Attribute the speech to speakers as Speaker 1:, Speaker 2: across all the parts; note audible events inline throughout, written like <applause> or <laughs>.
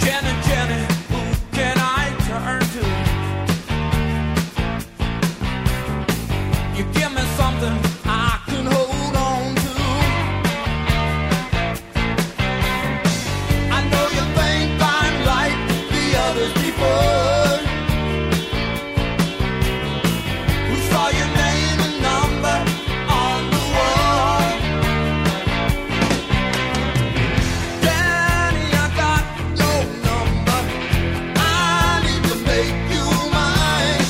Speaker 1: Jenny, Jenny, who can I turn to? You give me something I can hold on to. I know you think I'm like the others before. Who saw your name and number on the wall? Danny, I got your number. I need to make you mine.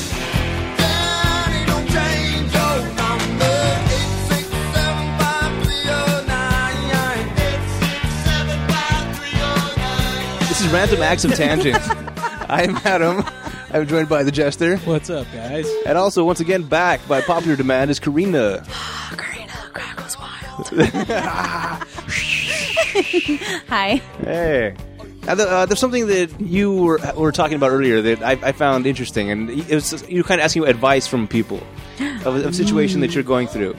Speaker 1: Danny, don't change your number. Eight six seven five three oh nine. Eight six seven five three oh nine.
Speaker 2: This is Random Acts of Tangent.
Speaker 3: <laughs>
Speaker 2: I'm Adam. I'm joined by the Jester.
Speaker 4: What's up, guys?
Speaker 2: And also, once again, back by popular demand is Karina.
Speaker 3: Karina crackles wild.
Speaker 2: <laughs>
Speaker 3: <laughs> Hi.
Speaker 2: Hey. Uh, th- uh, there's something that you were, were talking about earlier that I, I found interesting, and it was just- you were kind of asking advice from people of a of a situation that you're going through.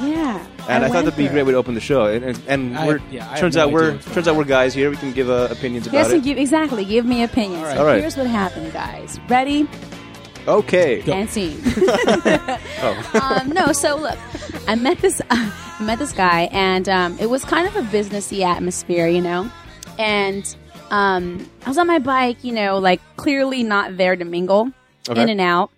Speaker 3: Yeah.
Speaker 2: And I, thought
Speaker 3: went
Speaker 2: that'd be a
Speaker 3: for
Speaker 2: great
Speaker 3: it.
Speaker 2: way to open the show. And, and, and
Speaker 4: I-
Speaker 2: we're,
Speaker 4: yeah, I have
Speaker 2: turns
Speaker 4: no
Speaker 2: out
Speaker 4: idea
Speaker 2: we're
Speaker 4: what's going
Speaker 2: turns out we're guys here. We can give uh, opinions about
Speaker 3: Yes, and
Speaker 2: it.
Speaker 3: give, exactly. Give me opinions.
Speaker 4: All right.
Speaker 3: So
Speaker 2: All right.
Speaker 3: Here's what happened, guys. Ready
Speaker 2: okay.
Speaker 4: Go.
Speaker 3: and scene.
Speaker 2: Oh. <laughs>
Speaker 3: um, no, so look, I met this, <laughs> I met this guy, and um, it was kind of a businessy atmosphere, you know. And um, I was on my bike, you know, like clearly not there to mingle,
Speaker 2: Okay.
Speaker 3: in and out.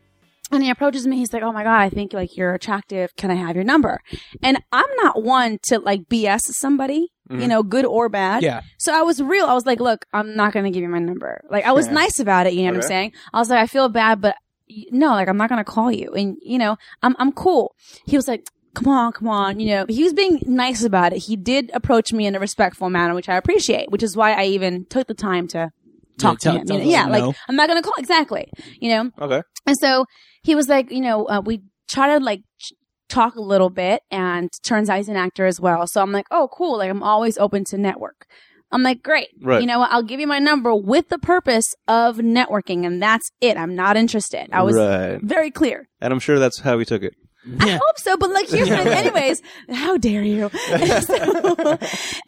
Speaker 3: And he approaches me. He's like, "Oh my god, I think like you're attractive. Can I have your number?" And I'm not one to like BS somebody, you know, good or <laughs> bad.
Speaker 4: Yeah.
Speaker 3: So I was real. I was like, "Look, I'm not going to give you my number." Like I was nice about it. You know what I'm
Speaker 2: Okay.
Speaker 3: saying? I was like, "I feel bad, but y- no, like I'm not going to call you." And you know, I'm I'm cool. He was like, "Come on, come on." You know, he was being nice about it. He did approach me in a respectful manner, which I appreciate, which is why I even took the time to talk
Speaker 4: tell-
Speaker 3: to him.
Speaker 4: tell-
Speaker 3: you know?
Speaker 4: let
Speaker 3: yeah,
Speaker 4: him
Speaker 3: like
Speaker 4: know.
Speaker 3: I'm not going to call exactly. You know.
Speaker 2: Okay.
Speaker 3: And so he was like, you know, uh, we try to like ch- talk a little bit, and turns out he's an actor as well. So I'm like, oh, cool. Like I'm always open to network. I'm like, great.
Speaker 2: Right.
Speaker 3: You know, what? I'll give you my number with the purpose of networking, and that's it. I'm not interested. I was
Speaker 2: right.
Speaker 3: very clear.
Speaker 2: And I'm sure that's how we took it.
Speaker 3: I hope so, but like, here's my, <laughs> anyways, how dare you? And so, <laughs>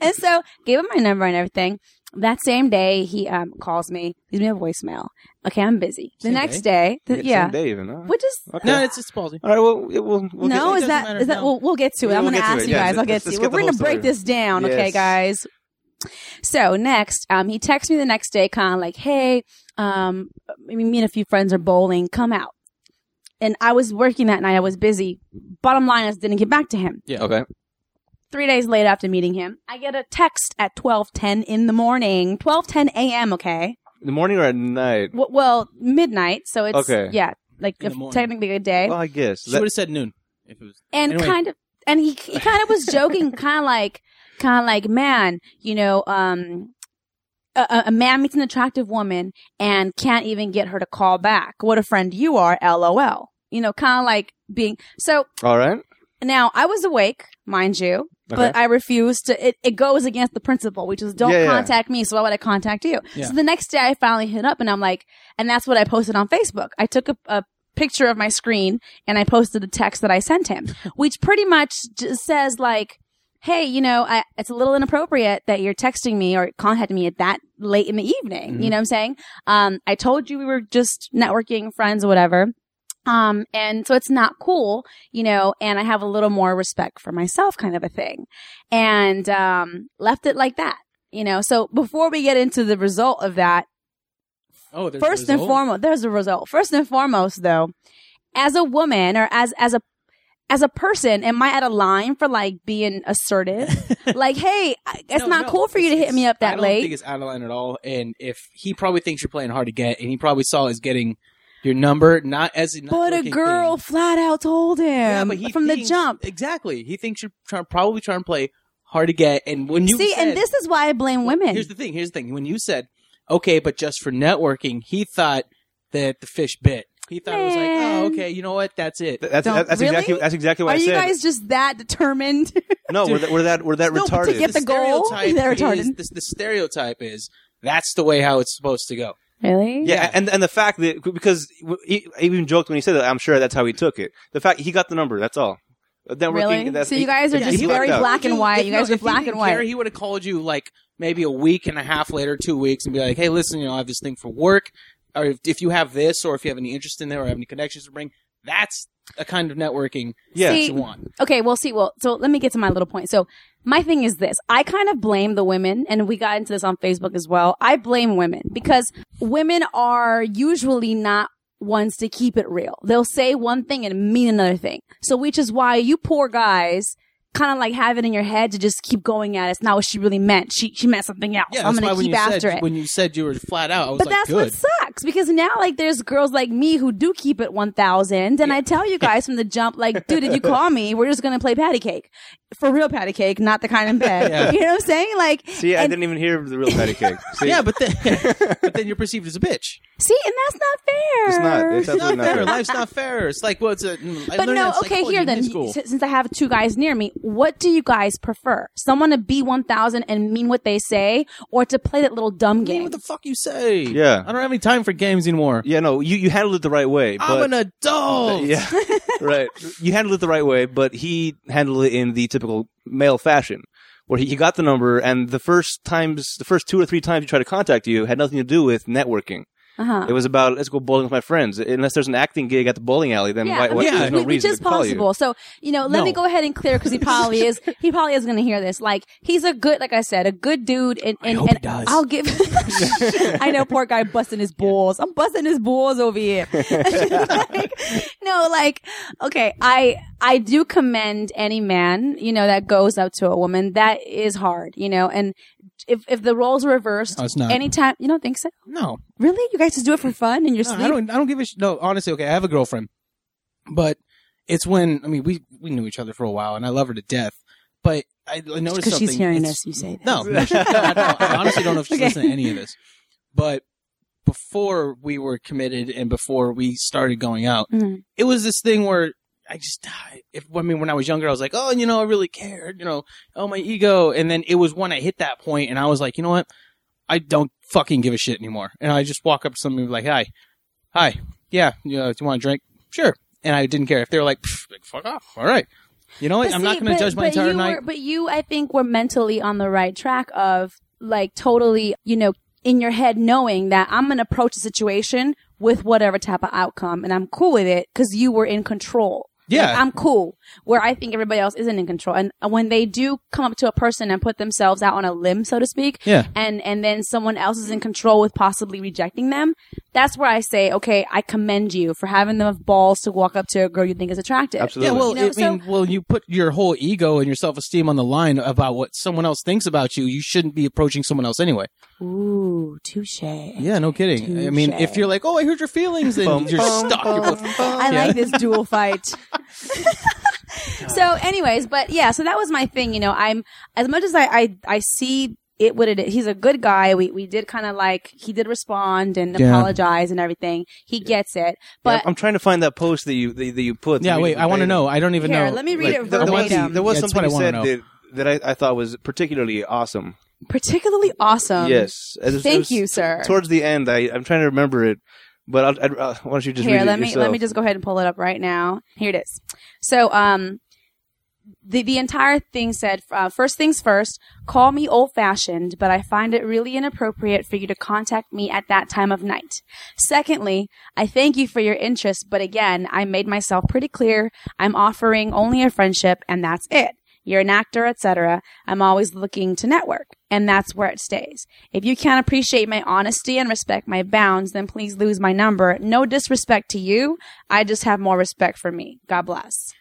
Speaker 3: and so gave him my number and everything. That same day, he um, calls me, leaves me a voicemail. Okay, I'm busy. The
Speaker 4: Same
Speaker 3: next day, th- yeah,
Speaker 2: Same day even. Huh?
Speaker 3: which is
Speaker 2: Okay.
Speaker 4: No, it's it's Palsy.
Speaker 2: All right. Well, it- we'll, we'll
Speaker 3: no,
Speaker 4: it
Speaker 3: is
Speaker 4: doesn't
Speaker 3: that
Speaker 4: matter
Speaker 3: is that
Speaker 4: now.
Speaker 3: we'll, we'll get to it.
Speaker 2: Yeah,
Speaker 3: I'm
Speaker 2: we'll
Speaker 3: going to
Speaker 2: get to
Speaker 3: ask
Speaker 2: it.
Speaker 3: you
Speaker 2: Yeah,
Speaker 3: guys. I'll get
Speaker 2: let's-
Speaker 3: to
Speaker 2: let's
Speaker 3: you.
Speaker 2: get the
Speaker 3: We're going
Speaker 2: whole
Speaker 3: to break
Speaker 2: story.
Speaker 3: this down, okay,
Speaker 2: Yes.
Speaker 3: guys? So next, um, he texts me the next day, kind of like, "Hey, um, me me and a few friends are bowling. Come out." And I was working that night. I was busy. Bottom line is, didn't get back to him.
Speaker 4: Yeah.
Speaker 2: get- Okay.
Speaker 3: Three days late after meeting him, I get a text at twelve ten in the morning, twelve ten a.m. Okay,
Speaker 2: In the morning or at night?
Speaker 3: w- well midnight. So it's
Speaker 2: Okay.
Speaker 3: yeah, like
Speaker 4: In the morning.
Speaker 3: technically a day.
Speaker 2: Well, I guess.
Speaker 4: She
Speaker 2: That-
Speaker 4: would have said noon if it was.
Speaker 3: and
Speaker 4: Anyway.
Speaker 3: kind of and he, he kind of was joking kind of like kind of like man you know um a- a, a man meets an attractive woman and can't even get her to call back what a friend you are lol you know kind of like being so
Speaker 2: all right.
Speaker 3: now i was awake mind you but
Speaker 2: Okay.
Speaker 3: i refused to it, it goes against the principle which is don't
Speaker 2: Yeah, yeah.
Speaker 3: contact me so why would i contact you
Speaker 4: Yeah.
Speaker 3: so the next day i finally hit up and i'm like and that's what i posted on facebook i took a, a picture of my screen and I posted the text that I
Speaker 2: <laughs>
Speaker 3: sent him, which pretty much just says like, "Hey, you know, I, it's a little inappropriate that you're texting me or contacting me at that late in the evening."
Speaker 2: Mm-hmm.
Speaker 3: You know what I'm saying? Um, I told you we were just networking, friends, or whatever. Um, and so it's not cool, you know, and I have a little more respect for myself kind of a thing. And, um, left it like that, you know. So before we get into the result of that,
Speaker 4: Oh, there's a
Speaker 3: first and
Speaker 4: result.
Speaker 3: foremost there's a result first and foremost though as a woman or as as a as a person am i out of line for like being assertive
Speaker 4: <laughs>
Speaker 3: like hey I- it's
Speaker 4: No,
Speaker 3: not
Speaker 4: no,
Speaker 3: cool for you to
Speaker 4: it's-
Speaker 3: hit me
Speaker 4: it's-
Speaker 3: up that
Speaker 4: I don't think
Speaker 3: late
Speaker 4: it's out of line at all. And if he probably thinks you're playing hard to get, and he probably saw as getting your number not as a
Speaker 3: but a
Speaker 4: networking
Speaker 3: girl
Speaker 4: thing.
Speaker 3: flat out told him
Speaker 4: Yeah, but he
Speaker 3: from the
Speaker 4: thinks-
Speaker 3: jump
Speaker 4: exactly. He thinks you're try, probably trying to play hard to get. And when you
Speaker 3: see
Speaker 4: said,
Speaker 3: and this is why i blame
Speaker 4: Well,
Speaker 3: women
Speaker 4: Here's the thing. Here's the thing. When you said, okay, but just for networking, he thought that the fish bit. He thought it was like,
Speaker 3: Man.
Speaker 4: oh, okay, you know what? That's it.
Speaker 2: Th- That's,
Speaker 3: Don't-
Speaker 2: that's
Speaker 3: really?
Speaker 2: exactly that's exactly what I
Speaker 3: are you
Speaker 2: said.
Speaker 3: guys just that determined <laughs>
Speaker 2: no, we're that we're that we're that
Speaker 4: No, but
Speaker 2: retarded.
Speaker 3: to get the goal?
Speaker 4: stereotype
Speaker 3: They're
Speaker 4: is-
Speaker 3: retarded.
Speaker 4: the, the stereotype is that's the way how it's supposed to go.
Speaker 3: Really?
Speaker 2: Yeah, and and the fact that because he he even joked when he said that, I'm sure that's how he took it. The fact he got the number, that's all. Networking,
Speaker 3: Really?
Speaker 2: that's-
Speaker 3: So you guys are
Speaker 2: he-
Speaker 3: just
Speaker 2: he
Speaker 3: very
Speaker 2: lucked out.
Speaker 3: black and white.
Speaker 4: If
Speaker 3: You guys are
Speaker 4: no- if he
Speaker 3: black
Speaker 4: didn't
Speaker 3: and white.
Speaker 4: Care, he would have called you like maybe a week and a half later, two weeks, and be like, "Hey, listen, you know, I have this thing for work, or if, if you have this, or if you have any interest in there, or have any connections to bring." That's a kind of networking
Speaker 2: Yeah,
Speaker 3: See,
Speaker 4: you want.
Speaker 3: Okay, well, see, well, so let me get to my little point. So my thing is this: I kind of blame the women, and we got into this on Facebook as well. I blame women because women are usually not ones to keep it real. They'll say one thing and mean another thing. So which is why you poor guys kind of like have it in your head to just keep going at it. It's not what she really meant. She she meant something else.
Speaker 4: Yeah,
Speaker 3: I'm
Speaker 4: that's why
Speaker 3: gonna
Speaker 4: when
Speaker 3: keep
Speaker 4: you said-
Speaker 3: after it.
Speaker 4: When you said you were flat out, I was
Speaker 3: But
Speaker 4: like,
Speaker 3: that's
Speaker 4: "Good."
Speaker 3: what sucks because now, like, there's girls like me who do keep it 1,000. And I tell you guys from the jump, like, dude, if
Speaker 4: <laughs>
Speaker 3: you call me, we're just going to play patty cake. For real patty cake, not the kind in bed.
Speaker 4: <laughs> Yeah.
Speaker 3: You know what I'm saying? Like,
Speaker 2: See, I
Speaker 3: and-
Speaker 2: didn't even hear the real patty
Speaker 3: <laughs>
Speaker 2: cake. See,
Speaker 4: <laughs> Yeah, but then, <laughs> but then you're perceived as a bitch.
Speaker 3: see, and that's not fair.
Speaker 2: it's not. It's
Speaker 4: It's
Speaker 2: absolutely
Speaker 4: not
Speaker 2: not.
Speaker 4: fair.
Speaker 2: fair.
Speaker 4: Life's not fair. It's like, well, it's a. I
Speaker 3: but
Speaker 4: learned that
Speaker 3: no,
Speaker 4: in
Speaker 3: okay,
Speaker 4: psychology
Speaker 3: here
Speaker 4: in
Speaker 3: then,
Speaker 4: high school.
Speaker 3: s- since I have two guys near me, what do you guys prefer? Someone to be 1,000 and mean what they say or to play that little dumb
Speaker 4: Mean
Speaker 3: game?
Speaker 4: what the fuck you say?
Speaker 2: Yeah.
Speaker 4: I don't have any time for games anymore.
Speaker 2: Yeah, no, you, you handled it the right way.
Speaker 3: Ah,
Speaker 2: But,
Speaker 4: I'm an adult.
Speaker 2: Yeah,
Speaker 3: <laughs>
Speaker 2: right. You handled it the right way, but he handled it in the typical male fashion, where he, he got the number, and the first times, the first two or three times he tried to contact you had nothing to do with networking.
Speaker 3: uh-huh.
Speaker 2: It was about let's go bowling with my friends. Unless there's an acting gig at the bowling alley, then
Speaker 3: Yeah,
Speaker 2: why,
Speaker 3: I
Speaker 2: why,
Speaker 3: mean,
Speaker 2: there's no
Speaker 3: whi- which
Speaker 2: reason
Speaker 3: is
Speaker 2: to call you.
Speaker 3: possible. So you know, let me
Speaker 4: No.
Speaker 3: go ahead and clear because he probably
Speaker 4: <laughs>
Speaker 3: is. He probably is going to hear this. Like he's a good, like I said, a good dude, and and,
Speaker 4: hope
Speaker 3: and
Speaker 4: he does.
Speaker 3: I'll
Speaker 2: <laughs>
Speaker 3: give. <laughs> I know, poor guy busting his balls. I'm busting his balls over here. <laughs> Like, no, like okay, I I do commend any man you know that goes up to a woman. That is hard, you know, and if if the roles are reversed,
Speaker 4: No, it's
Speaker 2: Uh-huh.
Speaker 4: not.
Speaker 3: anytime you don't think so.
Speaker 4: No,
Speaker 3: Really, you guys just do it for fun in your
Speaker 4: No,
Speaker 3: sleep.
Speaker 4: I don't. I don't give a sh- no. Honestly, okay, I have a girlfriend, but it's when I mean we we knew each other for a while, and I love her to death. But I, I noticed
Speaker 3: because
Speaker 4: something.
Speaker 3: she's hearing
Speaker 4: It's-
Speaker 3: us. You say that.
Speaker 4: No, <laughs> no, she- no, I, don't, I honestly don't know if she's
Speaker 3: <laughs> Okay.
Speaker 4: listening to any of this. But before we were committed and before we started going out,
Speaker 3: Mhm.
Speaker 4: it was this thing where I just, if I mean, when I was younger, I was like, oh, you know, I really cared, you know, oh my ego, and then it was when I hit that point, and I was like, you know what, I don't fucking give a shit anymore, and I just walk up to somebody and be like, hi, hi, yeah, you know, do you want a drink? Sure, and I didn't care if they were like, "Pff, like, fuck off, all right, you know what,
Speaker 3: But
Speaker 4: I'm
Speaker 3: see,
Speaker 4: not going to
Speaker 3: but-
Speaker 4: judge my
Speaker 3: but
Speaker 4: entire
Speaker 3: you
Speaker 4: night.
Speaker 3: Were, but you, I think, were mentally on the right track of like totally, you know, in your head knowing that I'm going to approach the situation with whatever type of outcome and I'm cool with it because you were in control.
Speaker 4: Yeah.
Speaker 3: Like, I'm cool. Where I think everybody else isn't in control. And uh, when they do come up to a person and put themselves out on a limb, so to speak,
Speaker 4: Yeah.
Speaker 3: and, and then someone else is in control with possibly rejecting them, that's where I say, okay, I commend you for having the balls to walk up to a girl you think is attractive.
Speaker 2: Absolutely.
Speaker 4: Yeah, well,
Speaker 3: You know,
Speaker 4: I mean, well, you put your whole ego and your self esteem on the line about what someone else thinks about you. You shouldn't be approaching someone else anyway.
Speaker 3: Ooh, touche.
Speaker 4: Yeah, no kidding. I mean,
Speaker 3: Touche.
Speaker 4: if you're like, "Oh, I hurt your feelings," then
Speaker 2: Bum,
Speaker 4: you're
Speaker 2: bum,
Speaker 4: stuck.
Speaker 2: bum,
Speaker 4: You're both-
Speaker 2: bum.
Speaker 3: I
Speaker 4: Yeah.
Speaker 2: <laughs>
Speaker 3: like this dual fight. <laughs> so, anyways, but yeah, so that was my thing. You know, I'm as much as I I, I see it what it is. He's a good guy. We we did kind of like he did respond and
Speaker 4: Yeah.
Speaker 3: apologize and everything. He gets it,
Speaker 2: Yeah,
Speaker 3: but
Speaker 2: I'm trying to find that post that you that, that you put.
Speaker 4: Yeah,
Speaker 2: Read
Speaker 4: wait.
Speaker 2: it
Speaker 4: I want to
Speaker 2: verbatim.
Speaker 4: know. I don't even
Speaker 3: Here,
Speaker 4: know.
Speaker 3: let me read
Speaker 4: Like,
Speaker 3: it
Speaker 4: the- the one
Speaker 3: verbatim.
Speaker 4: thing-
Speaker 2: There was
Speaker 4: Yeah, that's
Speaker 2: something you
Speaker 4: what I
Speaker 2: said
Speaker 4: wanna
Speaker 2: that, that I, I thought was particularly awesome.
Speaker 3: particularly awesome.
Speaker 2: yes. It was- it
Speaker 3: Um, thank
Speaker 2: was
Speaker 3: you, sir.
Speaker 2: Towards the end, I, I'm trying to remember it, but I'll, I'd, uh, why don't you just
Speaker 3: Here,
Speaker 2: read it
Speaker 3: let me
Speaker 2: yourself?
Speaker 3: let me just go ahead and pull it up right now. Here it is. So, um, the the entire thing said uh, first things first. Call me old fashioned, but I find it really inappropriate for you to contact me at that time of night. Secondly, I thank you for your interest, but again, I made myself pretty clear. I'm offering only a friendship, and that's it. You're an actor, etc. I'm always looking to network, and that's where it stays. If you can't appreciate my honesty and respect my bounds, then please lose my number. No disrespect to you. I just have more respect for me. God bless.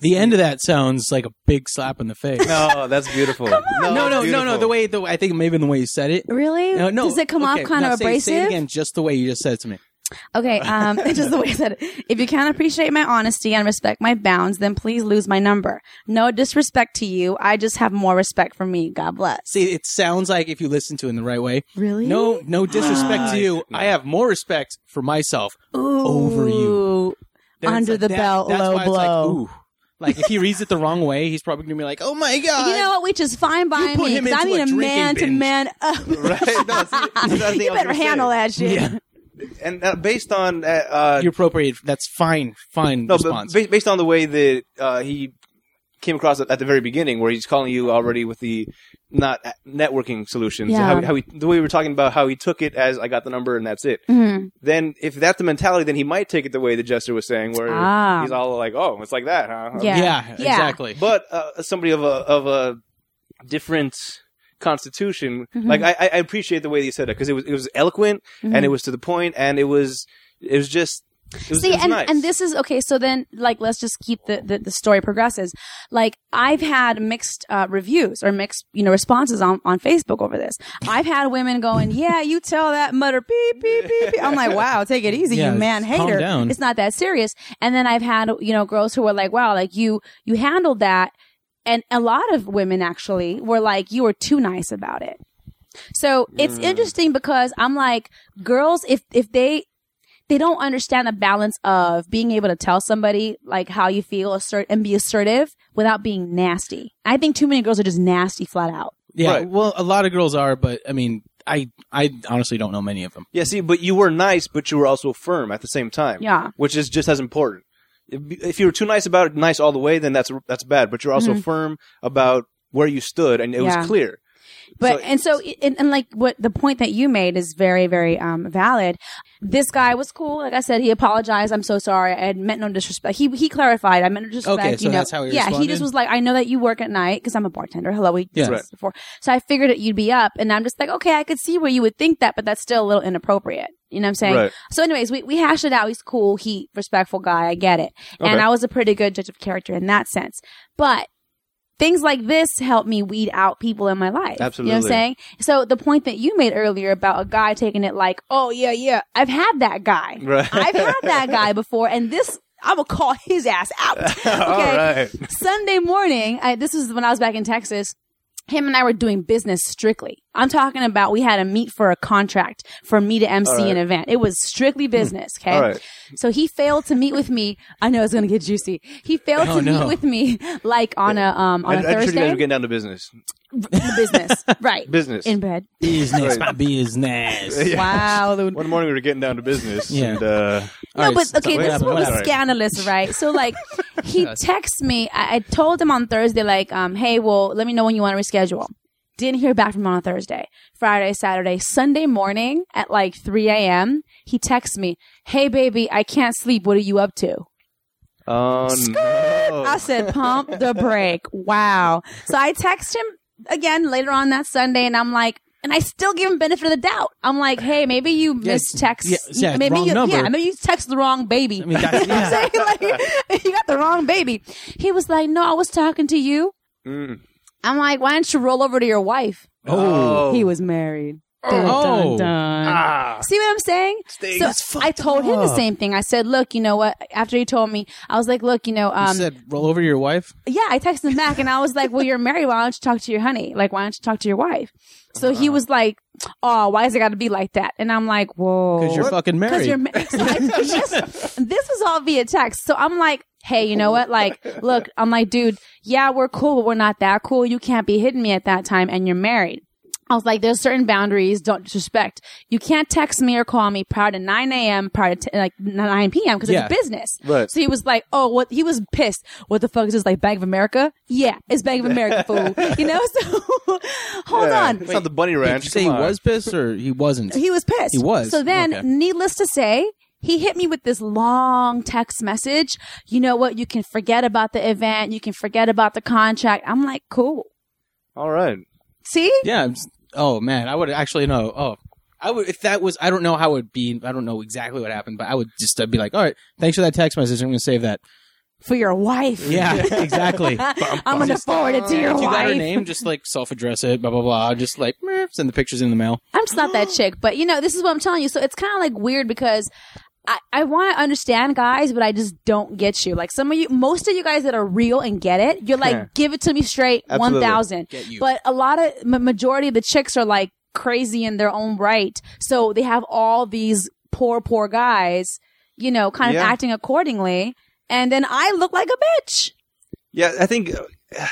Speaker 4: the end of that sounds like a big slap in the face.
Speaker 2: No, that's beautiful.
Speaker 3: <laughs>
Speaker 2: No,
Speaker 4: no,
Speaker 2: it's
Speaker 4: no, no, no.
Speaker 2: beautiful.
Speaker 4: The way, the way- I think maybe in the way you said it.
Speaker 3: Really?
Speaker 4: No, no.
Speaker 3: Does it come
Speaker 4: okay,
Speaker 3: off kind
Speaker 4: no,
Speaker 3: of
Speaker 4: say-
Speaker 3: abrasive?
Speaker 4: Say it again, just the way you just said it to me. <laughs>
Speaker 3: Okay, um, <laughs> just the way I said it. If you can't appreciate my honesty and respect my bounds, then please lose my number. No disrespect to you. I just have more respect for me. God bless.
Speaker 4: See, it sounds like if you listen to it in the right way.
Speaker 3: Really?
Speaker 4: No, no disrespect to you. I have more respect for myself over you.
Speaker 3: Ooh.
Speaker 4: Then it's
Speaker 3: Under
Speaker 4: like
Speaker 3: the
Speaker 4: that-
Speaker 3: belt,
Speaker 4: that's
Speaker 3: low
Speaker 4: why it's like,
Speaker 3: blow.
Speaker 4: ooh. Like if he reads it the wrong way, he's probably gonna be like, "Oh my god!"
Speaker 3: You know what? Which is fine by
Speaker 4: put
Speaker 3: me.
Speaker 4: him
Speaker 3: 'cause I
Speaker 4: into
Speaker 3: need
Speaker 4: a
Speaker 3: a
Speaker 4: drinking
Speaker 3: man to
Speaker 4: binge.
Speaker 3: man
Speaker 4: <laughs>
Speaker 3: up.
Speaker 2: <laughs> Right?
Speaker 3: <laughs>
Speaker 2: No, it's- it's not the
Speaker 3: you
Speaker 2: thing I was
Speaker 3: better
Speaker 2: gonna say.
Speaker 3: handle that shit.
Speaker 2: And uh, based on uh, uh,
Speaker 4: you appropriate. That's fine. Fine
Speaker 2: no, but
Speaker 4: response.
Speaker 2: ba- based on the way that uh, he came across at at the very beginning, where he's calling you already with the not a- networking solutions,
Speaker 3: Yeah.
Speaker 2: how, how he, the way we were talking about how he took it as I got the number and that's it.
Speaker 3: Mhm.
Speaker 2: Then if that's the mentality, then he might take it the way the jester was saying, where
Speaker 3: Ah.
Speaker 2: he's all like, "Oh, it's like that, huh?"
Speaker 3: Yeah.
Speaker 4: yeah,
Speaker 3: Yeah.
Speaker 4: exactly.
Speaker 2: But uh, somebody of a of a different constitution,
Speaker 3: Mhm.
Speaker 2: like I, I- I appreciate the way that he said it because it was it was eloquent and it was to the point and it was it was just it was,
Speaker 3: Mm-hmm. See,
Speaker 2: it was
Speaker 3: and,
Speaker 2: nice.
Speaker 3: and this is okay. So then, like, let's just keep the, the, the story progresses. Like, I've had mixed uh, reviews or mixed, you know, responses on, on Facebook over this. I've had women going, "Yeah, you tell that mutter beep beep beep." beep." I'm like, "Wow, take it easy,
Speaker 4: Yeah,
Speaker 3: you man
Speaker 4: calm
Speaker 3: hater.
Speaker 4: down.
Speaker 3: It's not that serious." And then I've had you know girls who were like, "Wow, like you you handled that," and a lot of women actually were like, "You were too nice about it." So it's interesting because I'm like, girls, if if they they don't understand the balance of being able to tell somebody like how you feel assert and be assertive without being nasty. I think too many girls are just nasty flat out.
Speaker 4: yeah.
Speaker 2: Right.
Speaker 4: Well, a lot of girls are, but I mean, I I honestly don't know many of them.
Speaker 2: Yeah, see, but you were nice, but you were also firm at the same time.
Speaker 3: Yeah.
Speaker 2: which is just as important. If if you were too nice about it, nice all the way, then that's that's bad. But you're also firm about where you stood, and it
Speaker 3: Mm-hmm. Yeah.
Speaker 2: was clear.
Speaker 3: But
Speaker 2: So-
Speaker 3: and so and, and like what the point that you made is very very um valid. This guy was cool. Like I said, he apologized. I'm so sorry. I had meant no disrespect. He he clarified. I meant no disrespect.
Speaker 4: Okay, so
Speaker 3: you know,
Speaker 4: that's how he
Speaker 3: yeah. He just
Speaker 4: responded?
Speaker 3: was like, I know that you work at night because I'm a bartender. Hello, we
Speaker 4: Yeah.
Speaker 3: discussed this before. So I figured that you'd be up, and I'm just like, okay, I could see where you would think that, but that's still a little inappropriate. You know what I'm saying?
Speaker 2: Right.
Speaker 3: So, anyways, we, we hashed it out. He's cool. He respectful guy. I get it. And
Speaker 2: Okay.
Speaker 3: I was a pretty good judge of character in that sense. But things like this help me weed out people in my life. You know what I'm
Speaker 2: Absolutely.
Speaker 3: saying? So the point that you made earlier about a guy taking it like, oh yeah, yeah, I've had that guy.
Speaker 2: Right.
Speaker 3: I've had that
Speaker 2: <laughs>
Speaker 3: guy before, and this I will call his ass out. <laughs> Okay.
Speaker 2: All right.
Speaker 3: Sunday morning, I, this was when I was back in Texas. Him and I were doing business strictly. I'm talking about we had a meet for a contract for me to MC
Speaker 2: All right. Hmm.
Speaker 3: an event. It was strictly business. Okay.
Speaker 2: All right.
Speaker 3: So he failed to meet with me. I know it's going to get juicy. He failed
Speaker 4: Oh,
Speaker 3: to
Speaker 4: no.
Speaker 3: meet with me like on a, um,
Speaker 2: I, I'm sure
Speaker 3: on a
Speaker 2: you guys
Speaker 3: Thursday
Speaker 2: are getting down to business. <laughs>
Speaker 3: business. Right.
Speaker 2: Business.
Speaker 3: In bed.
Speaker 4: Business,
Speaker 2: Right.
Speaker 4: my
Speaker 2: <laughs>
Speaker 4: business.
Speaker 2: Yeah.
Speaker 3: Wow. the-
Speaker 2: One morning we were getting down to <laughs> business.
Speaker 4: Yeah.
Speaker 2: And, uh,
Speaker 3: No,
Speaker 4: All right,
Speaker 3: but
Speaker 4: so
Speaker 3: okay,
Speaker 4: what
Speaker 3: this is
Speaker 4: happened?
Speaker 3: what
Speaker 2: What
Speaker 3: was
Speaker 2: happened?
Speaker 3: scandalous, right? So like, he texts me. I, I told him on Thursday, like, um, hey, well, let me know when you want to reschedule. Didn't hear back from him on Thursday, Friday, Saturday, Sunday morning at like 3 a.m. He texts me, hey, baby, I can't sleep. What are you up to?
Speaker 2: oh, no.
Speaker 3: I said, pump the brake. Wow. So I text him again later on that Sunday, and I'm like, and I still give him benefit of the doubt. I'm like, hey, maybe you
Speaker 4: Yeah,
Speaker 3: mistext.
Speaker 4: yeah, yeah,
Speaker 3: maybe
Speaker 4: wrong
Speaker 3: you,
Speaker 4: number.
Speaker 3: yeah, maybe you text the wrong baby.
Speaker 4: I
Speaker 3: <laughs>
Speaker 4: mean, that's-
Speaker 3: You know what I'm saying? Like, <laughs> you got the wrong baby. He was like, no, I was talking to you.
Speaker 2: Mm.
Speaker 3: I'm like, why don't you roll over to your wife?
Speaker 2: Oh.
Speaker 3: He was married. Dun,
Speaker 4: Oh.
Speaker 3: dun, dun.
Speaker 2: Ah.
Speaker 3: See what I'm saying? so I told him the
Speaker 4: up.
Speaker 3: same thing. I said, "Look, you know what?" After he told me, I was like, "Look, you know,
Speaker 4: You
Speaker 3: um,
Speaker 4: said roll over to your wife.
Speaker 3: yeah, I texted him back and I was like, well, you're married. Why don't you talk to your honey? Like, why don't you talk to your wife? So he was like, oh, why is it got to be like that? And I'm like, whoa.
Speaker 4: Because you're fucking married.
Speaker 3: Because you're ma- <laughs> so I- yes, this was all via text. So I'm like, hey, you know what? Like, look, I'm like, dude, yeah, we're cool, but we're not that cool. You can't be hitting me at that time and you're married. I was like, there's certain boundaries. Don't disrespect. You can't text me or call me prior to 9 a.m., prior to t- like 9 p.m. because
Speaker 4: Yeah.
Speaker 3: it's business.
Speaker 2: Right.
Speaker 3: So he was like, oh, what? He was pissed. What the fuck is this? Like Bank of America? Yeah, it's Bank of America, fool. You know? So <laughs> hold
Speaker 2: Yeah.
Speaker 3: on.
Speaker 2: It's not the bunny
Speaker 4: Did
Speaker 2: ranch.
Speaker 4: you say he
Speaker 2: Come on.
Speaker 4: was pissed or he wasn't?
Speaker 3: He was pissed.
Speaker 4: He was.
Speaker 3: So then,
Speaker 4: Okay.
Speaker 3: needless to say, he hit me with this long text message. You know what? You can forget about the event. You can forget about the contract. I'm like, cool.
Speaker 2: All right.
Speaker 3: See?
Speaker 4: Yeah. I'm s- oh man, I would actually know. Oh, I would if that was. I don't know how it would be. I don't know exactly what happened, but I would just uh, be like, all right, thanks for that text message. I'm going to save that.
Speaker 3: For your wife.
Speaker 4: Yeah, <laughs>
Speaker 3: <laughs>
Speaker 4: exactly. if
Speaker 3: I'm going to forward it to your
Speaker 4: you got her
Speaker 3: wife.
Speaker 4: name, just like self-address it. Blah blah blah. Just like meh, send the pictures in the mail.
Speaker 3: I'm just not that chick, but you know, this is what I'm telling you. So it's kind of like weird because I, I want to understand guys, but I just don't get you. Like some of you, most of you guys that are real and get it, you're like,
Speaker 2: Yeah.
Speaker 3: give it to me straight,
Speaker 2: Absolutely.
Speaker 3: 1000.
Speaker 4: Get you.
Speaker 3: But a lot of, ma- majority of the chicks are like crazy in their own right. So they have all these poor, poor guys, you know, kind of
Speaker 2: Yeah.
Speaker 3: acting accordingly. And then I look like a bitch.
Speaker 2: Yeah, I think uh,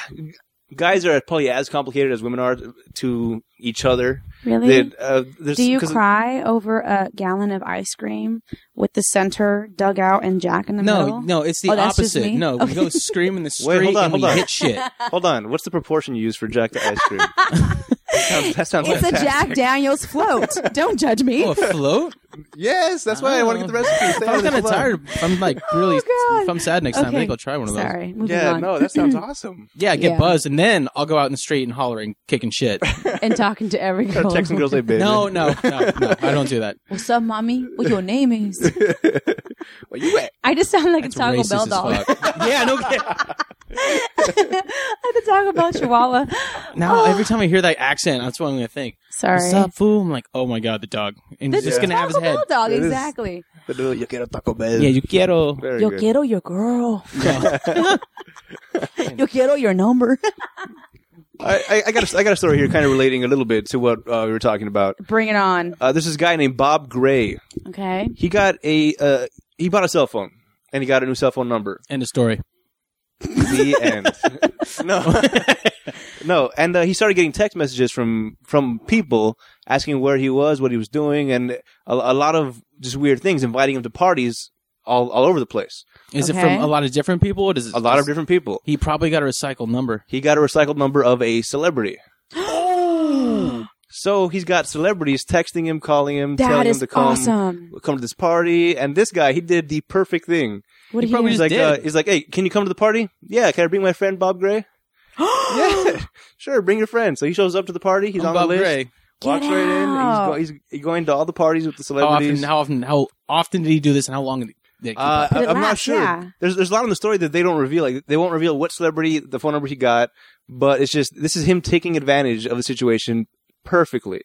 Speaker 2: guys are probably as complicated as women are to each other.
Speaker 3: Really?
Speaker 2: They, uh, there's-
Speaker 3: Do you
Speaker 2: 'cause-
Speaker 3: cry over a gallon of ice cream with the center dug out and Jack in the
Speaker 4: No,
Speaker 3: middle?
Speaker 4: no, it's the
Speaker 3: Oh, that's just
Speaker 4: opposite.
Speaker 3: me?
Speaker 4: No, we
Speaker 3: Okay.
Speaker 4: go scream in
Speaker 2: <laughs>
Speaker 4: the street
Speaker 2: hold on,
Speaker 4: and we
Speaker 2: hold on.
Speaker 4: hit shit.
Speaker 3: <laughs>
Speaker 2: Hold on. What's the proportion you use for Jack the ice cream? that sounds, that sounds
Speaker 3: It's a
Speaker 2: fantastic.
Speaker 3: Jack Daniels float. <laughs> Don't judge me.
Speaker 4: Oh, a float?
Speaker 2: Yes, that's why I, want to get the recipe. Stay
Speaker 4: If I'm
Speaker 2: on this
Speaker 4: kind of
Speaker 2: flow.
Speaker 4: tired. If I'm like really,
Speaker 3: Oh, God.
Speaker 4: if I'm sad next time,
Speaker 3: Okay.
Speaker 4: maybe I'll try one of those.
Speaker 3: Sorry, moving
Speaker 2: Yeah,
Speaker 3: on.
Speaker 2: no, that sounds awesome.
Speaker 4: Yeah, get
Speaker 3: Yeah.
Speaker 4: buzzed, and then I'll go out in the street and hollering, kicking
Speaker 2: <laughs>
Speaker 4: shit.
Speaker 3: <laughs> and talking to every
Speaker 2: Or
Speaker 3: girl.
Speaker 2: Texan girls say baby.
Speaker 4: <laughs> no, no, no, no, I don't do that.
Speaker 3: What's up, mommy? What your
Speaker 2: <laughs>
Speaker 3: name is?
Speaker 2: Where you at?
Speaker 3: I just sound like
Speaker 4: It's
Speaker 3: a Taco
Speaker 4: racist
Speaker 3: Bell
Speaker 4: as
Speaker 3: doll.
Speaker 4: fuck. yeah, no kidding.
Speaker 3: <laughs> like a Taco Bell Chihuahua.
Speaker 4: <laughs> Now every time I hear that accent, that's what I'm gonna think.
Speaker 3: Sorry.
Speaker 4: What's up, fool? I'm like, oh my god, the dog, and he's
Speaker 3: This
Speaker 4: just
Speaker 3: is
Speaker 4: gonna have his
Speaker 3: Taco
Speaker 4: head.
Speaker 3: Bell dog,
Speaker 2: It is.
Speaker 3: exactly.
Speaker 2: The little, You get a Taco Bell.
Speaker 4: Yeah, you quiero.
Speaker 2: Very
Speaker 3: Yo
Speaker 2: good.
Speaker 3: quiero your girl.
Speaker 2: <laughs>
Speaker 3: <laughs> Yo quiero
Speaker 2: <laughs>
Speaker 3: your number.
Speaker 2: I, I, I got a, I got a story here, kind of relating a little bit to what uh, we were talking about.
Speaker 3: Bring it on.
Speaker 2: Uh, there's this guy named Bob Gray.
Speaker 4: <gasps>
Speaker 3: Okay.
Speaker 2: He got a uh, he bought a cell phone and he got a new cell phone number.
Speaker 4: End of story.
Speaker 2: The end. no, <laughs> no, and uh, he started getting text messages from from people asking where he was, what he was doing, and a, a lot of just weird things, inviting him to parties all all over the place.
Speaker 4: Is it
Speaker 3: Okay.
Speaker 4: from a lot of different people? Or does it
Speaker 2: A lot of different people.
Speaker 4: He probably got a recycled number.
Speaker 2: He got a recycled number of a celebrity.
Speaker 4: Oh!
Speaker 2: So he's got celebrities texting him, calling him,
Speaker 3: That
Speaker 2: telling
Speaker 3: is
Speaker 2: him to come.
Speaker 3: awesome.
Speaker 2: come to this party. And this guy, he did the perfect thing.
Speaker 3: What do you do?
Speaker 4: probably
Speaker 2: He's
Speaker 4: just-
Speaker 2: like,
Speaker 4: did.
Speaker 2: uh, he's like, hey, can you come to the party? Yeah, can I bring my friend Bob Gray?
Speaker 4: <gasps>
Speaker 2: yeah, <laughs> sure, bring your friend. So he shows up to the party. He's
Speaker 4: I'm
Speaker 2: on
Speaker 4: Bob
Speaker 2: the list.
Speaker 4: Gray.
Speaker 2: Walks
Speaker 3: Get
Speaker 2: right in.
Speaker 3: out.
Speaker 2: and He's, go- he's going to all the parties with the
Speaker 4: How often?
Speaker 2: celebrities.
Speaker 4: How often? How often did he do this? And how long did it keep
Speaker 2: Uh,
Speaker 4: up?
Speaker 3: But
Speaker 2: I,
Speaker 3: it
Speaker 2: I'm not
Speaker 3: lasts,
Speaker 2: sure.
Speaker 3: yeah.
Speaker 2: There's there's a lot in the story that they don't reveal. Like they won't reveal what celebrity, the phone number he got, but it's just this is him taking advantage of the situation perfectly.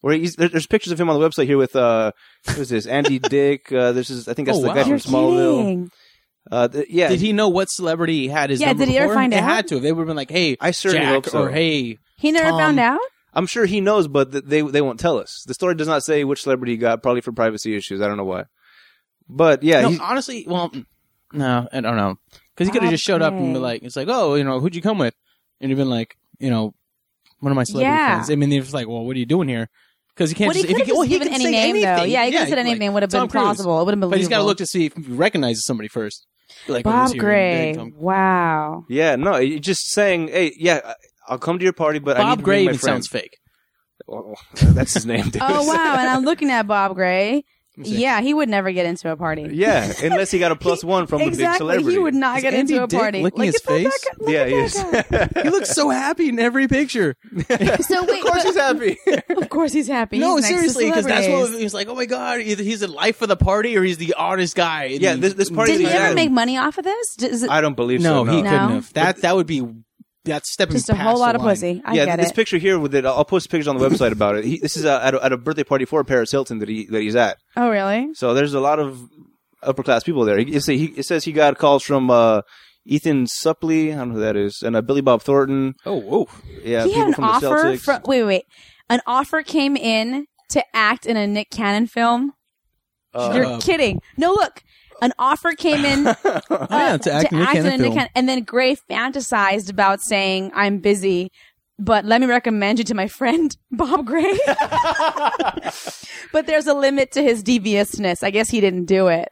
Speaker 2: Where he's, there, there's pictures of him on the website here with uh, who's this? Andy <laughs> Dick. Uh, this is I think that's
Speaker 4: Oh,
Speaker 2: the
Speaker 4: wow.
Speaker 2: guy
Speaker 3: <gasps> You're
Speaker 2: from Smallville.
Speaker 3: kidding.
Speaker 2: Uh, th- yeah,
Speaker 4: Did he know what celebrity he had his
Speaker 3: Yeah,
Speaker 4: number
Speaker 3: did he ever
Speaker 4: before?
Speaker 3: find
Speaker 4: it
Speaker 3: out?
Speaker 4: had to. If they would have been like, hey,
Speaker 2: I certainly
Speaker 4: Jack,
Speaker 2: hope so.
Speaker 4: or hey,
Speaker 3: He never
Speaker 4: Tom.
Speaker 3: found out?
Speaker 2: I'm sure he knows, but th- they they won't tell us. The story does not say which celebrity he got, probably for privacy issues. I don't know why. But yeah,
Speaker 4: no, uh,
Speaker 2: he's-
Speaker 4: honestly, well, no, I don't know, because he could have
Speaker 3: Bob
Speaker 4: just showed up and
Speaker 3: Gray.
Speaker 4: been like, it's like, oh, you know, who'd you come with? And you've been like, you know, one of my celebrity
Speaker 3: Yeah.
Speaker 4: friends. I mean, they're just like, well, what are you doing here? Because he can't.
Speaker 3: Well, he
Speaker 4: just, if
Speaker 3: could have
Speaker 4: can- well,
Speaker 3: just
Speaker 4: he
Speaker 3: given
Speaker 4: can
Speaker 3: any
Speaker 4: say
Speaker 3: name,
Speaker 4: anything.
Speaker 3: though. Yeah, he could have said
Speaker 4: like,
Speaker 3: any name. would have been
Speaker 4: Tom Cruise.
Speaker 3: plausible. It would have been
Speaker 4: But he's got to
Speaker 3: believable.
Speaker 4: look to see if he recognizes somebody first. Like, oh,
Speaker 3: Bob
Speaker 4: this is your-
Speaker 3: Gray.
Speaker 4: Tom- <laughs>
Speaker 3: Wow.
Speaker 2: yeah, no, he- just saying, hey, yeah, I- I'll come to your party, but I need
Speaker 4: Bob
Speaker 2: to
Speaker 4: Gray
Speaker 2: bring my
Speaker 4: even
Speaker 2: friend.
Speaker 4: sounds fake.
Speaker 2: Oh, <laughs> that's his name. dude.
Speaker 3: Oh wow! And I'm looking at Bob Gray.
Speaker 4: see.
Speaker 3: Yeah, he would never get into a party.
Speaker 2: <laughs> Yeah, unless he got a plus one from the big
Speaker 3: exactly.
Speaker 2: celebrity.
Speaker 3: He would not
Speaker 4: Is
Speaker 3: get
Speaker 4: Andy
Speaker 3: into a
Speaker 4: Dick
Speaker 3: party.
Speaker 4: licking
Speaker 3: Look
Speaker 4: his
Speaker 3: at that
Speaker 4: face?
Speaker 3: guy- look
Speaker 2: Yeah,
Speaker 3: at
Speaker 2: he
Speaker 3: that
Speaker 2: is.
Speaker 4: <laughs>
Speaker 3: guy.
Speaker 4: He looks so happy in every picture.
Speaker 3: So wait,
Speaker 2: <laughs> of course, he's
Speaker 3: but-
Speaker 4: <laughs>
Speaker 2: happy.
Speaker 3: of course he's happy.
Speaker 4: no,
Speaker 3: He's next to
Speaker 4: seriously, because that's what
Speaker 3: celebrities.
Speaker 4: he's like. Oh my god, either he's the life of the party or he's the oddest guy. in
Speaker 2: Yeah,
Speaker 4: the-
Speaker 2: this- this party
Speaker 3: Did he
Speaker 2: he's
Speaker 3: ever
Speaker 2: in.
Speaker 3: make money off of this? D- Is it
Speaker 2: I don't believe
Speaker 4: No,
Speaker 2: so.
Speaker 4: he
Speaker 3: No.
Speaker 4: couldn't have. That that would be that's stepping
Speaker 3: just a
Speaker 4: past
Speaker 3: whole lot
Speaker 4: the
Speaker 3: of
Speaker 4: line.
Speaker 3: pussy. I
Speaker 2: yeah,
Speaker 3: get
Speaker 2: this
Speaker 3: it.
Speaker 2: picture here with it. I'll I'll post pictures on the website about it. He, this is uh, at, a, at a birthday party for Paris Hilton that he that he's at.
Speaker 3: Oh really?
Speaker 2: So there's a lot of upper class people there. He, it say- he, it says he got calls from uh, Ethan Suppley, I don't know who that is, and uh, Billy Bob Thornton.
Speaker 4: Oh, whoa.
Speaker 2: Yeah,
Speaker 3: he
Speaker 2: people
Speaker 3: had an
Speaker 2: from the
Speaker 3: offer
Speaker 2: Celtics.
Speaker 3: from. Wait, wait, wait. An offer came in to act in a Nick Cannon film.
Speaker 2: Uh,
Speaker 3: You're
Speaker 4: up.
Speaker 3: kidding. No, look. An offer came
Speaker 4: <laughs>
Speaker 3: in
Speaker 4: yeah,
Speaker 3: uh,
Speaker 4: to act in Nick
Speaker 3: in
Speaker 4: Cannon
Speaker 3: a Nick
Speaker 4: film.
Speaker 3: Cannon- and then Gray fantasized about saying, "I'm busy." But let me recommend you to my friend <laughs> Bob
Speaker 4: <laughs>
Speaker 3: Gray. but there's a limit to his deviousness. I guess he didn't do it.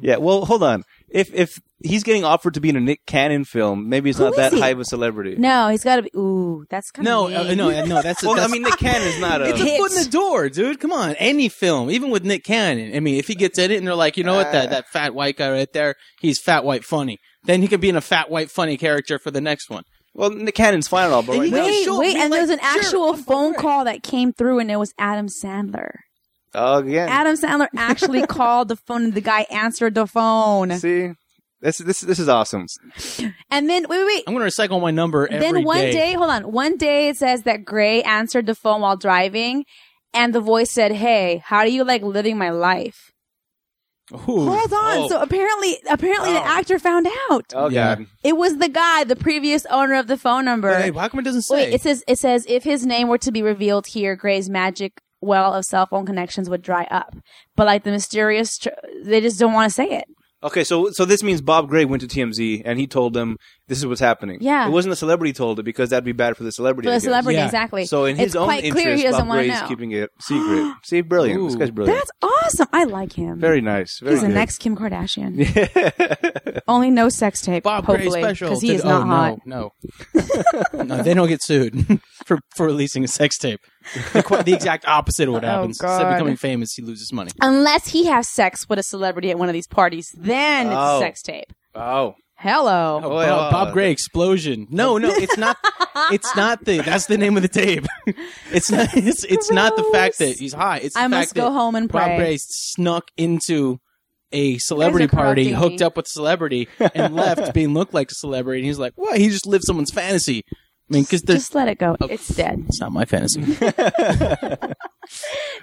Speaker 2: yeah, well, hold on. If if he's getting offered to be in a Nick Cannon film, maybe it's
Speaker 3: Who
Speaker 2: not
Speaker 3: is
Speaker 2: that
Speaker 3: he?
Speaker 2: high of a celebrity.
Speaker 3: No, he's got to be. Ooh, that's kind
Speaker 4: No,
Speaker 3: of <laughs>
Speaker 4: uh, no, uh, no. That's,
Speaker 2: Well, I
Speaker 4: that's
Speaker 2: mean, Nick Cannon's not
Speaker 4: it's
Speaker 2: a.
Speaker 4: a
Speaker 3: hit.
Speaker 4: foot in the door, dude. Come on, any film, even with Nick Cannon. I mean, if he gets in it and they're like, you know what, that that fat white guy right there, he's fat white funny. Then he could be in a fat white funny character for the next one.
Speaker 2: well, Nick Cannon's fine and all, but right
Speaker 4: And he
Speaker 2: now,
Speaker 4: was-
Speaker 3: Wait,
Speaker 4: show
Speaker 3: wait,
Speaker 4: me,
Speaker 3: and
Speaker 4: like,
Speaker 3: there's an
Speaker 4: sure,
Speaker 3: actual
Speaker 4: I'm
Speaker 3: phone
Speaker 4: right.
Speaker 3: call that came through, and it was Adam Sandler.
Speaker 2: oh, again,
Speaker 3: <laughs> Adam Sandler actually called the phone, and the guy answered the phone.
Speaker 2: see, this this this is awesome.
Speaker 3: And then, wait, wait,
Speaker 4: I'm gonna recycle my number every
Speaker 3: then one day. hold on one day it says that gray answered the phone while driving and the voice said hey how do you like living my life hold on
Speaker 4: Oh.
Speaker 3: so apparently apparently the actor found out
Speaker 2: Oh
Speaker 4: Yeah.
Speaker 2: God,
Speaker 3: it was the guy the previous owner of the phone number
Speaker 4: Hey, how come it doesn't say?
Speaker 3: wait it says it says if his name were to be revealed here gray's magic well of cell phone connections would dry up but like the mysterious tr- they just don't want to say it
Speaker 2: Okay, so so this means Bob Gray went to TMZ and he told them this is what's happening.
Speaker 3: Yeah.
Speaker 2: it wasn't the celebrity told it because that'd be bad for the celebrity.
Speaker 3: For
Speaker 2: I
Speaker 3: the
Speaker 2: guess.
Speaker 3: celebrity,
Speaker 4: Yeah.
Speaker 3: exactly.
Speaker 2: So in his
Speaker 3: it's
Speaker 2: own
Speaker 3: quite
Speaker 2: interest,
Speaker 3: clear he doesn't
Speaker 2: Bob
Speaker 3: want to
Speaker 2: Gray's
Speaker 3: know.
Speaker 2: keeping it
Speaker 3: <gasps>
Speaker 2: secret. See, brilliant. This
Speaker 4: Ooh.
Speaker 2: guy's brilliant.
Speaker 3: That's awesome. I like him.
Speaker 2: very nice. Very
Speaker 3: He's the
Speaker 2: good.
Speaker 3: next Kim Kardashian.
Speaker 4: <laughs>
Speaker 2: Yeah.
Speaker 3: Only no sex tape.
Speaker 4: Bob Gray
Speaker 3: hopefully,
Speaker 4: special
Speaker 3: because he
Speaker 4: did-
Speaker 3: is not
Speaker 4: oh,
Speaker 3: hot.
Speaker 4: No, no, <laughs> no, they don't get sued <laughs> for for releasing a sex tape. The, qu- the exact opposite of
Speaker 3: <laughs>
Speaker 4: what
Speaker 3: Oh,
Speaker 4: happens. Instead
Speaker 3: God.
Speaker 4: of becoming famous, he loses money.
Speaker 3: Unless he has sex with a celebrity at one of these parties, then it's a
Speaker 2: Oh.
Speaker 3: sex tape.
Speaker 2: oh,
Speaker 3: Hello.
Speaker 4: Oh,
Speaker 2: Oh, yeah,
Speaker 4: Bob,
Speaker 2: uh,
Speaker 4: Bob Gray explosion. No, no, it's not.
Speaker 3: <laughs>
Speaker 4: It's not the. That's the name of the tape. <laughs> It's not. It's, it's not the fact that he's high. It's the
Speaker 3: I
Speaker 4: fact
Speaker 3: must
Speaker 4: that
Speaker 3: go home and
Speaker 4: Bob
Speaker 3: pray.
Speaker 4: Gray snuck into a celebrity
Speaker 3: Guys are
Speaker 4: party,
Speaker 3: corrupting
Speaker 4: hooked
Speaker 3: me.
Speaker 4: up with a celebrity,
Speaker 3: <laughs>
Speaker 4: and left being looked like a celebrity. And he's like, "What? He just lived someone's fantasy." I mean, because there's
Speaker 3: Just let it go.
Speaker 4: Oh.
Speaker 3: It's dead.
Speaker 4: it's not my fantasy.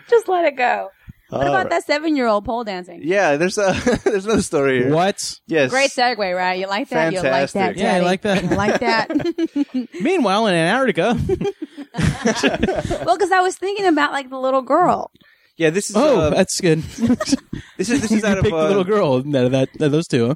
Speaker 3: Just let it go. What
Speaker 4: Oh.
Speaker 2: All
Speaker 3: about
Speaker 2: right.
Speaker 3: that seven-year-old pole dancing?
Speaker 2: Uh, Yeah, there's a <laughs> there's another story here.
Speaker 4: what?
Speaker 2: Yes,
Speaker 3: Great segue, right? You like that? You like that?
Speaker 2: Fantastic.
Speaker 4: Yeah, I
Speaker 3: Daddy?
Speaker 4: like that.
Speaker 3: You like
Speaker 4: <laughs>
Speaker 3: that?
Speaker 4: Meanwhile,
Speaker 2: <laughs>
Speaker 4: in Antarctica, Oh,
Speaker 3: well, because I was thinking about like the little girl.
Speaker 2: Yeah, this is
Speaker 4: oh,
Speaker 2: uh, <laughs>
Speaker 4: that's good.
Speaker 2: this
Speaker 4: <laughs>
Speaker 2: is this
Speaker 4: you
Speaker 2: is out
Speaker 4: picked
Speaker 2: of
Speaker 4: the
Speaker 2: uh,
Speaker 4: little girl. No, that, that those two. Huh?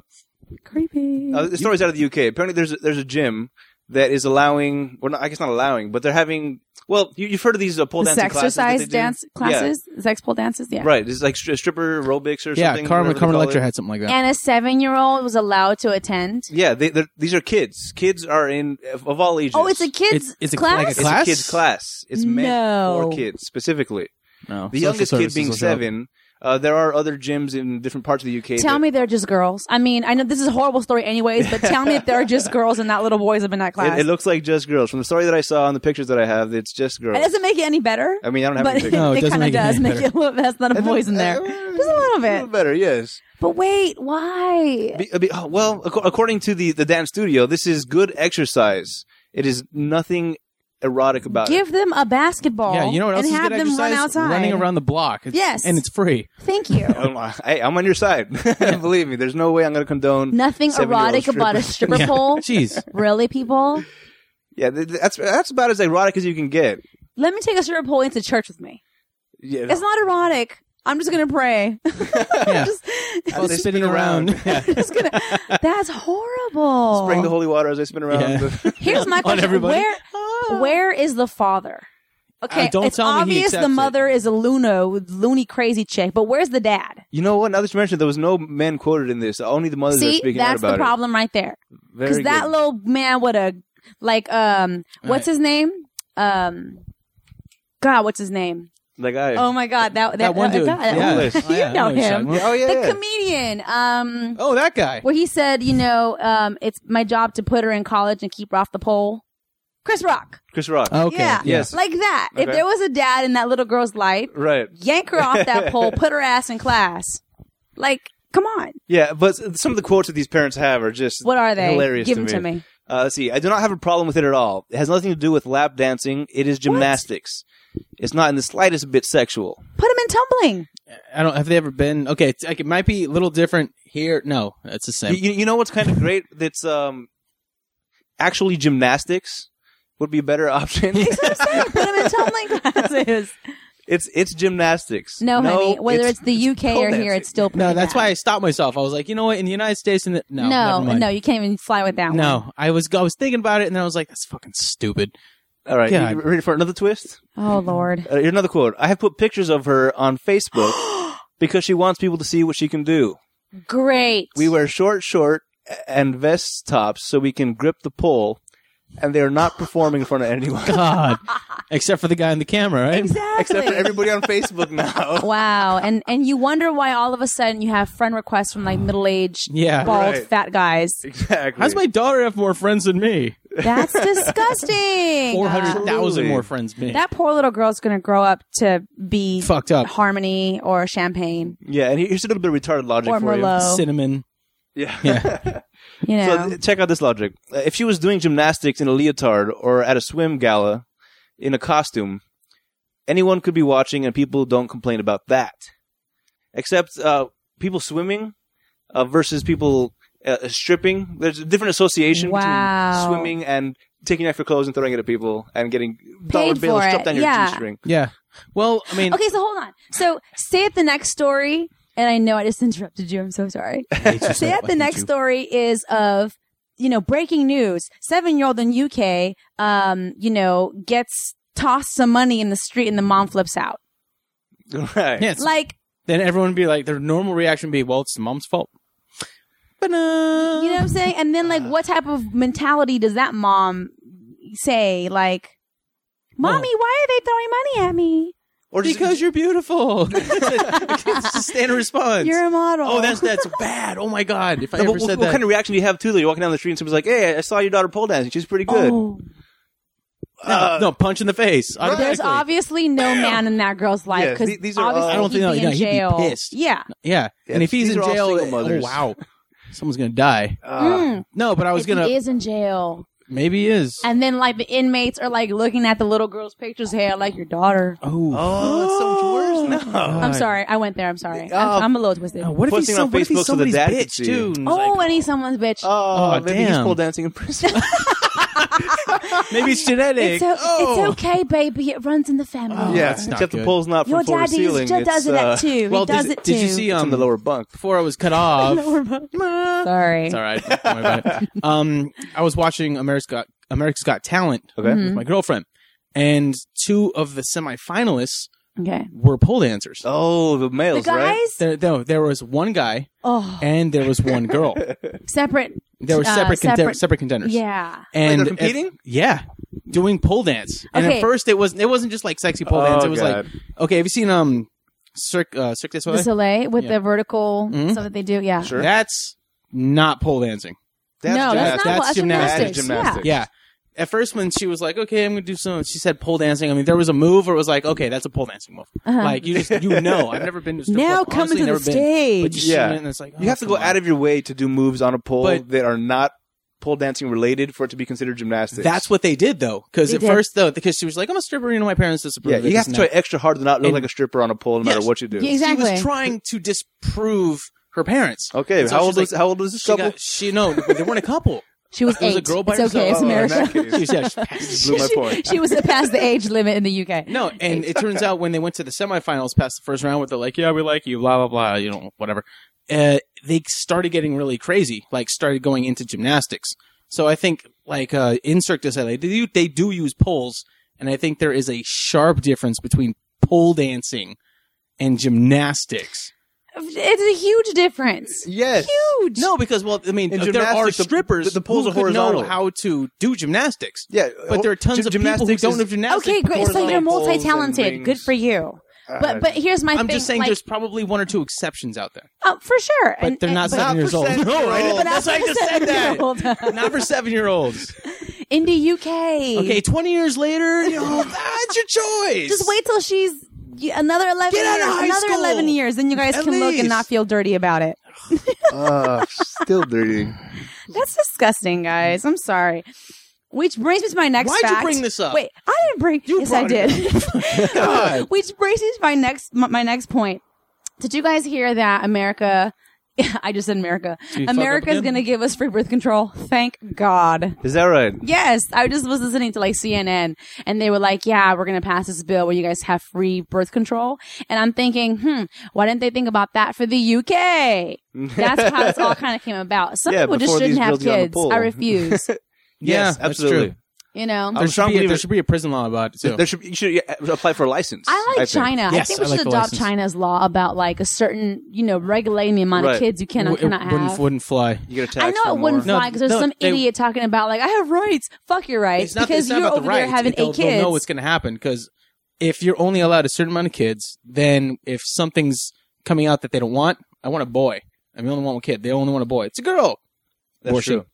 Speaker 4: Oh,
Speaker 3: Creepy.
Speaker 2: Uh, the story's out of the UK. Apparently, there's a, there's a gym that is allowing, well, not, I guess not allowing, but they're having. Well, you, you've heard of these uh, pole
Speaker 3: the
Speaker 2: dancing classes that they
Speaker 3: sexercise
Speaker 2: do?
Speaker 3: dance
Speaker 2: Yeah.
Speaker 3: classes, sex pole dances. Yeah.
Speaker 2: right? This is like stri- stripper aerobics or
Speaker 4: Yeah,
Speaker 2: something.
Speaker 4: Carmen
Speaker 2: whatever they
Speaker 4: Carmen
Speaker 2: call
Speaker 4: Electra
Speaker 2: it.
Speaker 4: had something like that.
Speaker 3: And a seven-year-old was allowed to attend.
Speaker 2: Yeah, they, they're- these are kids. Kids are in of of all ages.
Speaker 3: Oh, it's a kids
Speaker 4: It's- it's a-
Speaker 3: class.
Speaker 4: like a
Speaker 2: It's
Speaker 4: Class?
Speaker 2: kids class. It's
Speaker 3: No.
Speaker 2: meant for kids specifically.
Speaker 4: no,
Speaker 2: The
Speaker 4: social
Speaker 2: youngest kid
Speaker 4: services
Speaker 2: being
Speaker 4: will show up.
Speaker 2: seven. Uh, there are other gyms in different parts of the UK.
Speaker 3: Tell
Speaker 2: that-
Speaker 3: me they're just girls. I mean, I know this is a horrible story, anyways, but tell me if they're just girls and not little boys up in that
Speaker 2: <laughs>
Speaker 3: class.
Speaker 2: It, it looks like just girls. From the story that I saw and the pictures that I have, it's just
Speaker 3: it
Speaker 2: girls.
Speaker 3: doesn't make it any better,
Speaker 2: I mean, I don't have
Speaker 3: but <laughs>
Speaker 2: any
Speaker 3: it,
Speaker 2: pictures.
Speaker 4: No, it doesn't
Speaker 3: kind of
Speaker 4: make it
Speaker 3: does
Speaker 4: any
Speaker 3: make it a little. That's not a boys in there. Just a little
Speaker 2: uh, A
Speaker 3: bit.
Speaker 2: little better, yes.
Speaker 3: But wait, why?
Speaker 2: Be, be, oh, well, ac- according to the the dance studio, this is good exercise. It is nothing erotic about it.
Speaker 3: Give them a basketball.
Speaker 4: Yeah, you know what else
Speaker 3: and
Speaker 4: is
Speaker 3: have
Speaker 4: good
Speaker 3: them
Speaker 4: exercise?
Speaker 3: run outside,
Speaker 4: Running around the block. It's-
Speaker 3: Yes.
Speaker 4: and it's free.
Speaker 2: <laughs>
Speaker 3: Thank you.
Speaker 2: Um, I, I'm on your side. <laughs> Believe me, there's no way I'm going to condone.
Speaker 3: Nothing
Speaker 2: Seven-year-old
Speaker 3: erotic about a stripper
Speaker 4: Yeah.
Speaker 2: <laughs>
Speaker 3: pole.
Speaker 4: <laughs> Jeez,
Speaker 3: Really, people?
Speaker 2: Yeah, th- th- that's that's about as erotic as you can get.
Speaker 3: Let me take a stripper pole into church with me.
Speaker 2: Yeah,
Speaker 3: It's not erotic. I'm just gonna pray. <laughs>
Speaker 4: yeah,
Speaker 3: just,
Speaker 2: Well, they spin
Speaker 4: spinning around.
Speaker 3: <laughs>
Speaker 4: Yeah.
Speaker 3: just gonna. That's horrible.
Speaker 2: spring the holy water as I spin around.
Speaker 4: Yeah.
Speaker 2: <laughs> the-
Speaker 3: Here's
Speaker 4: <laughs>
Speaker 3: my question:
Speaker 4: everybody.
Speaker 3: Where, where is the father? Okay,
Speaker 4: Uh, don't
Speaker 3: it's
Speaker 4: tell me he
Speaker 3: obvious
Speaker 4: accepts
Speaker 3: the mother is a luno, with loony, crazy chick, but where's the dad?
Speaker 2: you know what? Now that you mentioned, there was no men quoted in this. Only the mothers are
Speaker 3: See,
Speaker 2: speaking out
Speaker 3: that's
Speaker 2: about
Speaker 3: the problem right there.
Speaker 2: it. Very
Speaker 3: Because that
Speaker 2: good.
Speaker 3: little man would have, like, um, what's his name? Um, God, what's his name?
Speaker 2: like I.
Speaker 3: Oh my God, that that,
Speaker 4: that one
Speaker 3: that
Speaker 4: dude.
Speaker 3: guy- that
Speaker 4: yeah.
Speaker 3: one-
Speaker 2: homeless.
Speaker 4: Oh, yeah,
Speaker 3: <laughs>
Speaker 4: I
Speaker 3: You know
Speaker 4: what you're
Speaker 3: him.
Speaker 4: talking
Speaker 2: <laughs>
Speaker 4: about.
Speaker 2: oh yeah.
Speaker 3: the
Speaker 2: yeah.
Speaker 3: comedian. Um,
Speaker 4: Oh, that guy.
Speaker 3: where he said, you know, um, it's my job to put her in college and keep her off the pole. Chris Rock.
Speaker 2: Chris Rock.
Speaker 4: Okay.
Speaker 3: Yeah.
Speaker 2: Yes.
Speaker 3: Like that. If
Speaker 2: Okay.
Speaker 3: there was a dad in that little girl's life,
Speaker 2: right.
Speaker 3: yank her off that
Speaker 4: <laughs>
Speaker 3: pole, put her ass in class. Like, come on.
Speaker 2: Yeah, but s- some of the quotes that these parents have are just
Speaker 3: What are they?
Speaker 2: Hilarious
Speaker 3: Give
Speaker 2: to
Speaker 3: them
Speaker 2: me.
Speaker 3: to me.
Speaker 2: Uh, let's see. I do not have a problem with it at all. It has nothing to do with lap dancing. It is gymnastics. It's not in the slightest bit sexual.
Speaker 3: Put him in tumbling.
Speaker 4: I don't. Have they ever been? Okay, it's, like, it might be a little different here. No, it's the same.
Speaker 2: You, you know what's kind of great? That's um, actually gymnastics would be a better <laughs>
Speaker 3: <laughs>
Speaker 2: option.
Speaker 3: Put him in
Speaker 4: <laughs>
Speaker 3: tumbling classes.
Speaker 2: it's it's gymnastics.
Speaker 3: No, honey. Whether it's, the UK or
Speaker 2: pole
Speaker 3: here,
Speaker 2: dancing.
Speaker 3: it's still pretty
Speaker 4: no, that's
Speaker 3: bad.
Speaker 4: why I stopped myself. I was like, you know what? In the United States, in the no, never
Speaker 3: no,
Speaker 4: mind.
Speaker 3: no, you can't even fly with that one.
Speaker 4: No, I was I was thinking about it, and then I was like, that's fucking stupid.
Speaker 2: all right.
Speaker 4: Yeah.
Speaker 2: You ready for another twist?
Speaker 3: Oh Lord.
Speaker 2: Uh, here's another quote. I have put pictures of her on <gasps> Facebook because she wants people to see what she can do.
Speaker 3: Great.
Speaker 2: We wear short short and vest tops so we can grip the pole, and they are <laughs> not performing in front of anyone. <laughs>
Speaker 4: God, except for the guy in the camera, right?
Speaker 3: exactly.
Speaker 2: except for everybody on Facebook now.
Speaker 3: Wow, and and you wonder why all of a sudden you have friend requests from like middle aged,
Speaker 4: Yeah.
Speaker 3: bald,
Speaker 2: Right.
Speaker 3: fat guys.
Speaker 2: <laughs> exactly.
Speaker 4: How's my daughter have more friends than me? <laughs>
Speaker 3: That's disgusting.
Speaker 4: Four
Speaker 3: Uh,
Speaker 4: hundred thousand
Speaker 2: Absolutely.
Speaker 4: more friends than me.
Speaker 3: that poor little girl's gonna grow up to be
Speaker 4: Fucked up.
Speaker 3: Harmony or Champagne,
Speaker 2: yeah, and here's a little bit of retarded logic
Speaker 3: Or
Speaker 2: for
Speaker 3: Merlot.
Speaker 4: Cinnamon.
Speaker 2: you. Yeah.
Speaker 3: you know.
Speaker 2: so th- check out this logic. Uh, If she was doing gymnastics in a leotard or at a swim gala in a costume, anyone could be watching, and people don't complain about that. Except uh, people swimming uh, versus people uh, stripping. There's a different association
Speaker 3: Wow.
Speaker 2: between swimming and taking off your clothes and throwing it at people and getting dollar
Speaker 3: Paid
Speaker 2: bills
Speaker 3: for
Speaker 2: strapped
Speaker 3: it,
Speaker 2: down your
Speaker 3: yeah.
Speaker 2: g-string.
Speaker 4: Yeah. Well, I mean,
Speaker 3: okay, so hold on. So say at the next story And I know I just <laughs> interrupted you. I'm so
Speaker 4: <laughs>
Speaker 3: sorry.
Speaker 4: See
Speaker 3: So yeah, the next story is of you know breaking news: seven year old in UK, um, you know, gets tossed some money in the street, and the mom flips out.
Speaker 2: <laughs> Right.
Speaker 4: Yes.
Speaker 3: Like
Speaker 4: then everyone would be like, their normal reaction would be, well, it's the mom's fault. But
Speaker 3: you know what I'm saying? And then like, what type of mentality does that mom say? Like, mommy, why are they throwing money at me?
Speaker 2: Or just,
Speaker 4: because you're
Speaker 2: <laughs>
Speaker 4: beautiful. <laughs> it's just standard response.
Speaker 3: You're a model.
Speaker 4: oh, that's that's bad. Oh my god! If I
Speaker 2: No,
Speaker 4: ever
Speaker 2: but what,
Speaker 4: said
Speaker 2: what
Speaker 4: that,
Speaker 2: kind of reaction do you have too? That you're walking down the street and someone's like, "Hey, I saw your daughter pole dancing. She's pretty good."
Speaker 3: Oh,
Speaker 2: Uh,
Speaker 4: no, no punch in the face.
Speaker 3: there's
Speaker 4: automatically.
Speaker 3: obviously no man in that girl's life
Speaker 2: Yeah,
Speaker 3: because
Speaker 2: the- these are all-
Speaker 3: obviously
Speaker 2: I don't
Speaker 3: he'd
Speaker 4: uh, think- no,
Speaker 3: be in
Speaker 4: yeah, he'd be
Speaker 3: jail.
Speaker 4: pissed.
Speaker 3: Yeah.
Speaker 4: yeah. and if he's
Speaker 2: these
Speaker 4: in
Speaker 2: are all
Speaker 4: jail,
Speaker 2: single mothers.
Speaker 4: oh wow, someone's gonna die.
Speaker 2: Uh,
Speaker 3: Mm.
Speaker 4: No, but I was
Speaker 3: if
Speaker 4: gonna
Speaker 3: he is in jail,
Speaker 4: maybe he is.
Speaker 3: and then like the inmates are like looking at the little girl's pictures, hey, I like your daughter.
Speaker 4: oh,
Speaker 2: Oh, that's so much worse.
Speaker 4: <gasps>
Speaker 2: No.
Speaker 3: I'm sorry, I went there. I'm sorry,
Speaker 2: Oh.
Speaker 3: I'm, I'm a little twisted.
Speaker 4: Now, what if he's
Speaker 2: Posting
Speaker 4: some,
Speaker 2: on
Speaker 4: what if he's
Speaker 2: Facebook so the
Speaker 4: somebody's
Speaker 2: dad could
Speaker 4: bitch
Speaker 2: see.
Speaker 4: too? and
Speaker 2: <laughs>
Speaker 4: he's
Speaker 3: Oh,
Speaker 4: like,
Speaker 3: and he's someone's bitch.
Speaker 2: Oh,
Speaker 4: Oh,
Speaker 2: maybe he's
Speaker 4: damn.
Speaker 2: pole dancing in
Speaker 4: <laughs>
Speaker 2: prison.
Speaker 4: maybe it's genetic.
Speaker 3: <laughs> it's, o-
Speaker 4: oh.
Speaker 3: it's okay, baby. It runs in the family.
Speaker 4: Oh,
Speaker 2: yeah, <laughs>
Speaker 4: that's not
Speaker 2: except the
Speaker 4: good.
Speaker 2: pole's not from
Speaker 3: Your
Speaker 2: floor to
Speaker 3: daddy
Speaker 2: ceiling.
Speaker 3: just
Speaker 2: it's,
Speaker 3: does it
Speaker 2: uh,
Speaker 3: at two.
Speaker 4: Well,
Speaker 3: he does
Speaker 4: did,
Speaker 3: it too.
Speaker 4: did you see uh,
Speaker 2: it's
Speaker 4: um
Speaker 2: on the lower bunk.
Speaker 4: before I
Speaker 3: <laughs>
Speaker 4: was cut off? <laughs>
Speaker 3: Sorry.
Speaker 4: It's all right. Don't worry
Speaker 3: <laughs>
Speaker 4: about it. Um, I was watching America's Got America's Got Talent
Speaker 2: Okay.
Speaker 4: with
Speaker 3: Mhm.
Speaker 4: my girlfriend, and two of the semifinalists
Speaker 3: Okay.
Speaker 4: were pole dancers.
Speaker 2: Oh, the
Speaker 3: The
Speaker 2: males,
Speaker 3: guys.
Speaker 2: right?
Speaker 4: There, no, there was one guy
Speaker 3: Oh,
Speaker 4: and there was
Speaker 2: <laughs>
Speaker 4: one girl.
Speaker 3: separate.
Speaker 4: There were
Speaker 3: Uh,
Speaker 4: separate conte-
Speaker 3: separate-
Speaker 4: separate contenders.
Speaker 3: Yeah.
Speaker 4: and
Speaker 2: they're competing?
Speaker 4: if- yeah, doing pole dance. And
Speaker 3: Okay.
Speaker 4: at first, it was it wasn't just like sexy pole
Speaker 2: Oh,
Speaker 4: dance. It was like okay, have you seen um Cirque uh, Cirque du
Speaker 3: The
Speaker 4: Soleil?
Speaker 3: Soleil with
Speaker 4: Yeah.
Speaker 3: the vertical
Speaker 4: Mhm.
Speaker 3: stuff that they do. Yeah.
Speaker 2: sure.
Speaker 4: That's not pole dancing.
Speaker 3: no, that's not
Speaker 4: gymnastics. That's
Speaker 3: what- that's
Speaker 4: gymnastics.
Speaker 3: gymnastics.
Speaker 2: That's
Speaker 3: Yeah.
Speaker 2: gymnastics.
Speaker 4: Yeah. At first, when she was like, "Okay, I'm gonna do some," she said pole dancing. I mean, there was a move where it was like, "Okay, that's a pole dancing move."
Speaker 3: Uh-huh.
Speaker 4: Like you just you know, I've never been to. a strip
Speaker 3: now
Speaker 4: club.
Speaker 3: come
Speaker 4: Honestly,
Speaker 3: to the
Speaker 4: never been. But
Speaker 3: stage.
Speaker 4: you
Speaker 2: Yeah.
Speaker 4: see it and it's like oh,
Speaker 2: You have to go out
Speaker 4: out
Speaker 2: of your way to do moves on a pole
Speaker 4: But-
Speaker 2: that are not pole dancing related for it to be considered gymnastics.
Speaker 4: That's what they did though, because
Speaker 3: They
Speaker 4: at
Speaker 3: did.
Speaker 4: first though, because she was like, "I'm a stripper," you know, my parents disapprove.
Speaker 2: Yeah,
Speaker 4: of
Speaker 2: you
Speaker 4: it,
Speaker 2: have to
Speaker 4: this
Speaker 2: try
Speaker 4: and
Speaker 2: extra hard to not look
Speaker 4: And-
Speaker 2: like a stripper on a pole, no matter
Speaker 4: Yes.
Speaker 2: what you do.
Speaker 3: Yeah,
Speaker 4: that. She
Speaker 3: Exactly.
Speaker 4: was trying to disprove her parents.
Speaker 2: Okay,
Speaker 4: And so
Speaker 2: how
Speaker 4: she's
Speaker 2: old
Speaker 4: like-
Speaker 2: was how old was this
Speaker 4: She,
Speaker 2: couple?
Speaker 4: got, she no, they weren't
Speaker 3: <laughs>
Speaker 4: a couple.
Speaker 3: She was
Speaker 4: It was
Speaker 3: eight.
Speaker 4: a girl by
Speaker 3: it's okay.
Speaker 4: herself.
Speaker 3: It's
Speaker 2: Oh, in
Speaker 3: America.
Speaker 2: that case.
Speaker 4: She
Speaker 2: <laughs>
Speaker 4: was- yeah, she-
Speaker 2: just blew my
Speaker 4: <laughs>
Speaker 3: She-
Speaker 2: point.
Speaker 3: <laughs> She was past the age limit in the UK.
Speaker 4: No, and it turns out when they went to the semifinals past the first round with the like, yeah, we like you, blah blah blah, you know, whatever. Uh, they started getting really crazy, like started going into gymnastics. So I think like uh, in Cirque du Soleil, they do, they do use poles, and I think there is a sharp difference between pole dancing and gymnastics.
Speaker 3: It's a huge difference.
Speaker 2: Yes.
Speaker 3: Huge.
Speaker 4: No, because well, I mean,
Speaker 2: In
Speaker 4: there are
Speaker 2: gymnastics, the-
Speaker 4: strippers
Speaker 2: the- the poles
Speaker 4: who
Speaker 2: are
Speaker 4: could
Speaker 2: horizontal.
Speaker 4: know how to do gymnastics.
Speaker 2: Yeah,
Speaker 4: But there are tons
Speaker 2: Gy-
Speaker 4: of people who
Speaker 2: gymnastics
Speaker 4: don't
Speaker 2: is-
Speaker 4: know gymnastics.
Speaker 3: Okay, great. So
Speaker 4: horizontal
Speaker 3: you're
Speaker 2: poles and
Speaker 3: multi-talented. Good
Speaker 2: rings.
Speaker 3: for you. But but here's my
Speaker 4: Uh, I'm
Speaker 3: thing.
Speaker 4: just saying,
Speaker 3: like,
Speaker 4: there's probably one or two exceptions out there.
Speaker 3: oh, for sure.
Speaker 4: but they're not seven years old.
Speaker 2: percent
Speaker 4: <laughs> No,
Speaker 2: girls.
Speaker 4: right?
Speaker 2: But
Speaker 4: That's why I just said that. Not for seven year olds.
Speaker 3: <laughs> in the UK.
Speaker 4: Okay, twenty years later,
Speaker 3: <laughs>
Speaker 4: you know, that's your choice.
Speaker 3: Just wait till she's y- another eleven.
Speaker 4: Get out of
Speaker 3: years,
Speaker 4: high
Speaker 3: Another
Speaker 4: school.
Speaker 3: eleven years, then you guys
Speaker 4: At
Speaker 3: can look and not
Speaker 4: least.
Speaker 3: feel dirty about it.
Speaker 2: Ah, still dirty.
Speaker 3: That's disgusting, guys. I'm sorry. Which brings me to my next.
Speaker 4: Why'd you
Speaker 3: fact.
Speaker 4: bring this up?
Speaker 3: Wait, I didn't bring.
Speaker 4: You
Speaker 3: yes, I
Speaker 4: brought it
Speaker 3: <laughs> did.
Speaker 4: God.
Speaker 3: Which brings me to my next my, my next point. Did you guys hear that America? <laughs> I just said America.
Speaker 4: you fuck up
Speaker 3: America's
Speaker 4: again?
Speaker 3: going to give us free birth control. Thank God.
Speaker 2: Is that right?
Speaker 3: Yes, I just was listening to like CNN and they were like, yeah, we're going to pass this bill where you guys have free birth control. And I'm thinking, hmm, why didn't they think about that for the
Speaker 4: <laughs>
Speaker 3: UK? That's how this all kind of came about. Some
Speaker 2: Yeah,
Speaker 3: people just
Speaker 2: before these
Speaker 3: shouldn't have
Speaker 2: girls get on the
Speaker 3: kids.
Speaker 2: pole.
Speaker 3: I refuse.
Speaker 4: <laughs> yeah,
Speaker 2: Yes, absolutely.
Speaker 4: That's true.
Speaker 3: you know?
Speaker 2: I'm
Speaker 4: There
Speaker 2: strong
Speaker 4: should, be a,
Speaker 2: believer-
Speaker 4: there should be a prison law about it too.
Speaker 2: There should be- you should yeah, apply for a license.
Speaker 3: I like
Speaker 2: think.
Speaker 3: China. I
Speaker 4: Yes,
Speaker 3: think we
Speaker 4: I
Speaker 3: should
Speaker 4: like the
Speaker 3: adopt
Speaker 4: license.
Speaker 3: China's law about like a certain, you know, regulating the amount
Speaker 2: Right.
Speaker 3: of kids you can or
Speaker 4: W-
Speaker 3: cannot
Speaker 4: it wouldn't,
Speaker 3: have.
Speaker 4: wouldn't fly.
Speaker 2: You get a tax
Speaker 3: I know
Speaker 2: for
Speaker 3: it
Speaker 2: more.
Speaker 3: wouldn't
Speaker 4: No,
Speaker 3: fly because there's
Speaker 4: no,
Speaker 3: some
Speaker 4: they-
Speaker 3: idiot talking about like I have rights. Fuck your rights
Speaker 4: It's not,
Speaker 3: because
Speaker 4: it's not
Speaker 3: you're
Speaker 4: about
Speaker 3: over
Speaker 4: the rights.
Speaker 3: there having
Speaker 4: they'll,
Speaker 3: eight
Speaker 4: They'll
Speaker 3: kids.
Speaker 4: know what's going to happen because if you're only allowed a certain amount of kids, then if something's coming out that they don't want, I want a boy. I only want one kid. They only want a boy. It's a girl.
Speaker 2: That's
Speaker 4: Abortion.
Speaker 2: true.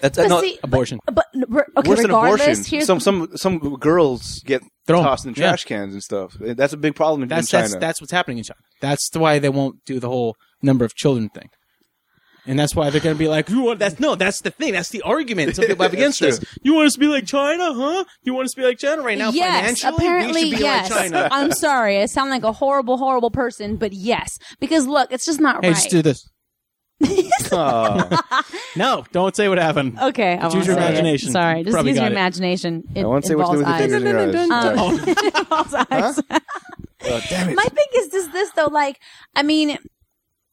Speaker 2: That's
Speaker 3: But
Speaker 2: no,
Speaker 3: see-
Speaker 4: Abortion.
Speaker 3: but re- okay,
Speaker 2: worse than abortion.
Speaker 3: regardless, here's
Speaker 2: Some some some girls get
Speaker 4: Throw 'em.
Speaker 2: tossed in
Speaker 4: Yeah.
Speaker 2: trash cans and stuff. Eh, That's a big problem in,
Speaker 4: That's
Speaker 2: in China.
Speaker 4: that's that's what's happening in China. That's the- why they won't do the whole number of children thing, and that's why they're going to be like, you want, "That's no, that's the thing. That's the argument
Speaker 2: <laughs>
Speaker 4: some people have
Speaker 2: That's
Speaker 4: against
Speaker 2: true.
Speaker 4: us. You want us to be like China, huh? You want us to be like China right now?
Speaker 3: yes,
Speaker 4: financially,
Speaker 3: apparently
Speaker 4: we should be
Speaker 3: yes.
Speaker 4: like China.
Speaker 3: <laughs> I'm sorry, I sound like a horrible, horrible person, but yes, because look, it's just not
Speaker 4: hey,
Speaker 3: right.
Speaker 4: just do this.
Speaker 2: <laughs> Oh,
Speaker 4: No, don't say what happened.
Speaker 3: okay, I
Speaker 4: Just
Speaker 3: won't
Speaker 4: use your
Speaker 3: say it.
Speaker 4: imagination.
Speaker 3: Sorry,
Speaker 4: You
Speaker 3: just
Speaker 4: probably
Speaker 3: use your
Speaker 4: got it.
Speaker 3: imagination. It,
Speaker 2: I won't say
Speaker 3: it
Speaker 2: what to do with the
Speaker 3: involves
Speaker 2: fingers in your eyes. Sorry.
Speaker 3: eyes. Um, <laughs> it involves eyes.
Speaker 2: Oh, damn it.
Speaker 3: My thing is just this though, like I mean,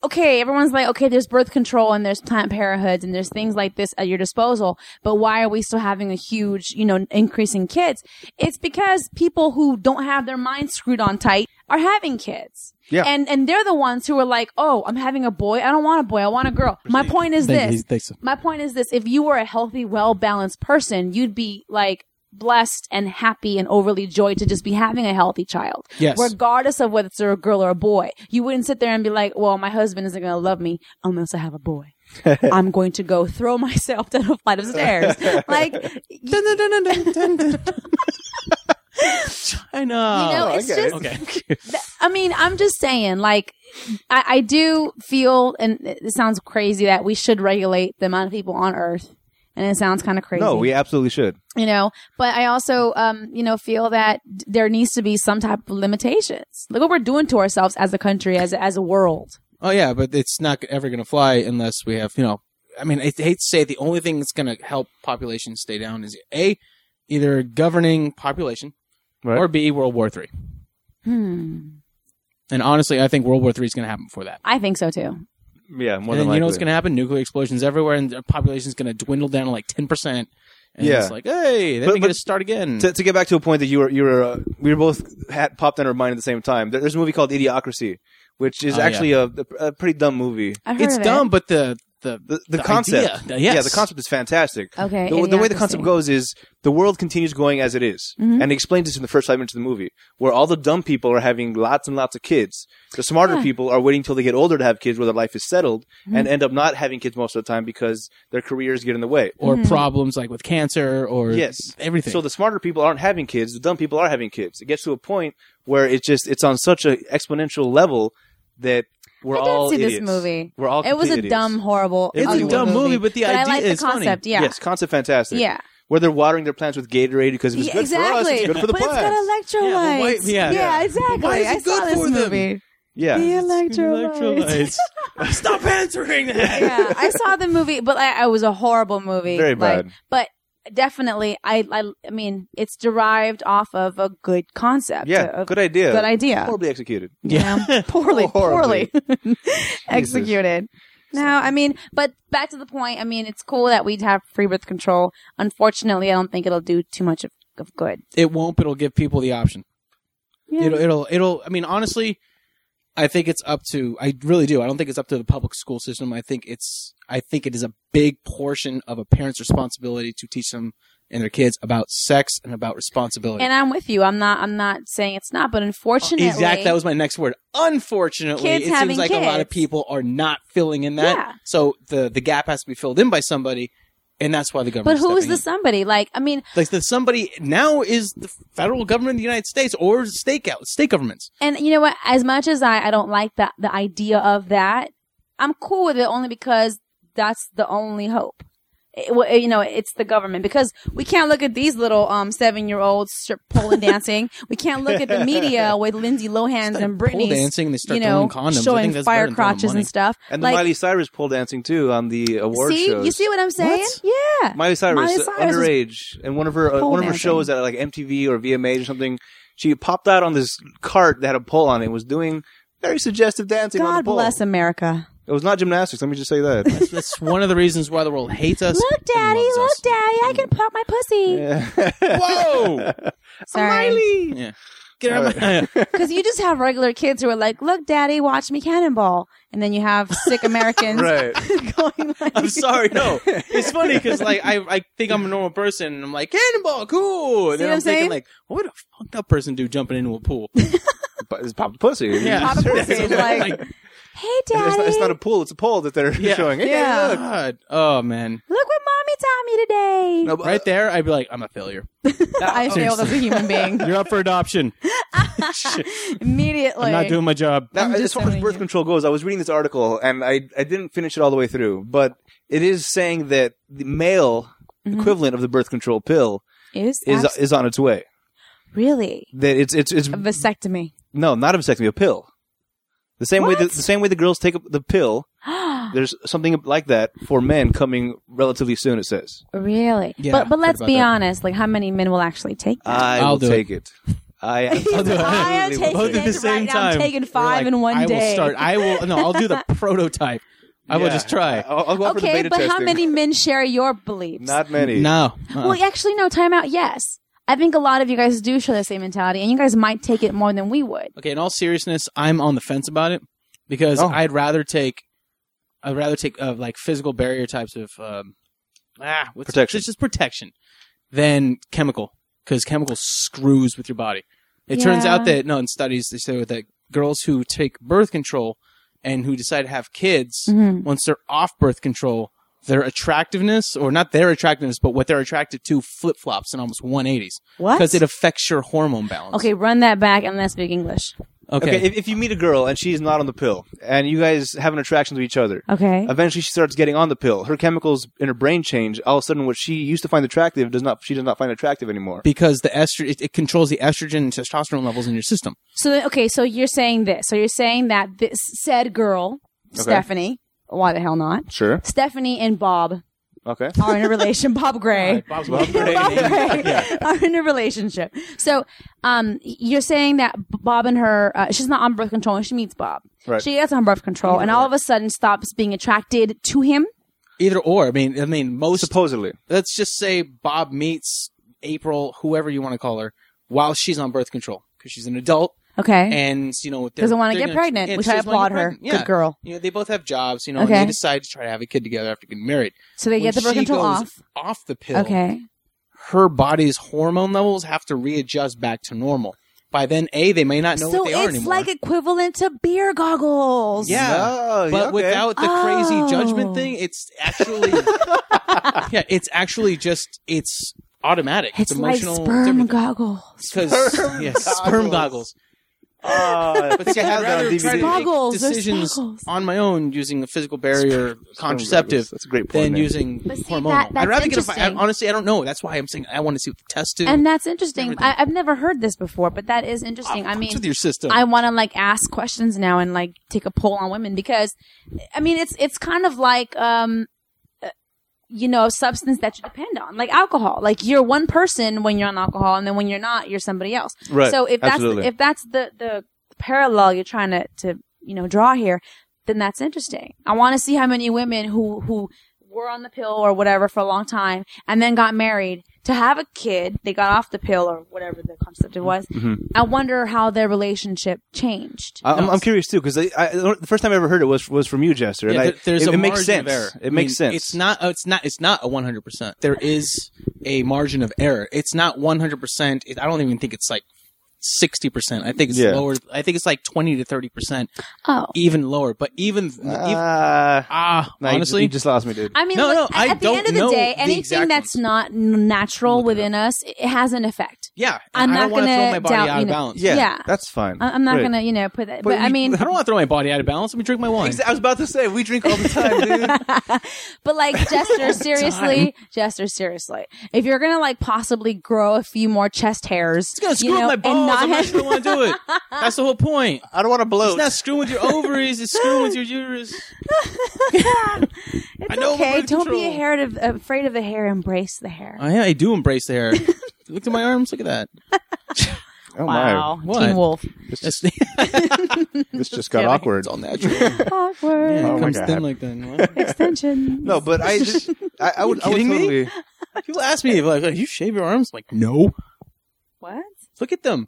Speaker 3: okay, everyone's like, okay, there's birth control and there's Planned Parenthoods and there's things like this at your disposal, but why are we still having a huge, you know, increase in kids? It's because people who don't have their minds screwed on tight are having kids.
Speaker 2: Yeah.
Speaker 3: And and they're the ones who are like, oh, I'm having a boy. I don't want a boy. I want a girl. My point is
Speaker 4: Thank
Speaker 3: this
Speaker 4: you. Thanks.
Speaker 3: my point is this if you were a healthy well balanced person you'd be like blessed and happy and overly joyed to just be having a healthy child
Speaker 4: Yes.
Speaker 3: regardless of whether it's a girl or a boy you wouldn't sit there and be like well my husband isn't going to love me unless i have a boy i'm going to go throw myself down a flight of stairs like you <laughs>
Speaker 4: I know.
Speaker 3: know it's
Speaker 2: get it.
Speaker 3: just
Speaker 4: okay.
Speaker 3: Th- I mean, I'm just saying, like, I, I do feel, and it it sounds crazy that we should regulate the amount of people on Earth, and it sounds kind of crazy.
Speaker 2: No, we absolutely should.
Speaker 3: you know, but I also, um, you know, feel that d- there needs to be some type of limitations. Look what we're doing to ourselves as a country, as a, as a world.
Speaker 4: <laughs> Oh yeah, but it's not ever going to fly unless we have, you know, I mean, I hate to say it, the only thing that's going to help population stay down is a either governing population
Speaker 2: Right.
Speaker 4: or b World War Three.
Speaker 3: Hmm.
Speaker 4: And honestly, I think World War Three is going to happen before that.
Speaker 3: I think so too.
Speaker 2: Yeah, more than
Speaker 4: and then
Speaker 2: likely.
Speaker 4: you know what's going to happen? Nuclear explosions everywhere, and the population's going to dwindle down to like ten percent. And
Speaker 2: Yeah.
Speaker 4: it's like, hey, then
Speaker 2: But-
Speaker 4: we get
Speaker 2: but-
Speaker 4: to start again.
Speaker 2: to, to get back to a point that you were you were uh, we were both had popped in our mind at the same time. There- There's a movie called Idiocracy, which is
Speaker 4: Oh, yeah.
Speaker 2: actually a, a pretty dumb movie.
Speaker 3: I've heard
Speaker 4: it's
Speaker 3: of it.
Speaker 4: dumb, but the the
Speaker 2: The, the,
Speaker 4: The
Speaker 2: concept,
Speaker 4: idea, uh, yes.
Speaker 2: yeah, the concept is fantastic.
Speaker 3: Okay,
Speaker 2: the, the way the
Speaker 3: Idiocracy. Mm-hmm.
Speaker 2: concept goes is the world continues going as it is. and it explains this in the first five minutes of the movie, where all the dumb people are having lots and lots of kids. The smarter
Speaker 3: Yeah.
Speaker 2: people are waiting till they get older to have kids, where their life is settled,
Speaker 3: Mm-hmm.
Speaker 2: and end up not having kids most of the time because their careers get in the way.
Speaker 4: or
Speaker 3: Mm-hmm.
Speaker 4: problems like with cancer or
Speaker 2: Yes.
Speaker 4: everything.
Speaker 2: So the smarter people aren't having kids, the dumb people are having kids. It gets to a point where it's just it's on such an exponential level that we're
Speaker 3: I
Speaker 2: all
Speaker 3: did see this
Speaker 2: idiots.
Speaker 3: movie.
Speaker 2: We're all
Speaker 3: It was
Speaker 2: complete
Speaker 3: a
Speaker 2: idiots.
Speaker 3: dumb, horrible.
Speaker 2: It's a
Speaker 3: ugly
Speaker 2: dumb
Speaker 4: movie, but the
Speaker 3: I
Speaker 4: idea
Speaker 3: like the
Speaker 4: is funny.
Speaker 3: concept. Yeah.
Speaker 2: Yes, concept fantastic.
Speaker 3: Yeah.
Speaker 2: Where they're watering their plants with Gatorade because if it's
Speaker 3: Yeah,
Speaker 2: good for us,
Speaker 3: exactly.
Speaker 2: it's good for the
Speaker 3: but
Speaker 2: plants.
Speaker 3: it's got electrolytes.
Speaker 4: Yeah, but wait- yeah. Yeah.
Speaker 3: exactly.
Speaker 4: Why is it
Speaker 3: I saw
Speaker 4: good
Speaker 3: this
Speaker 4: for them?
Speaker 3: movie.
Speaker 2: yeah.
Speaker 3: The electrolytes. <laughs>
Speaker 4: Stop answering that.
Speaker 3: yeah, I saw the movie, but I, I was a horrible movie.
Speaker 2: Very
Speaker 3: like-
Speaker 2: bad.
Speaker 3: But definitely, I, I, I mean, it's derived off of a good concept.
Speaker 2: Yeah,
Speaker 3: a- a
Speaker 2: good idea.
Speaker 3: Good idea.
Speaker 2: Horribly executed. <laughs>
Speaker 3: you know? poorly,
Speaker 2: Horribly.
Speaker 3: poorly <laughs> executed. No, I mean, but back to the point. I mean, it's cool that we'd have free birth control. Unfortunately, I don't think it'll do too much of, of good.
Speaker 4: It won't, but it'll give people the option.
Speaker 3: Yeah.
Speaker 4: It'll, it'll, it'll. I mean, honestly, I think it's up to. I really do. I don't think it's up to the public school system. I think it's. I think it is a big portion of a parent's responsibility to teach them and their kids about sex and about responsibility.
Speaker 3: And I'm with you. I'm not. I'm not saying it's not, but unfortunately,
Speaker 4: Exact. That was my next word. Unfortunately,
Speaker 3: Kids
Speaker 4: it
Speaker 3: having
Speaker 4: seems like a lot of
Speaker 3: kids.
Speaker 4: people are not filling in that.
Speaker 3: Yeah.
Speaker 4: So the the gap has to be filled in by somebody, and that's why the
Speaker 3: But
Speaker 4: government.
Speaker 3: who is the somebody? Like, I mean,
Speaker 4: Like the somebody now is the federal government of the United States or state out state governments.
Speaker 3: And you know what? As much as I, I don't like that the idea of that, I'm cool with it only because that's the only hope. It- well, you know, it's the government because we can't look at these little um seven year olds strip pole
Speaker 4: <laughs>
Speaker 3: and dancing. We can't look at the media with Lindsay Lohan's and
Speaker 4: Pole
Speaker 3: Britney's,
Speaker 4: dancing, they start
Speaker 3: you know,
Speaker 4: throwing condoms. I
Speaker 3: showing
Speaker 4: think that's better
Speaker 3: fire
Speaker 4: than throwing
Speaker 3: crotches
Speaker 4: money.
Speaker 3: and stuff.
Speaker 2: And the
Speaker 3: like,
Speaker 2: Miley Cyrus pole dancing too on the award
Speaker 3: see,
Speaker 2: shows.
Speaker 3: you see what I'm saying? Yeah.
Speaker 2: Miley Cyrus,
Speaker 3: Miley
Speaker 2: uh,
Speaker 3: Cyrus is
Speaker 2: underage, and one of her uh,
Speaker 3: pole
Speaker 2: one of her
Speaker 3: dancing.
Speaker 2: shows at like MTV or VMAs or something, she popped out on this cart that had a pole on it. and Was doing very suggestive dancing. on the
Speaker 3: God
Speaker 2: pole.
Speaker 3: bless America.
Speaker 2: It was not gymnastics. Let me just say that.
Speaker 3: <laughs>
Speaker 2: <laughs>
Speaker 4: That's, that's one of the reasons why the world hates us.
Speaker 3: Look,
Speaker 4: and
Speaker 3: Daddy,
Speaker 4: loves
Speaker 3: look,
Speaker 4: us.
Speaker 3: Daddy, I can pop my pussy.
Speaker 4: Whoa!
Speaker 3: Sorry.
Speaker 4: <laughs> Yeah. Get out of my. <laughs>
Speaker 3: Because you just have regular kids who are like, "Look, Daddy, watch me cannonball," and then you have sick
Speaker 2: <laughs>
Speaker 3: Americans
Speaker 2: right.
Speaker 3: <laughs> going like,
Speaker 4: I'm sorry. No, it's funny because like I, I think I'm a normal person, and I'm like cannonball, cool. And
Speaker 3: See what
Speaker 4: then I'm,
Speaker 3: I'm
Speaker 4: thinking
Speaker 3: saying?
Speaker 4: like, what would a fucked up person do jumping into a <laughs> pool?
Speaker 2: But It's pop pussy.
Speaker 4: Yeah.
Speaker 3: "Pop a pussy,"
Speaker 4: Seriously.
Speaker 3: like,
Speaker 4: Like-
Speaker 3: "Hey, Daddy,
Speaker 2: It's not, it's not a pool. It's a pole that they're
Speaker 4: Yeah.
Speaker 2: showing. Hey,
Speaker 3: Yeah.
Speaker 2: Daddy, look.
Speaker 4: God, oh man,
Speaker 3: look what mommy taught me today."
Speaker 2: No, but- uh,
Speaker 4: right there, I'd be like, I'm a failure.
Speaker 3: I failed as a
Speaker 2: <laughs>
Speaker 3: human being
Speaker 4: You're up for adoption.
Speaker 3: immediately.
Speaker 4: I'm not doing my job.
Speaker 2: Now,
Speaker 3: I'm
Speaker 2: as
Speaker 3: just
Speaker 2: far as
Speaker 3: telling
Speaker 2: birth
Speaker 3: you.
Speaker 2: control goes, I was reading this article and I, I didn't finish it all the way through, but it is saying that the male equivalent of the birth control pill
Speaker 3: is
Speaker 2: is
Speaker 3: Mm-hmm.
Speaker 2: uh,
Speaker 3: abs-
Speaker 2: is on its way.
Speaker 3: really
Speaker 2: That it's it's it's
Speaker 3: a vasectomy?
Speaker 2: no, not a vasectomy, a pill. The same way the,
Speaker 3: What?
Speaker 2: the same way the girls take up the pill,
Speaker 3: <gasps>
Speaker 2: there's something like that for men coming relatively soon. It says,
Speaker 3: really?
Speaker 4: Yeah,
Speaker 3: but but
Speaker 4: heard
Speaker 3: let's
Speaker 4: about
Speaker 3: be
Speaker 4: that.
Speaker 3: honest. Like, how many men will actually take that?
Speaker 2: "I
Speaker 4: I'll
Speaker 2: will
Speaker 4: do
Speaker 2: take it."
Speaker 3: <laughs>
Speaker 2: I
Speaker 4: I'll do it.
Speaker 3: I am
Speaker 2: absolutely
Speaker 3: taking
Speaker 2: will.
Speaker 4: <laughs> Both at the
Speaker 3: it
Speaker 4: same
Speaker 3: right now. I'm
Speaker 4: time.
Speaker 3: taking
Speaker 4: We're
Speaker 3: five
Speaker 4: like,
Speaker 3: in one
Speaker 4: I
Speaker 3: day.
Speaker 4: will start. I will no. I'll do the <laughs> prototype. I will
Speaker 2: Yeah.
Speaker 4: just try.
Speaker 3: Uh,
Speaker 2: I'll, I'll go out for the
Speaker 3: okay,
Speaker 2: beta
Speaker 3: but how
Speaker 2: testing.
Speaker 3: many men share your beliefs?
Speaker 2: Not many.
Speaker 4: No. Uh-uh.
Speaker 3: well, actually, no. Time out. Yes, I think a lot of you guys do share the same mentality, and you guys might take it more than we would.
Speaker 4: Okay. In all seriousness, I'm on the fence about it because
Speaker 2: Oh.
Speaker 4: I'd rather take. I'd rather take uh, like physical barrier types of um, ah what's
Speaker 2: Protection.
Speaker 4: It's just protection than chemical because chemical screws with your body. It turns
Speaker 3: Yeah.
Speaker 4: out that no, in studies they say that girls who take birth control and who decide to have kids
Speaker 3: Mhm.
Speaker 4: once they're off birth control, their attractiveness, or not their attractiveness, but what they're attracted to, flip flops in almost 180s.
Speaker 3: What?
Speaker 4: Because it affects your hormone balance.
Speaker 3: Okay, run that back and let's speak English.
Speaker 4: Okay.
Speaker 2: Okay, if, if you meet a girl and she's not on the pill, and you guys have an attraction to each other,
Speaker 3: Okay.
Speaker 2: eventually she starts getting on the pill. Her chemicals in her brain change. All of a sudden, what she used to find attractive does not. She does not find attractive anymore.
Speaker 4: because the estrogen, it, it controls the estrogen and testosterone levels in your system.
Speaker 3: So then- okay, so you're saying this. So you're saying that this said girl, Stephanie, why the hell not?
Speaker 2: Sure.
Speaker 3: Stephanie and Bob
Speaker 2: Okay.
Speaker 3: are in a relation. <laughs> Bob Gray. Bob <laughs> Gray are in a relationship. So, um, you're saying that Bob and her, uh, she's not on birth control and she meets Bob.
Speaker 2: Right.
Speaker 3: She gets on birth control and all of a sudden stops being attracted to him.
Speaker 4: Either or. I mean, I mean, most,
Speaker 2: Supposedly.
Speaker 4: let's just say Bob meets April, whoever you want to call her, while she's on birth control because she's an adult.
Speaker 3: Okay.
Speaker 4: and you know they're-
Speaker 3: Doesn't wanna
Speaker 4: they're
Speaker 3: get
Speaker 4: gonna-
Speaker 3: pregnant,
Speaker 4: yeah,
Speaker 3: which
Speaker 4: she
Speaker 3: I
Speaker 4: doesn't wanna
Speaker 3: applaud
Speaker 4: get
Speaker 3: her.
Speaker 4: pregnant. Yeah.
Speaker 3: Good girl.
Speaker 4: You know they both have jobs. You know and
Speaker 3: Okay.
Speaker 4: they decide to try to have a kid together after getting married.
Speaker 3: so they
Speaker 4: When
Speaker 3: get the birth
Speaker 4: she
Speaker 3: control
Speaker 4: goes
Speaker 3: off.
Speaker 4: Off the pill.
Speaker 3: Okay.
Speaker 4: Her body's hormone levels have to readjust back to normal. By then, a they may not know
Speaker 3: so
Speaker 4: what they are
Speaker 3: it's
Speaker 4: anymore.
Speaker 3: like equivalent to beer goggles.
Speaker 4: yeah.
Speaker 2: Oh,
Speaker 4: but
Speaker 2: okay.
Speaker 4: without the
Speaker 3: Oh.
Speaker 4: crazy judgment thing, it's actually <laughs> yeah, it's actually just it's automatic.
Speaker 3: It's, like
Speaker 4: emotional.
Speaker 3: sperm goggles.
Speaker 4: because yeah, sperm
Speaker 2: goggles.
Speaker 4: goggles.
Speaker 2: Ah, I
Speaker 4: But
Speaker 2: think I have that on
Speaker 4: Uh, rather try to
Speaker 2: DVD.
Speaker 4: make
Speaker 3: Goggles, they're
Speaker 4: decisions
Speaker 3: goggles.
Speaker 4: on my own using a physical barrier contraceptive
Speaker 2: That's a great point.
Speaker 4: than
Speaker 2: man.
Speaker 4: using
Speaker 3: But see, that-
Speaker 4: hormonal.
Speaker 3: that's
Speaker 4: I'd rather get a fi- I,
Speaker 3: interesting.
Speaker 4: honestly. I don't know. That's why I'm saying I want to see what the test do.
Speaker 3: And that's interesting.
Speaker 4: Everything.
Speaker 3: I, I've never heard this before, but that is interesting. I
Speaker 4: Fucks
Speaker 3: mean,
Speaker 4: Ah, with your system.
Speaker 3: I want to like ask questions now and like take a poll on women because, I mean, it's it's kind of like um, uh, you know, a substance that you depend on, like alcohol. Like you're one person when you're on alcohol, and then when you're not, you're somebody else.
Speaker 2: Right.
Speaker 3: So if
Speaker 2: Absolutely.
Speaker 3: that's if that's the the parallel you're trying to to you know draw here, then that's interesting. I want to see how many women who who were on the pill or whatever for a long time and then got married to have a kid. They got off the pill or whatever the contraceptive was.
Speaker 4: Mm-hmm.
Speaker 3: I wonder how their relationship changed.
Speaker 2: I- I'm, I'm curious too because I, I, the first time I ever heard it was was from you, Jester.
Speaker 4: Yeah,
Speaker 2: and I,
Speaker 4: there- there's
Speaker 2: it,
Speaker 4: a
Speaker 2: it makes
Speaker 4: margin
Speaker 2: sense.
Speaker 4: of error. I
Speaker 2: It makes
Speaker 4: mean,
Speaker 2: sense.
Speaker 4: It's not. oh, It's not. It's not a 100. percent There is a margin of error. It's not 100. percent I don't even think it's like 60. percent I think it's
Speaker 2: Yeah.
Speaker 4: lower. I think it's like 20 to 30 percent,
Speaker 3: oh.
Speaker 4: even lower. But even, even
Speaker 2: Ah,
Speaker 4: ah,
Speaker 2: no, you just-
Speaker 4: honestly,
Speaker 2: you just lost me, dude.
Speaker 3: I mean,
Speaker 4: No,
Speaker 3: look,
Speaker 4: no,
Speaker 3: at,
Speaker 4: I
Speaker 3: at the
Speaker 4: don't
Speaker 3: end of the
Speaker 4: know
Speaker 3: day,
Speaker 4: the
Speaker 3: anything
Speaker 4: exact
Speaker 3: that's
Speaker 4: ones.
Speaker 3: not natural within us, it has an effect.
Speaker 4: yeah.
Speaker 3: I'm
Speaker 4: I
Speaker 3: not
Speaker 4: don't want to
Speaker 3: gonna
Speaker 4: throw my body
Speaker 3: doubt,
Speaker 4: out
Speaker 3: you
Speaker 4: of
Speaker 3: know-
Speaker 4: balance.
Speaker 2: yeah,
Speaker 3: yeah.
Speaker 2: that's fine.
Speaker 3: I- I'm not
Speaker 2: Great.
Speaker 3: gonna, you know, put that. But, I
Speaker 4: we-
Speaker 3: mean,
Speaker 4: <laughs> I don't want to throw my body out of balance. Let me drink my wine.
Speaker 2: Exa- I was about to say we drink all the time,
Speaker 3: <laughs>
Speaker 2: dude.
Speaker 3: But like
Speaker 4: <laughs>
Speaker 3: Jester, seriously, Jester, seriously, if you're gonna like possibly grow a few more chest hairs,
Speaker 4: It's gonna screw
Speaker 3: you know,
Speaker 4: with my
Speaker 3: and
Speaker 4: balls.
Speaker 3: not
Speaker 4: I'm not
Speaker 3: have-
Speaker 4: sure I want to do it. That's the
Speaker 2: <laughs>
Speaker 4: whole point.
Speaker 2: I don't want to blow.
Speaker 4: It's not screwing with your ovaries. It's screwing with
Speaker 2: <laughs>
Speaker 4: your uterus.
Speaker 3: <laughs> it's
Speaker 4: I know I'm
Speaker 3: okay.
Speaker 4: under
Speaker 3: Don't be
Speaker 4: control.
Speaker 3: afraid of, afraid of the hair. Embrace the hair.
Speaker 4: I, I do embrace the hair. <laughs> Look at my arms. Look at that.
Speaker 2: oh
Speaker 3: wow,
Speaker 4: What?
Speaker 3: Teen Wolf.
Speaker 4: It's, <laughs>
Speaker 2: my, this just got
Speaker 3: kidding.
Speaker 2: awkward.
Speaker 4: all <laughs> natural. Yeah,
Speaker 3: <laughs> Awkward
Speaker 4: it
Speaker 2: Oh my
Speaker 4: comes
Speaker 2: God.
Speaker 4: thin like that. What?
Speaker 3: extension.
Speaker 2: No, but I just I, I would, I would
Speaker 4: kidding me?
Speaker 2: totally.
Speaker 4: People ask me like, "You shave your arms?" I'm like, no.
Speaker 3: What?
Speaker 4: Look at them.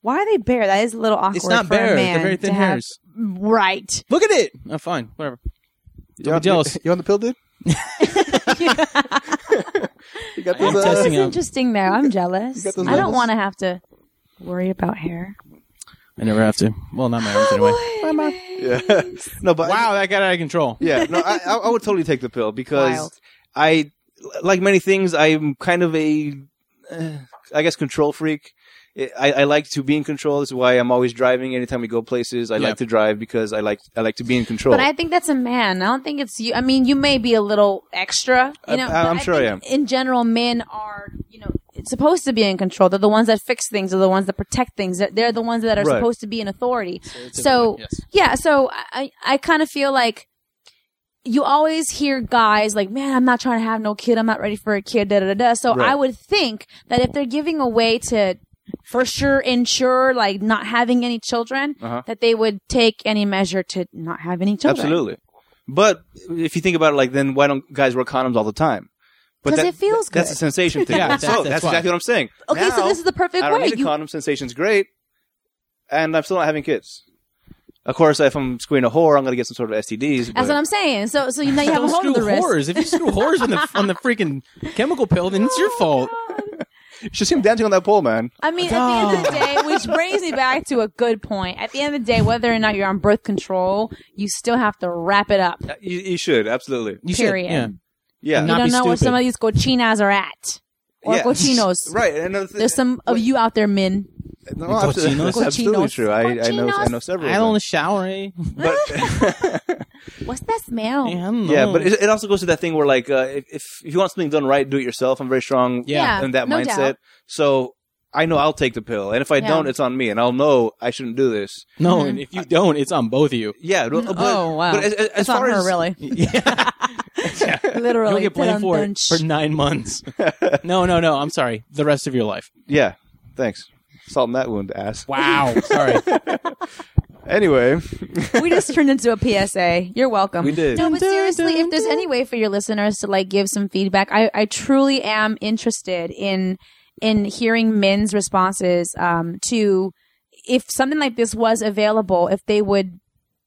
Speaker 3: Why are they bare? That is a little awkward.
Speaker 4: It's not
Speaker 3: for a
Speaker 4: bare.
Speaker 3: man
Speaker 4: They're very
Speaker 3: to
Speaker 4: thin
Speaker 3: have-
Speaker 4: hairs.
Speaker 3: Right.
Speaker 4: Look at it. Oh, fine. Whatever.
Speaker 2: You on,
Speaker 4: jealous.
Speaker 2: you on the pill,
Speaker 3: <laughs>
Speaker 2: dude? <laughs> You got
Speaker 4: I'm
Speaker 2: those, uh,
Speaker 4: testing
Speaker 3: That's
Speaker 4: out.
Speaker 3: interesting. There, I'm jealous.
Speaker 2: got those
Speaker 3: I don't
Speaker 2: levels?
Speaker 3: want to have to worry about hair.
Speaker 4: I never have to. Well, not my arms anyway.
Speaker 2: Yeah. <laughs> No, but
Speaker 4: Wow, that got out of control.
Speaker 2: yeah, no, I, I I would totally take the pill because
Speaker 3: Wild.
Speaker 2: I, like many things, I'm kind of a, uh, I guess, control freak. I, I like to be in control. This is why I'm always driving. Anytime we go places, I
Speaker 4: Yeah.
Speaker 2: like to drive because I like I like to be in control.
Speaker 3: But I think that's a man. I don't think it's you. I mean, you may be a little extra. You
Speaker 2: I-
Speaker 3: know,
Speaker 2: I- Uh, I'm
Speaker 3: but
Speaker 2: sure I
Speaker 3: think In general, men are you know supposed to be in control. They're the ones that fix things. They're the ones that protect things. They're, they're the ones that are
Speaker 2: Right.
Speaker 3: supposed to be in authority.
Speaker 4: it's a
Speaker 3: So,
Speaker 4: different- yes.
Speaker 3: yeah. So I I kind of feel like. You always hear guys like, man, I'm not trying to have no kid. I'm not ready for a kid. Da da da. da." So
Speaker 2: Right.
Speaker 3: I would think that if they're giving away to for sure ensure like not having any children
Speaker 2: Uh-huh.
Speaker 3: that they would take any measure to not have any children.
Speaker 2: Absolutely. But if you think about it, like, then why don't guys wear condoms all the time? But
Speaker 3: 'Cause
Speaker 2: that-
Speaker 3: it feels
Speaker 2: That's
Speaker 3: good.
Speaker 2: a sensation thing.
Speaker 4: Yeah,
Speaker 2: so
Speaker 4: that's-
Speaker 2: that's,
Speaker 4: that's why.
Speaker 2: exactly what I'm saying.
Speaker 3: Okay, so
Speaker 2: Now,
Speaker 3: this is the perfect
Speaker 2: I don't
Speaker 3: way.
Speaker 2: need a
Speaker 3: You-
Speaker 2: condom. Sensation's great, and I'm still not having kids. Of course, if I'm screwing a whore, I'm going to get some sort of STDs.
Speaker 3: that's
Speaker 2: but-
Speaker 3: what I'm saying. So so you now you have a
Speaker 4: Don't
Speaker 3: whole
Speaker 4: screw
Speaker 3: other risk.
Speaker 4: whores. If you screw whores on the on the freaking chemical pill, then it's your fault.
Speaker 2: You should see him dancing on that pole, man.
Speaker 3: I mean, at the end of the day, which brings me back to a good point. At the end of the day, whether or not you're on birth control, you still have to wrap it up.
Speaker 2: Uh, You, you should absolutely.
Speaker 4: You
Speaker 3: Period.
Speaker 4: should. Yeah.
Speaker 2: Yeah,
Speaker 3: you
Speaker 4: Not
Speaker 3: don't
Speaker 4: be
Speaker 3: know where
Speaker 4: stupid.
Speaker 3: some of these cochinas are at. Or
Speaker 2: Yeah.
Speaker 3: cochinos.
Speaker 2: right. and Another thing,
Speaker 3: There's some of you out there, men.
Speaker 2: no, absolutely,
Speaker 4: Cochinos?
Speaker 2: that's absolutely
Speaker 3: Cochinos.
Speaker 2: true. I, I know. I know
Speaker 3: Cochinos.
Speaker 2: several.
Speaker 4: I
Speaker 2: of
Speaker 4: don't
Speaker 2: them.
Speaker 4: shower. Eh?
Speaker 3: <laughs>
Speaker 2: But
Speaker 3: What's that smell?
Speaker 4: Oh. Yeah, I don't
Speaker 2: yeah,
Speaker 4: know.
Speaker 2: but it, it also goes to that thing where like uh, if if you want something done right, do it yourself. I'm very strong
Speaker 4: Yeah.
Speaker 2: in that
Speaker 3: no
Speaker 2: mindset.
Speaker 3: doubt.
Speaker 2: So I know I'll take the pill, and if I
Speaker 3: Yeah.
Speaker 2: don't, it's on me, and I'll know I shouldn't do this.
Speaker 4: <laughs> no, and if you don't, it's on both of you.
Speaker 2: Yeah. But,
Speaker 3: oh wow,
Speaker 2: But as, as, as
Speaker 3: that's on
Speaker 2: far
Speaker 3: her,
Speaker 2: as <laughs>
Speaker 3: really.
Speaker 4: <laughs> Yeah,
Speaker 3: Literally,
Speaker 4: you'll get blamed for it
Speaker 3: Dun-dun-sh.
Speaker 4: for nine <laughs> months. No, no, no. I'm sorry. The rest of your life.
Speaker 2: yeah, thanks. Salt in that wound, ass. <laughs>
Speaker 4: Wow. Sorry.
Speaker 2: Anyway, <laughs>
Speaker 3: <laughs> we just turned into a PSA. You're welcome.
Speaker 2: We did.
Speaker 3: No, but
Speaker 4: Dun, dun,
Speaker 3: seriously,
Speaker 4: dun,
Speaker 3: if there's any way for your listeners to like give some feedback, I, I truly am interested in in hearing men's responses um, to if something like this was available, if they would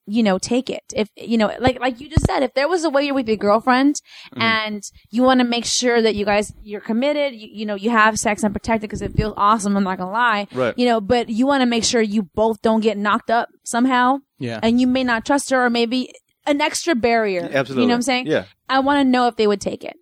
Speaker 3: you know take it if you know like like you just said if there was a way you're with your girlfriend
Speaker 2: Mm-hmm.
Speaker 3: and you want to make sure that you guys you're committed you, you know you have sex and protected because it feels awesome i'm not gonna lie
Speaker 2: Right.
Speaker 3: you know but you want to make sure you both don't get knocked up somehow
Speaker 4: Yeah.
Speaker 3: and you may not trust her or maybe an extra barrier.
Speaker 2: absolutely.
Speaker 3: You know what I'm saying?
Speaker 2: Yeah.
Speaker 3: I want to know if they would take it.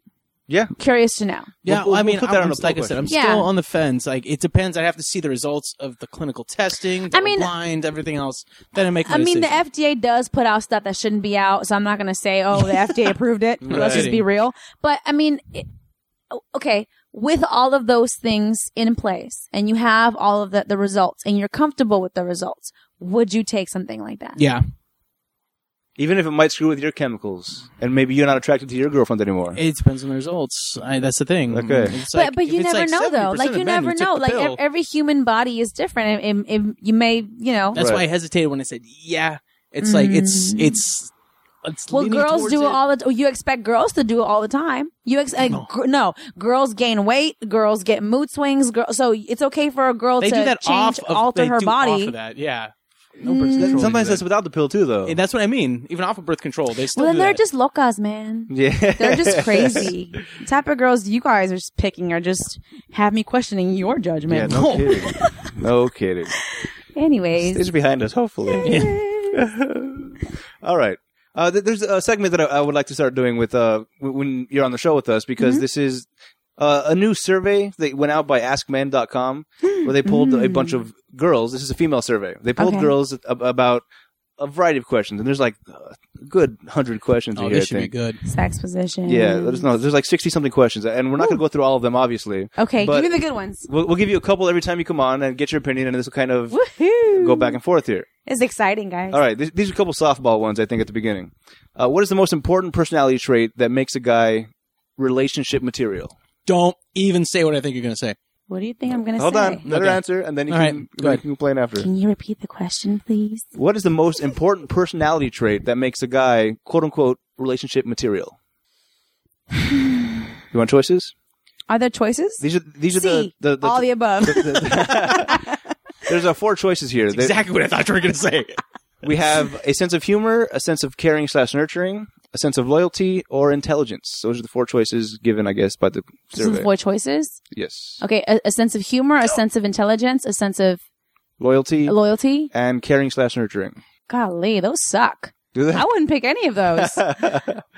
Speaker 2: Yeah.
Speaker 3: Curious to know.
Speaker 4: Yeah,
Speaker 2: We'll- we'll-
Speaker 4: I mean,
Speaker 2: we'll put that
Speaker 4: I'm,
Speaker 2: on a
Speaker 4: just- like I
Speaker 2: poll
Speaker 4: said, I'm
Speaker 3: question.
Speaker 4: still
Speaker 3: Yeah.
Speaker 4: on the fence. Like, it depends. I have to see the results of the clinical testing. The
Speaker 3: I mean-
Speaker 4: blind, everything else. Then I make. My
Speaker 3: I mean, the
Speaker 4: decision.
Speaker 3: FDA does put out stuff that shouldn't be out, so I'm not going to say, oh,
Speaker 2: <laughs>
Speaker 3: the FDA approved it. Let's just be real. But I mean, it, o- okay, with all of those things in place and you have all of the, the results and you're comfortable with the results, would you take something like that?
Speaker 4: Yeah,
Speaker 2: Even if it might screw with your chemicals, and maybe you're not attracted to your girlfriend anymore.
Speaker 4: it depends on the results. I, that's the thing.
Speaker 2: Okay.
Speaker 4: It's
Speaker 3: but
Speaker 4: like,
Speaker 3: but
Speaker 4: if
Speaker 3: you
Speaker 4: it's
Speaker 3: never
Speaker 4: like
Speaker 3: know though.
Speaker 4: 70%
Speaker 3: Like
Speaker 4: of
Speaker 3: you
Speaker 4: men who
Speaker 3: never
Speaker 4: took
Speaker 3: know.
Speaker 4: the
Speaker 3: Like
Speaker 4: pill,
Speaker 3: ev- every human body is different, and, and, and you may you know
Speaker 4: that's why I
Speaker 2: Right.
Speaker 4: hesitated when I said yeah. It's like it's it's. it's
Speaker 3: Mm. Well,
Speaker 4: leaning
Speaker 3: girls
Speaker 4: towards
Speaker 3: do it
Speaker 4: it.
Speaker 3: all the. t- You expect girls to do it all the time. You expect no. Gr- no girls gain weight. Girls get mood swings. Girl, so it's okay for a girl
Speaker 4: They
Speaker 3: to
Speaker 4: do that
Speaker 3: change,
Speaker 4: off of
Speaker 3: alter
Speaker 4: they
Speaker 3: her
Speaker 4: do
Speaker 3: body. Mm.
Speaker 4: Off of that. Yeah. No birth control
Speaker 2: Sometimes
Speaker 4: is
Speaker 2: that's without the pill too, though.
Speaker 4: that. that's what I mean. Even off of birth control, they still
Speaker 3: well, then
Speaker 4: do
Speaker 3: they're
Speaker 4: that.
Speaker 3: just locas, man.
Speaker 2: yeah,
Speaker 3: They're
Speaker 4: <laughs>
Speaker 3: just crazy. the type of girls you guys are just picking are just have me questioning
Speaker 2: <laughs>
Speaker 3: your
Speaker 2: Yeah,
Speaker 3: judgment.
Speaker 2: no kidding. No kidding.
Speaker 3: <laughs> Anyways,
Speaker 2: It's behind us, hopefully. <laughs> All right. Uh, th- there's a segment that I, I would like to start doing with uh, w- when you're on the show with us because
Speaker 3: Mm-hmm.
Speaker 2: this is uh, a new survey that went out by AskMen.com where they pulled a bunch of girls. This is a female survey. They pulled
Speaker 3: Mm. Okay.
Speaker 2: girls ab- about a variety of questions, and there's like a good hundred questions
Speaker 4: Oh,
Speaker 2: in here.
Speaker 4: this
Speaker 2: I
Speaker 4: should be
Speaker 2: think.
Speaker 4: good.
Speaker 3: sex position.
Speaker 2: Yeah, there's no, there's like sixty something questions, and we're not going to go through all of them, obviously.
Speaker 3: Okay,
Speaker 2: But-
Speaker 3: give me the good ones.
Speaker 2: We'll, we'll give you a couple every time you come on and get your opinion, and this will kind of
Speaker 3: Woohoo!
Speaker 2: go back and forth here.
Speaker 3: It's exciting, guys.
Speaker 2: All right, these, these are a couple softball ones I think at the beginning. Uh, what is the most important personality trait that makes a guy relationship material?
Speaker 4: Don't even say what I think you're going to say.
Speaker 3: What do you think I'm gonna
Speaker 2: Hold
Speaker 3: say?
Speaker 2: on, let her
Speaker 4: Okay.
Speaker 2: answer, and then you
Speaker 4: All
Speaker 2: can,
Speaker 4: right,
Speaker 2: you
Speaker 4: go ahead.
Speaker 2: can complain after.
Speaker 3: Can you repeat the question, please?
Speaker 2: What is the most important personality trait that makes a guy "quote unquote" relationship material? You want choices?
Speaker 3: Are there choices?
Speaker 2: These are these are
Speaker 3: C,
Speaker 2: the, the, the
Speaker 3: all the above. <laughs>
Speaker 2: there's uh, four choices here. They-
Speaker 4: Exactly what I thought you were going to
Speaker 3: <laughs>
Speaker 4: say.
Speaker 2: We have a sense of humor, a sense of caring slash nurturing, a sense of loyalty, or intelligence. Those are the four choices given, I guess, by the
Speaker 3: Some
Speaker 2: survey.
Speaker 3: four choices.
Speaker 2: Yes.
Speaker 3: Okay, a, a sense of humor, a sense of intelligence, a sense of
Speaker 2: loyalty
Speaker 3: loyalty.
Speaker 2: and caring slash nurturing.
Speaker 3: Golly, those suck.
Speaker 2: Do
Speaker 3: I wouldn't pick any
Speaker 2: <laughs>
Speaker 3: of those.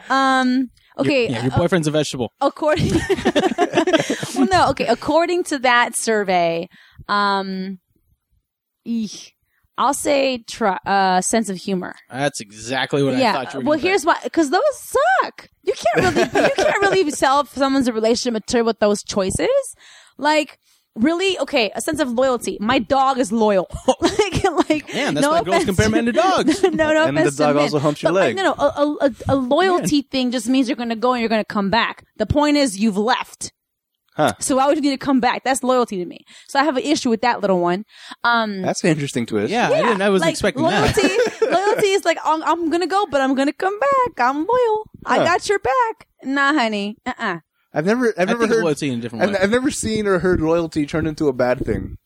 Speaker 3: um. Okay.
Speaker 4: Yeah, your boyfriend's a vegetable.
Speaker 3: according. <laughs> well, no. Okay. According to that survey, um, eek, I'll say tr- uh, sense of humor.
Speaker 4: That's exactly what I thought you were.
Speaker 3: Well,
Speaker 4: gonna
Speaker 3: here's why, because those suck. You can't really, you
Speaker 4: <laughs>
Speaker 3: can't really tell if someone's a relationship material with those choices. Like, really, okay, a sense of loyalty. My dog is loyal. <laughs> like, like,
Speaker 4: say. man, that's
Speaker 3: no
Speaker 4: why girls
Speaker 3: offense.
Speaker 4: compare
Speaker 3: <laughs>
Speaker 4: men to dogs.
Speaker 3: no, no
Speaker 2: And the
Speaker 3: offense to
Speaker 2: dog
Speaker 3: men.
Speaker 2: also humps your
Speaker 3: But, uh,
Speaker 2: leg.
Speaker 3: No, no, a, a- a, a loyalty thing just means you're going to go and you're going to come back. The point is, you've left.
Speaker 2: Huh.
Speaker 3: So why would you need to come back? That's loyalty to me. So I have an issue with that little one. Um,
Speaker 2: That's an interesting twist.
Speaker 4: Yeah, I, didn't, I wasn't
Speaker 3: like,
Speaker 4: expecting that.
Speaker 3: loyalty,
Speaker 4: <laughs>
Speaker 3: loyalty is like I'm, I'm gonna go, but I'm gonna come back. I'm loyal. I
Speaker 2: Huh.
Speaker 3: got your back. Nah, honey. Uh uh
Speaker 2: I've never, I've
Speaker 4: I
Speaker 2: never
Speaker 4: think
Speaker 2: heard.
Speaker 4: loyalty in a different
Speaker 2: I've,
Speaker 4: way.
Speaker 2: I've never seen or heard loyalty turn into a bad thing.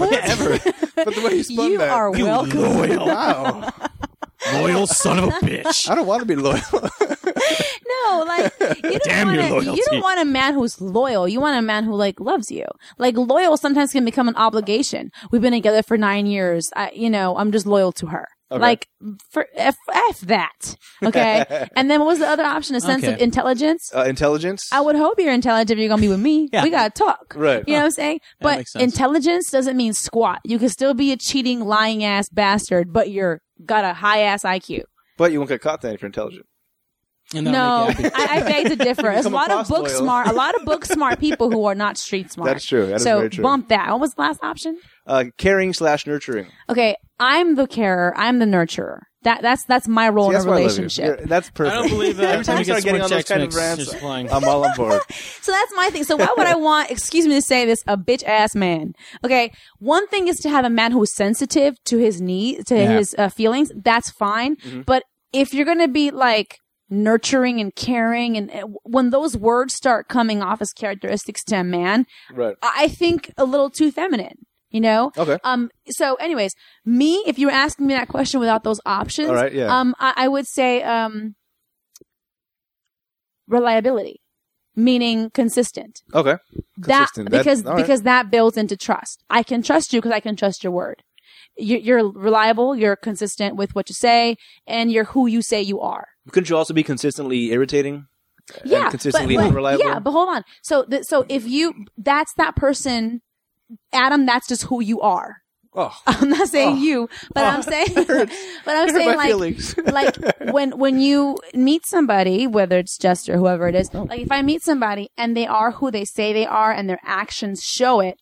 Speaker 2: Ever.
Speaker 3: <laughs>
Speaker 2: but the way you spun
Speaker 3: You
Speaker 2: that. <laughs>
Speaker 3: are welcome.
Speaker 2: wow.
Speaker 4: loyal
Speaker 3: <laughs>
Speaker 4: son of a bitch.
Speaker 2: I don't want to be loyal.
Speaker 3: No, like
Speaker 4: <laughs>
Speaker 3: you don't
Speaker 4: Damn your
Speaker 3: want you
Speaker 4: loyalty.
Speaker 3: don't want a man who's loyal. You want a man who like loves you. Like loyal sometimes can become an obligation. We've been together for nine years. I, you know, I'm just loyal to her.
Speaker 2: Okay.
Speaker 3: Like for f, f that.
Speaker 4: <laughs>
Speaker 3: Okay. and then what was the other option? A sense of
Speaker 4: Okay.
Speaker 3: intelligence.
Speaker 2: <laughs> uh, intelligence.
Speaker 3: I would hope you're intelligent if you're gonna be with me.
Speaker 4: Yeah.
Speaker 3: We gotta talk.
Speaker 2: Right.
Speaker 3: You know what I'm saying?
Speaker 4: That
Speaker 3: But
Speaker 4: makes sense.
Speaker 3: intelligence doesn't mean squat. You can still be a cheating, lying ass bastard, but you're got a high ass IQ.
Speaker 2: But you won't get caught then if you're intelligent.
Speaker 4: And that'll
Speaker 3: No,
Speaker 4: make you
Speaker 3: I, <laughs>
Speaker 4: happy.
Speaker 3: I beg to differ. There's a
Speaker 2: become a
Speaker 3: lot of
Speaker 2: boss
Speaker 3: book
Speaker 2: loyal.
Speaker 3: smart, a lot of book smart people who are not street smart.
Speaker 2: That's true. That is
Speaker 3: so
Speaker 2: very true.
Speaker 3: bump that. What was the last option?
Speaker 2: Uh, caring slash nurturing.
Speaker 3: Okay, I'm the carer. I'm the nurturer. That that's that's my role
Speaker 2: See,
Speaker 3: in
Speaker 2: that's
Speaker 3: a
Speaker 2: why I love you.
Speaker 3: relationship.
Speaker 2: You're- That's
Speaker 4: I
Speaker 2: perfect.
Speaker 4: don't believe that.
Speaker 2: <laughs> Every time you
Speaker 4: we
Speaker 2: start
Speaker 4: get
Speaker 2: getting on
Speaker 4: some
Speaker 2: those
Speaker 4: more
Speaker 2: kind of
Speaker 4: checks mixed,
Speaker 2: rants, Um,
Speaker 4: just flying.
Speaker 2: I'm all on
Speaker 3: <laughs>
Speaker 2: board.
Speaker 3: So that's my thing. So why would I want, excuse me to say this, a bitch ass man? Okay. One thing is to have a man who's sensitive to his needs, to
Speaker 4: Yeah.
Speaker 3: his uh, feelings. That's fine. But if you're going to be like nurturing and caring and and when those words start coming off as characteristics to a man,
Speaker 2: Right.
Speaker 3: I I think a little too feminine, you know?
Speaker 2: Okay.
Speaker 3: Um, so anyways, me, if you were asking me that question without those options,
Speaker 2: All right, yeah.
Speaker 3: um, I, I would say, um, reliability, meaning consistent.
Speaker 2: Okay. Consistent. That-
Speaker 3: That, because,
Speaker 2: all right.
Speaker 3: because that builds into trust. I can trust you because I can trust your word. You're, you're reliable. You're consistent with what you say and you're who you say you are.
Speaker 2: Couldn't you also be consistently irritating?
Speaker 3: Yeah,
Speaker 2: And consistently
Speaker 3: but, but,
Speaker 2: unreliable?
Speaker 3: Yeah, but hold on. So, th- so if you, that's that person, Adam. That's just who you are. <laughs>
Speaker 2: Oh.
Speaker 3: I'm not saying you, but
Speaker 2: <laughs>
Speaker 3: I'm saying, <laughs> but I'm
Speaker 2: Hurt my
Speaker 3: saying like,
Speaker 2: feelings. <laughs>
Speaker 3: like when when you meet somebody, whether it's just or whoever it
Speaker 2: Oh.
Speaker 3: is, like if I meet somebody and they are who they say they are and their actions show it,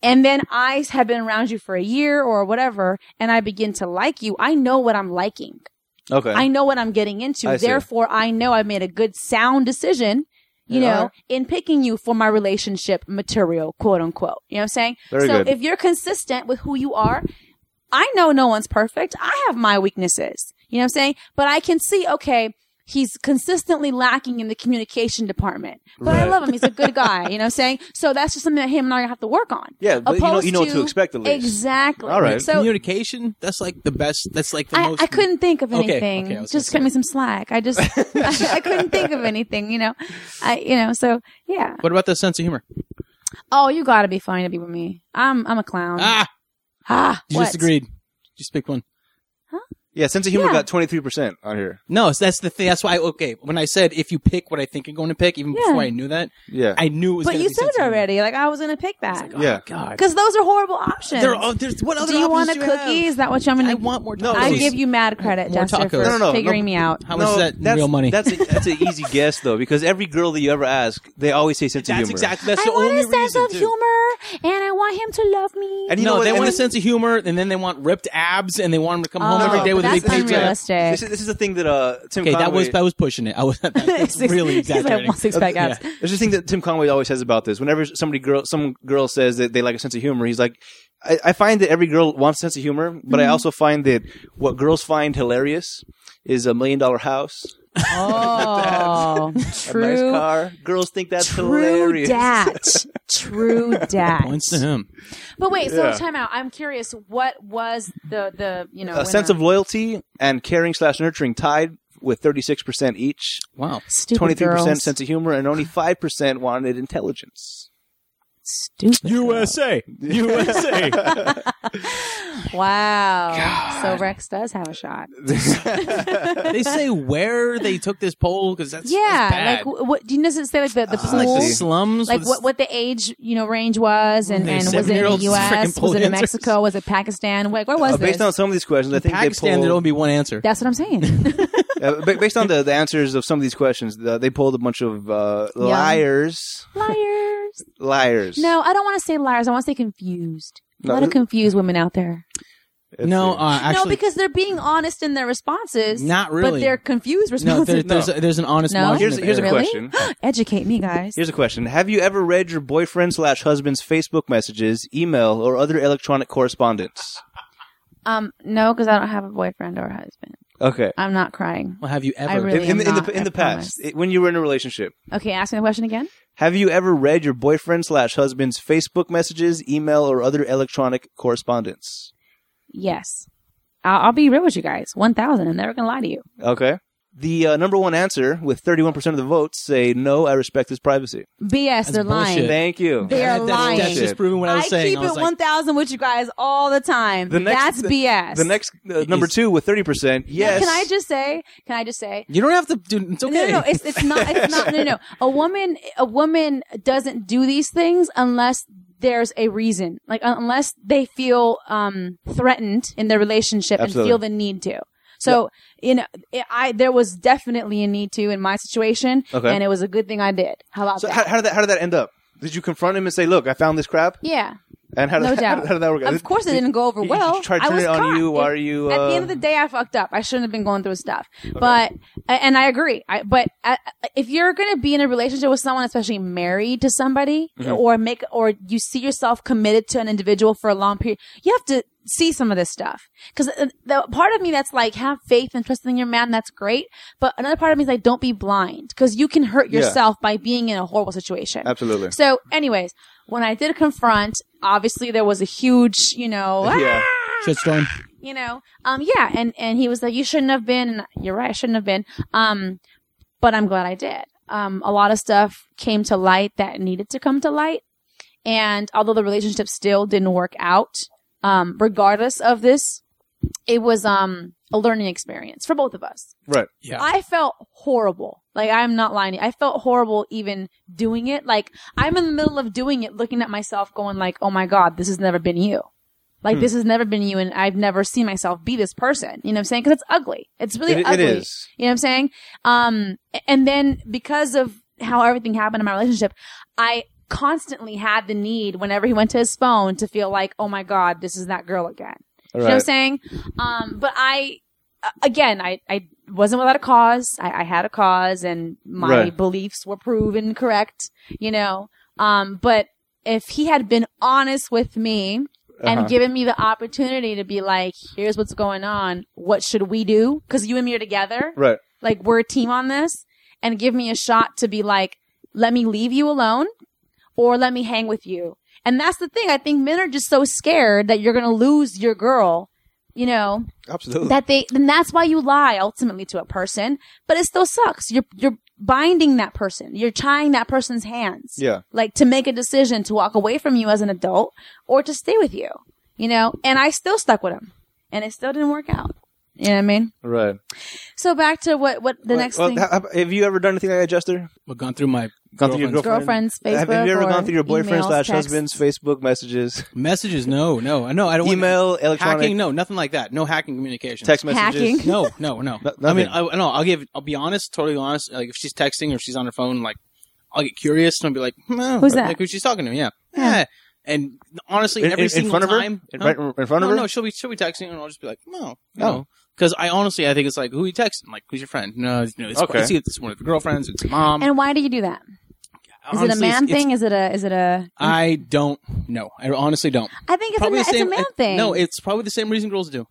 Speaker 3: and then I have been around you for a year or whatever, and I begin to like you, I know what I'm liking.
Speaker 2: Okay.
Speaker 3: I know what I'm getting into.
Speaker 2: I see.
Speaker 3: Therefore, I know I've made a good, sound decision, you
Speaker 2: Yeah,
Speaker 3: know,
Speaker 2: alright.
Speaker 3: in picking you for my relationship material, quote unquote. You know what I'm saying?
Speaker 2: Very
Speaker 3: so
Speaker 2: good.
Speaker 3: if you're consistent with who you are, I know no one's perfect. I have my weaknesses. You know what I'm saying? But I can see, okay, he's consistently lacking in the communication department. But I
Speaker 2: Right.
Speaker 3: love him. He's a
Speaker 2: <laughs>
Speaker 3: good guy. You know what I'm saying? So that's just something that him and I have to work on.
Speaker 2: Yeah, but you know- you know what to
Speaker 3: Opposed
Speaker 2: expect at least.
Speaker 3: Exactly.
Speaker 2: All right.
Speaker 3: So
Speaker 4: Communication, that's like the best. That's like the
Speaker 3: I,
Speaker 4: most.
Speaker 3: I couldn't think of
Speaker 4: Okay,
Speaker 3: anything.
Speaker 4: okay, I was
Speaker 3: just
Speaker 4: gonna
Speaker 3: cut me some slack. I
Speaker 4: <laughs>
Speaker 3: just <laughs> I, couldn't think of anything. You know, I you know so yeah.
Speaker 4: What about the sense of humor?
Speaker 3: Oh, you got to be fine to be with me. I'm I'm a clown.
Speaker 4: Ah,
Speaker 3: Ah,
Speaker 4: you
Speaker 3: Um, what?
Speaker 4: just agreed. Just pick one.
Speaker 2: yeah, sense of humor
Speaker 3: Yeah.
Speaker 2: got 23% on here.
Speaker 4: No, so that's the thing. That's why. Okay, when I said if you pick what I think you're going to pick, even
Speaker 3: Yeah.
Speaker 4: before I knew that,
Speaker 2: Yeah.
Speaker 4: I knew it was.
Speaker 3: But
Speaker 4: gonna
Speaker 3: you
Speaker 4: be
Speaker 3: said
Speaker 4: sense
Speaker 3: it
Speaker 4: of humor.
Speaker 3: already. Like I was gonna pick that
Speaker 4: Oh,
Speaker 2: Yeah.
Speaker 4: God.
Speaker 3: because those are horrible options.
Speaker 4: There are, there's what other
Speaker 3: do you want a
Speaker 4: options do you have?
Speaker 3: cookie? Is that what you want?
Speaker 4: I want more
Speaker 2: No,
Speaker 4: tacos.
Speaker 3: I
Speaker 2: please.
Speaker 3: give you mad credit,
Speaker 4: More
Speaker 3: Jester, for
Speaker 4: tacos.
Speaker 2: No, no, no,
Speaker 3: figuring
Speaker 2: no.
Speaker 3: me out.
Speaker 4: How much is that in real money?
Speaker 2: That's a, that's an
Speaker 4: <laughs>
Speaker 2: easy guess though, because every girl that you ever ask, they always say sense of
Speaker 4: That's
Speaker 2: humor.
Speaker 4: exactly. That's
Speaker 3: I
Speaker 4: the
Speaker 3: want
Speaker 4: only
Speaker 3: a sense
Speaker 4: reason.
Speaker 3: of
Speaker 4: too.
Speaker 3: humor, and I want him to love me.
Speaker 2: And you know
Speaker 4: no,
Speaker 2: what?
Speaker 4: they
Speaker 2: and
Speaker 4: want a
Speaker 2: this-
Speaker 4: sense of humor, and then they want ripped abs, and they want them to come
Speaker 3: Oh,
Speaker 4: home every day with a
Speaker 3: that's
Speaker 4: big paycheck.
Speaker 3: unrealistic.
Speaker 2: This is, this is the thing that uh, Tim
Speaker 4: Okay,
Speaker 2: Conway.
Speaker 4: that was that was pushing it. I was <laughs>
Speaker 3: <laughs>
Speaker 4: that's really
Speaker 3: He's like,
Speaker 4: exaggerating.
Speaker 3: "Well,
Speaker 4: <laughs>
Speaker 3: six pack abs."
Speaker 2: There's this thing that Tim Conway always says about this. Whenever somebody girl, some girl says that they like a sense of humor, he's like, I, I find that every girl wants a sense of humor, but I
Speaker 3: Mm-hmm.
Speaker 2: also find that what girls find hilarious is a million dollar house,
Speaker 3: Oh,
Speaker 2: a nice
Speaker 3: true.
Speaker 2: car. Girls think that's
Speaker 3: True
Speaker 2: hilarious.
Speaker 3: dat.
Speaker 4: <laughs>
Speaker 3: True dat.
Speaker 4: Points to him.
Speaker 3: But wait, so
Speaker 2: Yeah.
Speaker 3: time out. I'm curious. What was the the you know
Speaker 2: A sense of loyalty and caring slash nurturing tied with 36% each.
Speaker 4: Wow.
Speaker 2: 23%
Speaker 3: stupid girls.
Speaker 2: sense of humor and only 5% wanted
Speaker 3: <laughs>
Speaker 2: intelligence.
Speaker 3: stupid
Speaker 4: <laughs> USA, USA.
Speaker 3: girls. Wow. So Rex does have a shot.
Speaker 2: Uh,
Speaker 4: they say where they took this poll because that's
Speaker 3: yeah.
Speaker 4: that's bad.
Speaker 3: Like wh- what? Do you necessarily say like the the
Speaker 2: Uh,
Speaker 3: pool?
Speaker 4: like the
Speaker 2: see.
Speaker 4: slums.
Speaker 3: like
Speaker 4: with-
Speaker 3: what what the age you know range was and,
Speaker 4: They
Speaker 3: and was it in the
Speaker 4: seven-year-olds freaking
Speaker 3: U.S.
Speaker 4: poll
Speaker 3: Was it in
Speaker 4: dancers.
Speaker 3: Mexico? Was it Pakistan? Like where was
Speaker 2: Uh, based
Speaker 3: this?
Speaker 2: on some of these questions, I think
Speaker 4: Pakistan.
Speaker 2: they
Speaker 4: There'd
Speaker 2: pulled.
Speaker 4: only be one answer.
Speaker 3: That's what I'm saying. <laughs>
Speaker 2: Uh, ba- based on the, the answers of some of these questions, the, they pulled a bunch of uh, liars.
Speaker 3: liars.
Speaker 2: Liars.
Speaker 3: No, I don't want to say liars. I want to say confused.
Speaker 2: No,
Speaker 3: a lot of
Speaker 2: it-
Speaker 3: confused women out there.
Speaker 2: It's
Speaker 4: no,
Speaker 2: serious.
Speaker 4: uh, actually,
Speaker 3: no, because they're being honest in their responses.
Speaker 4: not really.
Speaker 3: But they're confused <laughs>
Speaker 4: no, there-
Speaker 3: responses.
Speaker 4: there's a, there's an honest
Speaker 3: No?
Speaker 4: margin
Speaker 2: here's
Speaker 4: of
Speaker 2: here's a
Speaker 4: error.
Speaker 3: Really?
Speaker 2: question.
Speaker 3: <laughs> Educate me, guys.
Speaker 2: Here's a question: Have you ever read your boyfriend slash husband's Facebook messages, email, or other electronic correspondence?
Speaker 3: Um, no, because I don't have a boyfriend or a husband.
Speaker 2: Okay.
Speaker 3: I'm not crying.
Speaker 4: Well, have you ever?
Speaker 3: I really-
Speaker 2: In, in, the- in
Speaker 3: not,
Speaker 2: the in
Speaker 3: I
Speaker 2: the
Speaker 3: promise.
Speaker 2: past, it- when you were in a relationship,
Speaker 3: Okay, ask me the question again.
Speaker 2: have you ever read your boyfriend slash husband's Facebook messages, email, or other electronic correspondence?
Speaker 3: Yes, I'll, I'll be real with you guys. One thousand. I'm never gonna lie to you.
Speaker 2: Okay. The uh, number one answer, with 31% of the votes, say no. I respect his privacy.
Speaker 3: BS. they're
Speaker 4: bullshit.
Speaker 3: lying.
Speaker 2: Thank you.
Speaker 3: They are
Speaker 4: That- that's, that's
Speaker 3: lying.
Speaker 4: just proving what I was
Speaker 3: I
Speaker 4: saying.
Speaker 3: keep
Speaker 4: I was
Speaker 3: it
Speaker 4: like,
Speaker 3: one thousand with you guys all the time.
Speaker 2: The next-
Speaker 3: That's BS.
Speaker 2: The next uh, number
Speaker 4: Is-
Speaker 2: two with 30%,
Speaker 3: Now,
Speaker 2: yes.
Speaker 3: Can I just say? Can I just say?
Speaker 4: you don't have to do. It's okay.
Speaker 3: No, no, no. It's, it's not. It's not. No, no. A woman, a woman doesn't do these things unless there's a reason. Like un- unless they feel um threatened in their relationship
Speaker 2: Absolutely.
Speaker 3: and feel the need to. So you know, I- I there was definitely a need to in my situation,
Speaker 2: Okay.
Speaker 3: and it was a good thing I did. How about
Speaker 2: So
Speaker 3: that?
Speaker 2: how, how did that how did that end up? Did you confront him and say, "Look, I found this crap"?
Speaker 3: yeah,
Speaker 2: And how did
Speaker 3: no
Speaker 2: that, <laughs>
Speaker 3: doubt.
Speaker 2: How did that work? out?
Speaker 3: Of course, it didn't go over
Speaker 2: You- you
Speaker 3: well.
Speaker 2: tried
Speaker 3: I
Speaker 2: turning
Speaker 3: was
Speaker 2: it on
Speaker 3: caught.
Speaker 2: you, why
Speaker 3: It-
Speaker 2: are you,
Speaker 3: At
Speaker 2: uh,
Speaker 3: the end of the day, I fucked up. I shouldn't have been going through stuff. But and I agree. I, but uh, if you're going to be in a relationship with someone, especially married to somebody,
Speaker 2: Mm-hmm.
Speaker 3: or make or you see yourself committed to an individual for a long period, you have to see some of this stuff. Because the part of me that's like have faith and trust in your man, that's great. But another part of me is like don't be blind because you can hurt
Speaker 2: Yeah.
Speaker 3: yourself by being in a horrible situation.
Speaker 2: Absolutely.
Speaker 3: So, anyways, when I did confront, obviously there was a huge, you know, "Ah!"
Speaker 2: yeah.
Speaker 4: Shitstorm.
Speaker 3: you know, um, yeah, and and he was like, "You shouldn't have been." And you're right, I shouldn't have been. Um, but I'm glad I did. Um, a lot of stuff came to light that needed to come to light, and although the relationship still didn't work out, um, regardless of this, it was um a learning experience for both of us.
Speaker 2: Right.
Speaker 4: Yeah.
Speaker 3: I felt horrible. Like I'm not lying. I felt horrible even doing it. Like I'm in the middle of doing it, looking at myself, going like, "Oh my god, this has never been you."
Speaker 2: Hmm.
Speaker 3: Like this has never been you, and I've never seen myself be this person. You know what I'm saying? Because it's ugly. It's really
Speaker 2: It- it
Speaker 3: ugly.
Speaker 2: is.
Speaker 3: You know what I'm saying? Um, a- and then because of how everything happened in my relationship, I constantly had the need whenever he went to his phone to feel like, "Oh my god, this is that girl again."
Speaker 2: All
Speaker 3: You know what I'm
Speaker 2: right.
Speaker 3: saying? Um, but I, uh, again, I, I wasn't without a cause. I, I had a cause and my
Speaker 2: Right.
Speaker 3: beliefs were proven correct, you know? Um, but if he had been honest with me
Speaker 2: Uh-huh.
Speaker 3: and given me the opportunity to be like, here's what's going on. What should we do? Cause you and me are together.
Speaker 2: Right.
Speaker 3: Like we're a team on this and give me a shot to be like, let me leave you alone or let me hang with you. And that's the thing. I think men are just so scared that you're going to lose your girl, you know,
Speaker 2: Absolutely.
Speaker 3: that they, then that's why you lie ultimately to a person, but it still sucks. You're, you're binding that person. You're tying that person's hands.
Speaker 2: Yeah.
Speaker 3: Like to make a decision to walk away from you as an adult or to stay with you, you know, and I still stuck with him and it still didn't work out. You know what I mean?
Speaker 2: right.
Speaker 3: So back to what, what the next
Speaker 2: well,
Speaker 3: thing.
Speaker 2: ha- have you ever done anything like that, Jester?
Speaker 4: We've gone through my
Speaker 2: Gone through your
Speaker 3: girlfriend's
Speaker 4: girlfriend's
Speaker 3: Facebook.
Speaker 2: Have you ever
Speaker 3: or
Speaker 2: gone through your boyfriend
Speaker 3: emails,
Speaker 2: slash
Speaker 3: texts?
Speaker 2: husband's Facebook
Speaker 4: <laughs>
Speaker 2: messages,
Speaker 4: messages. No, no, no. I don't want-
Speaker 2: email, electronic,
Speaker 4: hacking. No, nothing like that. No hacking communications.
Speaker 2: text messages?
Speaker 3: Hacking.
Speaker 4: No, no, no.
Speaker 2: <laughs> No-
Speaker 4: I
Speaker 2: nothing.
Speaker 4: mean, I no. I'll give. I'll be honest. Totally honest. Like if she's texting or if she's on her phone, like I'll get curious and I'll be like, hmm, eh,
Speaker 3: Who's
Speaker 4: like,
Speaker 3: that?
Speaker 4: Who she's talking to? Yeah. Yeah. And honestly,
Speaker 2: In,
Speaker 4: every
Speaker 2: in, in
Speaker 4: single
Speaker 2: front of her?
Speaker 4: time,
Speaker 2: In,
Speaker 4: Huh?
Speaker 2: right, in front of
Speaker 4: no,
Speaker 2: her?
Speaker 4: no, she'll be she'll be texting, and I'll just be like, no,
Speaker 2: Oh.
Speaker 4: no, because I honestly I think it's like who you texting, like who's your friend? No, no, it's,
Speaker 2: Okay.
Speaker 4: it's, it's one of your girlfriends, it's mom.
Speaker 3: And why do you do that? Is it a
Speaker 4: Honestly,
Speaker 3: man
Speaker 4: it's- it's-
Speaker 3: thing? Is it a is it a? I
Speaker 4: I don't know. I honestly don't.
Speaker 3: think it's, a, ma- it's a man
Speaker 4: I-
Speaker 3: thing.
Speaker 4: uh, No, it's probably the same reason girls do.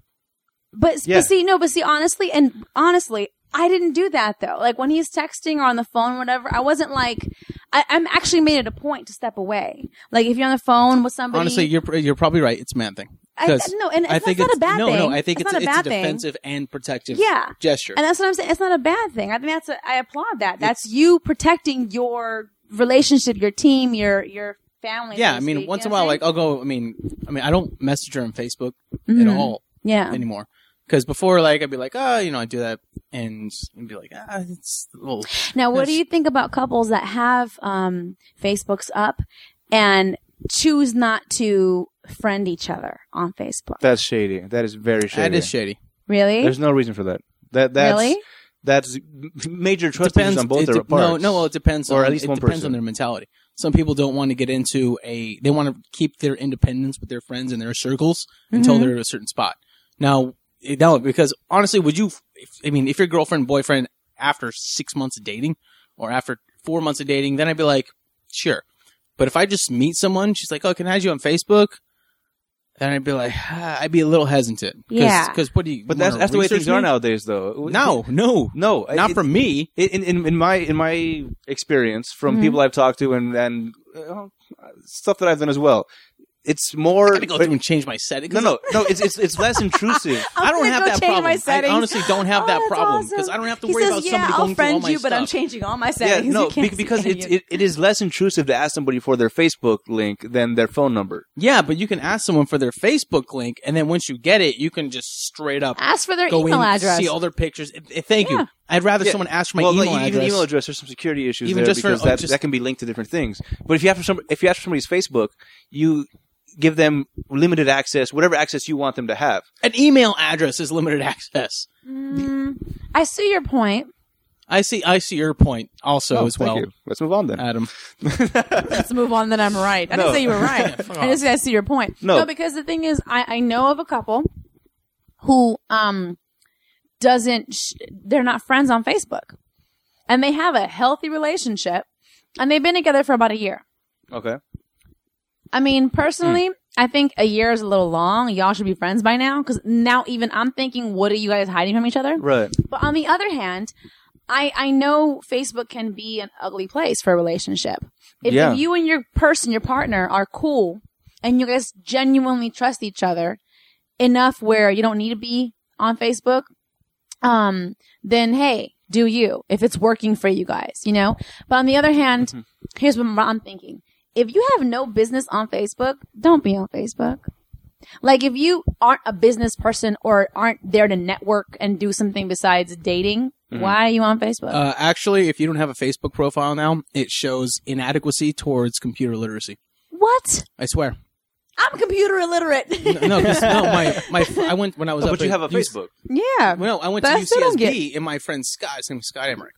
Speaker 3: but,
Speaker 2: Yeah.
Speaker 3: but see, no, but see, honestly, and honestly, I didn't do that though. Like when he's texting or on the phone, or whatever, I wasn't like, I, I'm actually made it a point to step away. Like if you're on the phone with somebody,
Speaker 4: Honestly, you're pr- you're probably right. It's a man thing.
Speaker 3: I,
Speaker 4: 'Cause
Speaker 3: no, and it's,
Speaker 4: I think
Speaker 3: that's not
Speaker 4: it's
Speaker 3: a bad
Speaker 4: no,
Speaker 3: thing.
Speaker 4: no. I think it's
Speaker 3: not a bad thing.
Speaker 4: defensive and protective
Speaker 3: Yeah.
Speaker 4: gesture.
Speaker 3: And that's what I'm saying. It's not a bad thing. I think that's a, I applaud that. That's you protecting your relationship, your team, your your family.
Speaker 4: yeah,
Speaker 3: so
Speaker 4: I
Speaker 3: to
Speaker 4: mean,
Speaker 3: speak.
Speaker 4: once
Speaker 3: You
Speaker 4: in
Speaker 3: know
Speaker 4: a
Speaker 3: what
Speaker 4: while,
Speaker 3: I'm
Speaker 4: like I'll go. I mean, I mean, I don't message her on Facebook
Speaker 3: saying?
Speaker 4: at
Speaker 3: Mhm.
Speaker 4: all
Speaker 3: Yeah.
Speaker 4: anymore. Because before, like, I'd be like, oh, you know, I do that, and and be like, ah, it's a little.
Speaker 3: Now, what do
Speaker 4: Yes.
Speaker 3: you think about couples that have um, Facebooks up and choose not to friend each other on Facebook?
Speaker 2: That's shady. That is very shady.
Speaker 4: That is shady.
Speaker 3: really?
Speaker 2: There's no reason for that. That that's
Speaker 3: really?
Speaker 2: that's major trust issues on both
Speaker 4: it
Speaker 2: their
Speaker 4: de-
Speaker 2: parts.
Speaker 4: No, no. Well, it depends.
Speaker 2: Or
Speaker 4: on,
Speaker 2: at least
Speaker 4: it
Speaker 2: one
Speaker 4: depends
Speaker 2: person.
Speaker 4: on their mentality. Some people don't want to get into a. They want to keep their independence with their friends and their circles until
Speaker 3: Mhm.
Speaker 4: they're at a certain spot. Now, no, because honestly, would you? If, I mean, if your girlfriend boyfriend after six months of dating or after four months of dating, then I'd be like, sure. But if I just meet someone, she's like, oh, can I add you on Facebook? Then I'd be like, <sighs> ah, I'd be a little hesitant. Cause,
Speaker 3: Yeah.
Speaker 4: Because what do you?
Speaker 2: But that's
Speaker 4: wanna
Speaker 2: that's the way
Speaker 4: research
Speaker 2: things are
Speaker 4: me?
Speaker 2: nowadays, though.
Speaker 4: No, no,
Speaker 2: no,
Speaker 4: not
Speaker 2: it-
Speaker 4: from me.
Speaker 2: in, in in my in my experience from
Speaker 4: Mm-hmm.
Speaker 3: Mhm.
Speaker 2: people I've talked to and and uh, stuff that I've done as well, it's more.
Speaker 4: I gotta go through and change my settings.
Speaker 2: no, no, no. It's it's it's less intrusive.
Speaker 4: <laughs>
Speaker 3: I'm
Speaker 4: I don't
Speaker 3: gonna
Speaker 4: have
Speaker 3: go
Speaker 4: that
Speaker 3: change
Speaker 4: problem.
Speaker 3: My settings.
Speaker 4: I honestly don't have
Speaker 3: Oh,
Speaker 4: that
Speaker 3: that's
Speaker 4: problem because
Speaker 3: awesome.
Speaker 4: I don't have to
Speaker 3: he
Speaker 4: worry
Speaker 3: says,
Speaker 4: about
Speaker 3: "Yeah,
Speaker 4: somebody
Speaker 3: I'll
Speaker 4: going through all
Speaker 3: friend
Speaker 4: my
Speaker 3: you, but I'm
Speaker 4: stuff."
Speaker 3: changing all my
Speaker 2: yeah,
Speaker 3: settings.
Speaker 2: no,
Speaker 3: You can't
Speaker 2: be- because
Speaker 3: see
Speaker 2: it's,
Speaker 3: any of
Speaker 2: it, it is less intrusive to ask somebody for their Facebook link than their phone number.
Speaker 4: Yeah, but you can ask someone for their Facebook link, and then once you get it, you can just straight up
Speaker 3: Ask for their
Speaker 4: go
Speaker 3: email
Speaker 4: in,
Speaker 3: address.
Speaker 4: see all their pictures. Eh, eh, Thank
Speaker 3: Yeah.
Speaker 4: you. I'd rather
Speaker 2: Yeah.
Speaker 4: someone ask for my
Speaker 2: well,
Speaker 4: email
Speaker 2: like, even
Speaker 4: address.
Speaker 2: email address, there's some security issues
Speaker 4: Even
Speaker 2: there
Speaker 4: just for-
Speaker 2: because
Speaker 4: oh,
Speaker 2: that
Speaker 4: just-
Speaker 2: that can be linked to different things. But if you have for some, if you ask for somebody's Facebook, you give them limited access, whatever access you want them to have.
Speaker 4: An email address is limited <laughs> access.
Speaker 3: Mm, I see your point.
Speaker 4: I see. I see your point also
Speaker 2: Oh,
Speaker 4: as
Speaker 2: thank
Speaker 4: well, Uh,
Speaker 2: you. Let's move on then.
Speaker 4: Adam.
Speaker 3: Let's move on. That I'm right. I didn't
Speaker 2: No.
Speaker 3: say
Speaker 2: <laughs>
Speaker 3: you were right.
Speaker 4: fuck
Speaker 3: I just said I see your point.
Speaker 2: No.
Speaker 3: because the thing is, I, I know of a couple who um doesn't. Sh- they're not friends on Facebook, and they have a healthy relationship, and they've been together for about a year.
Speaker 2: okay.
Speaker 3: I
Speaker 2: Hmm.
Speaker 3: mean, personally, I think a year is a little long. Y'all should be friends by now. Because now, even I'm thinking, what are you guys hiding from each other?
Speaker 2: Right.
Speaker 3: But on the other hand, I I know Facebook can be an ugly place for a relationship. If
Speaker 2: Yeah.
Speaker 3: you and your person, your partner, are cool and you guys genuinely trust each other enough where you don't need to be on Facebook, um, then hey, do you if it's working for you guys, you know? But on the other hand,
Speaker 2: Mm-hmm.
Speaker 3: here's what I'm thinking. If you have no business on Facebook, don't be on Facebook. Like if you aren't a business person or aren't there to network and do something besides dating,
Speaker 2: Mm-hmm.
Speaker 3: why are you on Facebook?
Speaker 4: Uh, actually, if you don't have a Facebook profile now, it shows inadequacy towards computer literacy.
Speaker 3: what?
Speaker 4: I swear.
Speaker 3: I'm computer
Speaker 2: <laughs>
Speaker 3: illiterate.
Speaker 4: No, 'cause-
Speaker 3: <laughs>
Speaker 4: no, my my I went when I was
Speaker 2: Oh,
Speaker 4: up.
Speaker 2: but you
Speaker 4: at
Speaker 2: have a
Speaker 4: UC
Speaker 2: Facebook.
Speaker 3: yeah.
Speaker 4: Well, I went
Speaker 3: But
Speaker 4: to
Speaker 3: I still don't
Speaker 4: UCSB,
Speaker 3: get-
Speaker 4: and my friend Scott, his name was Scott Emmerich,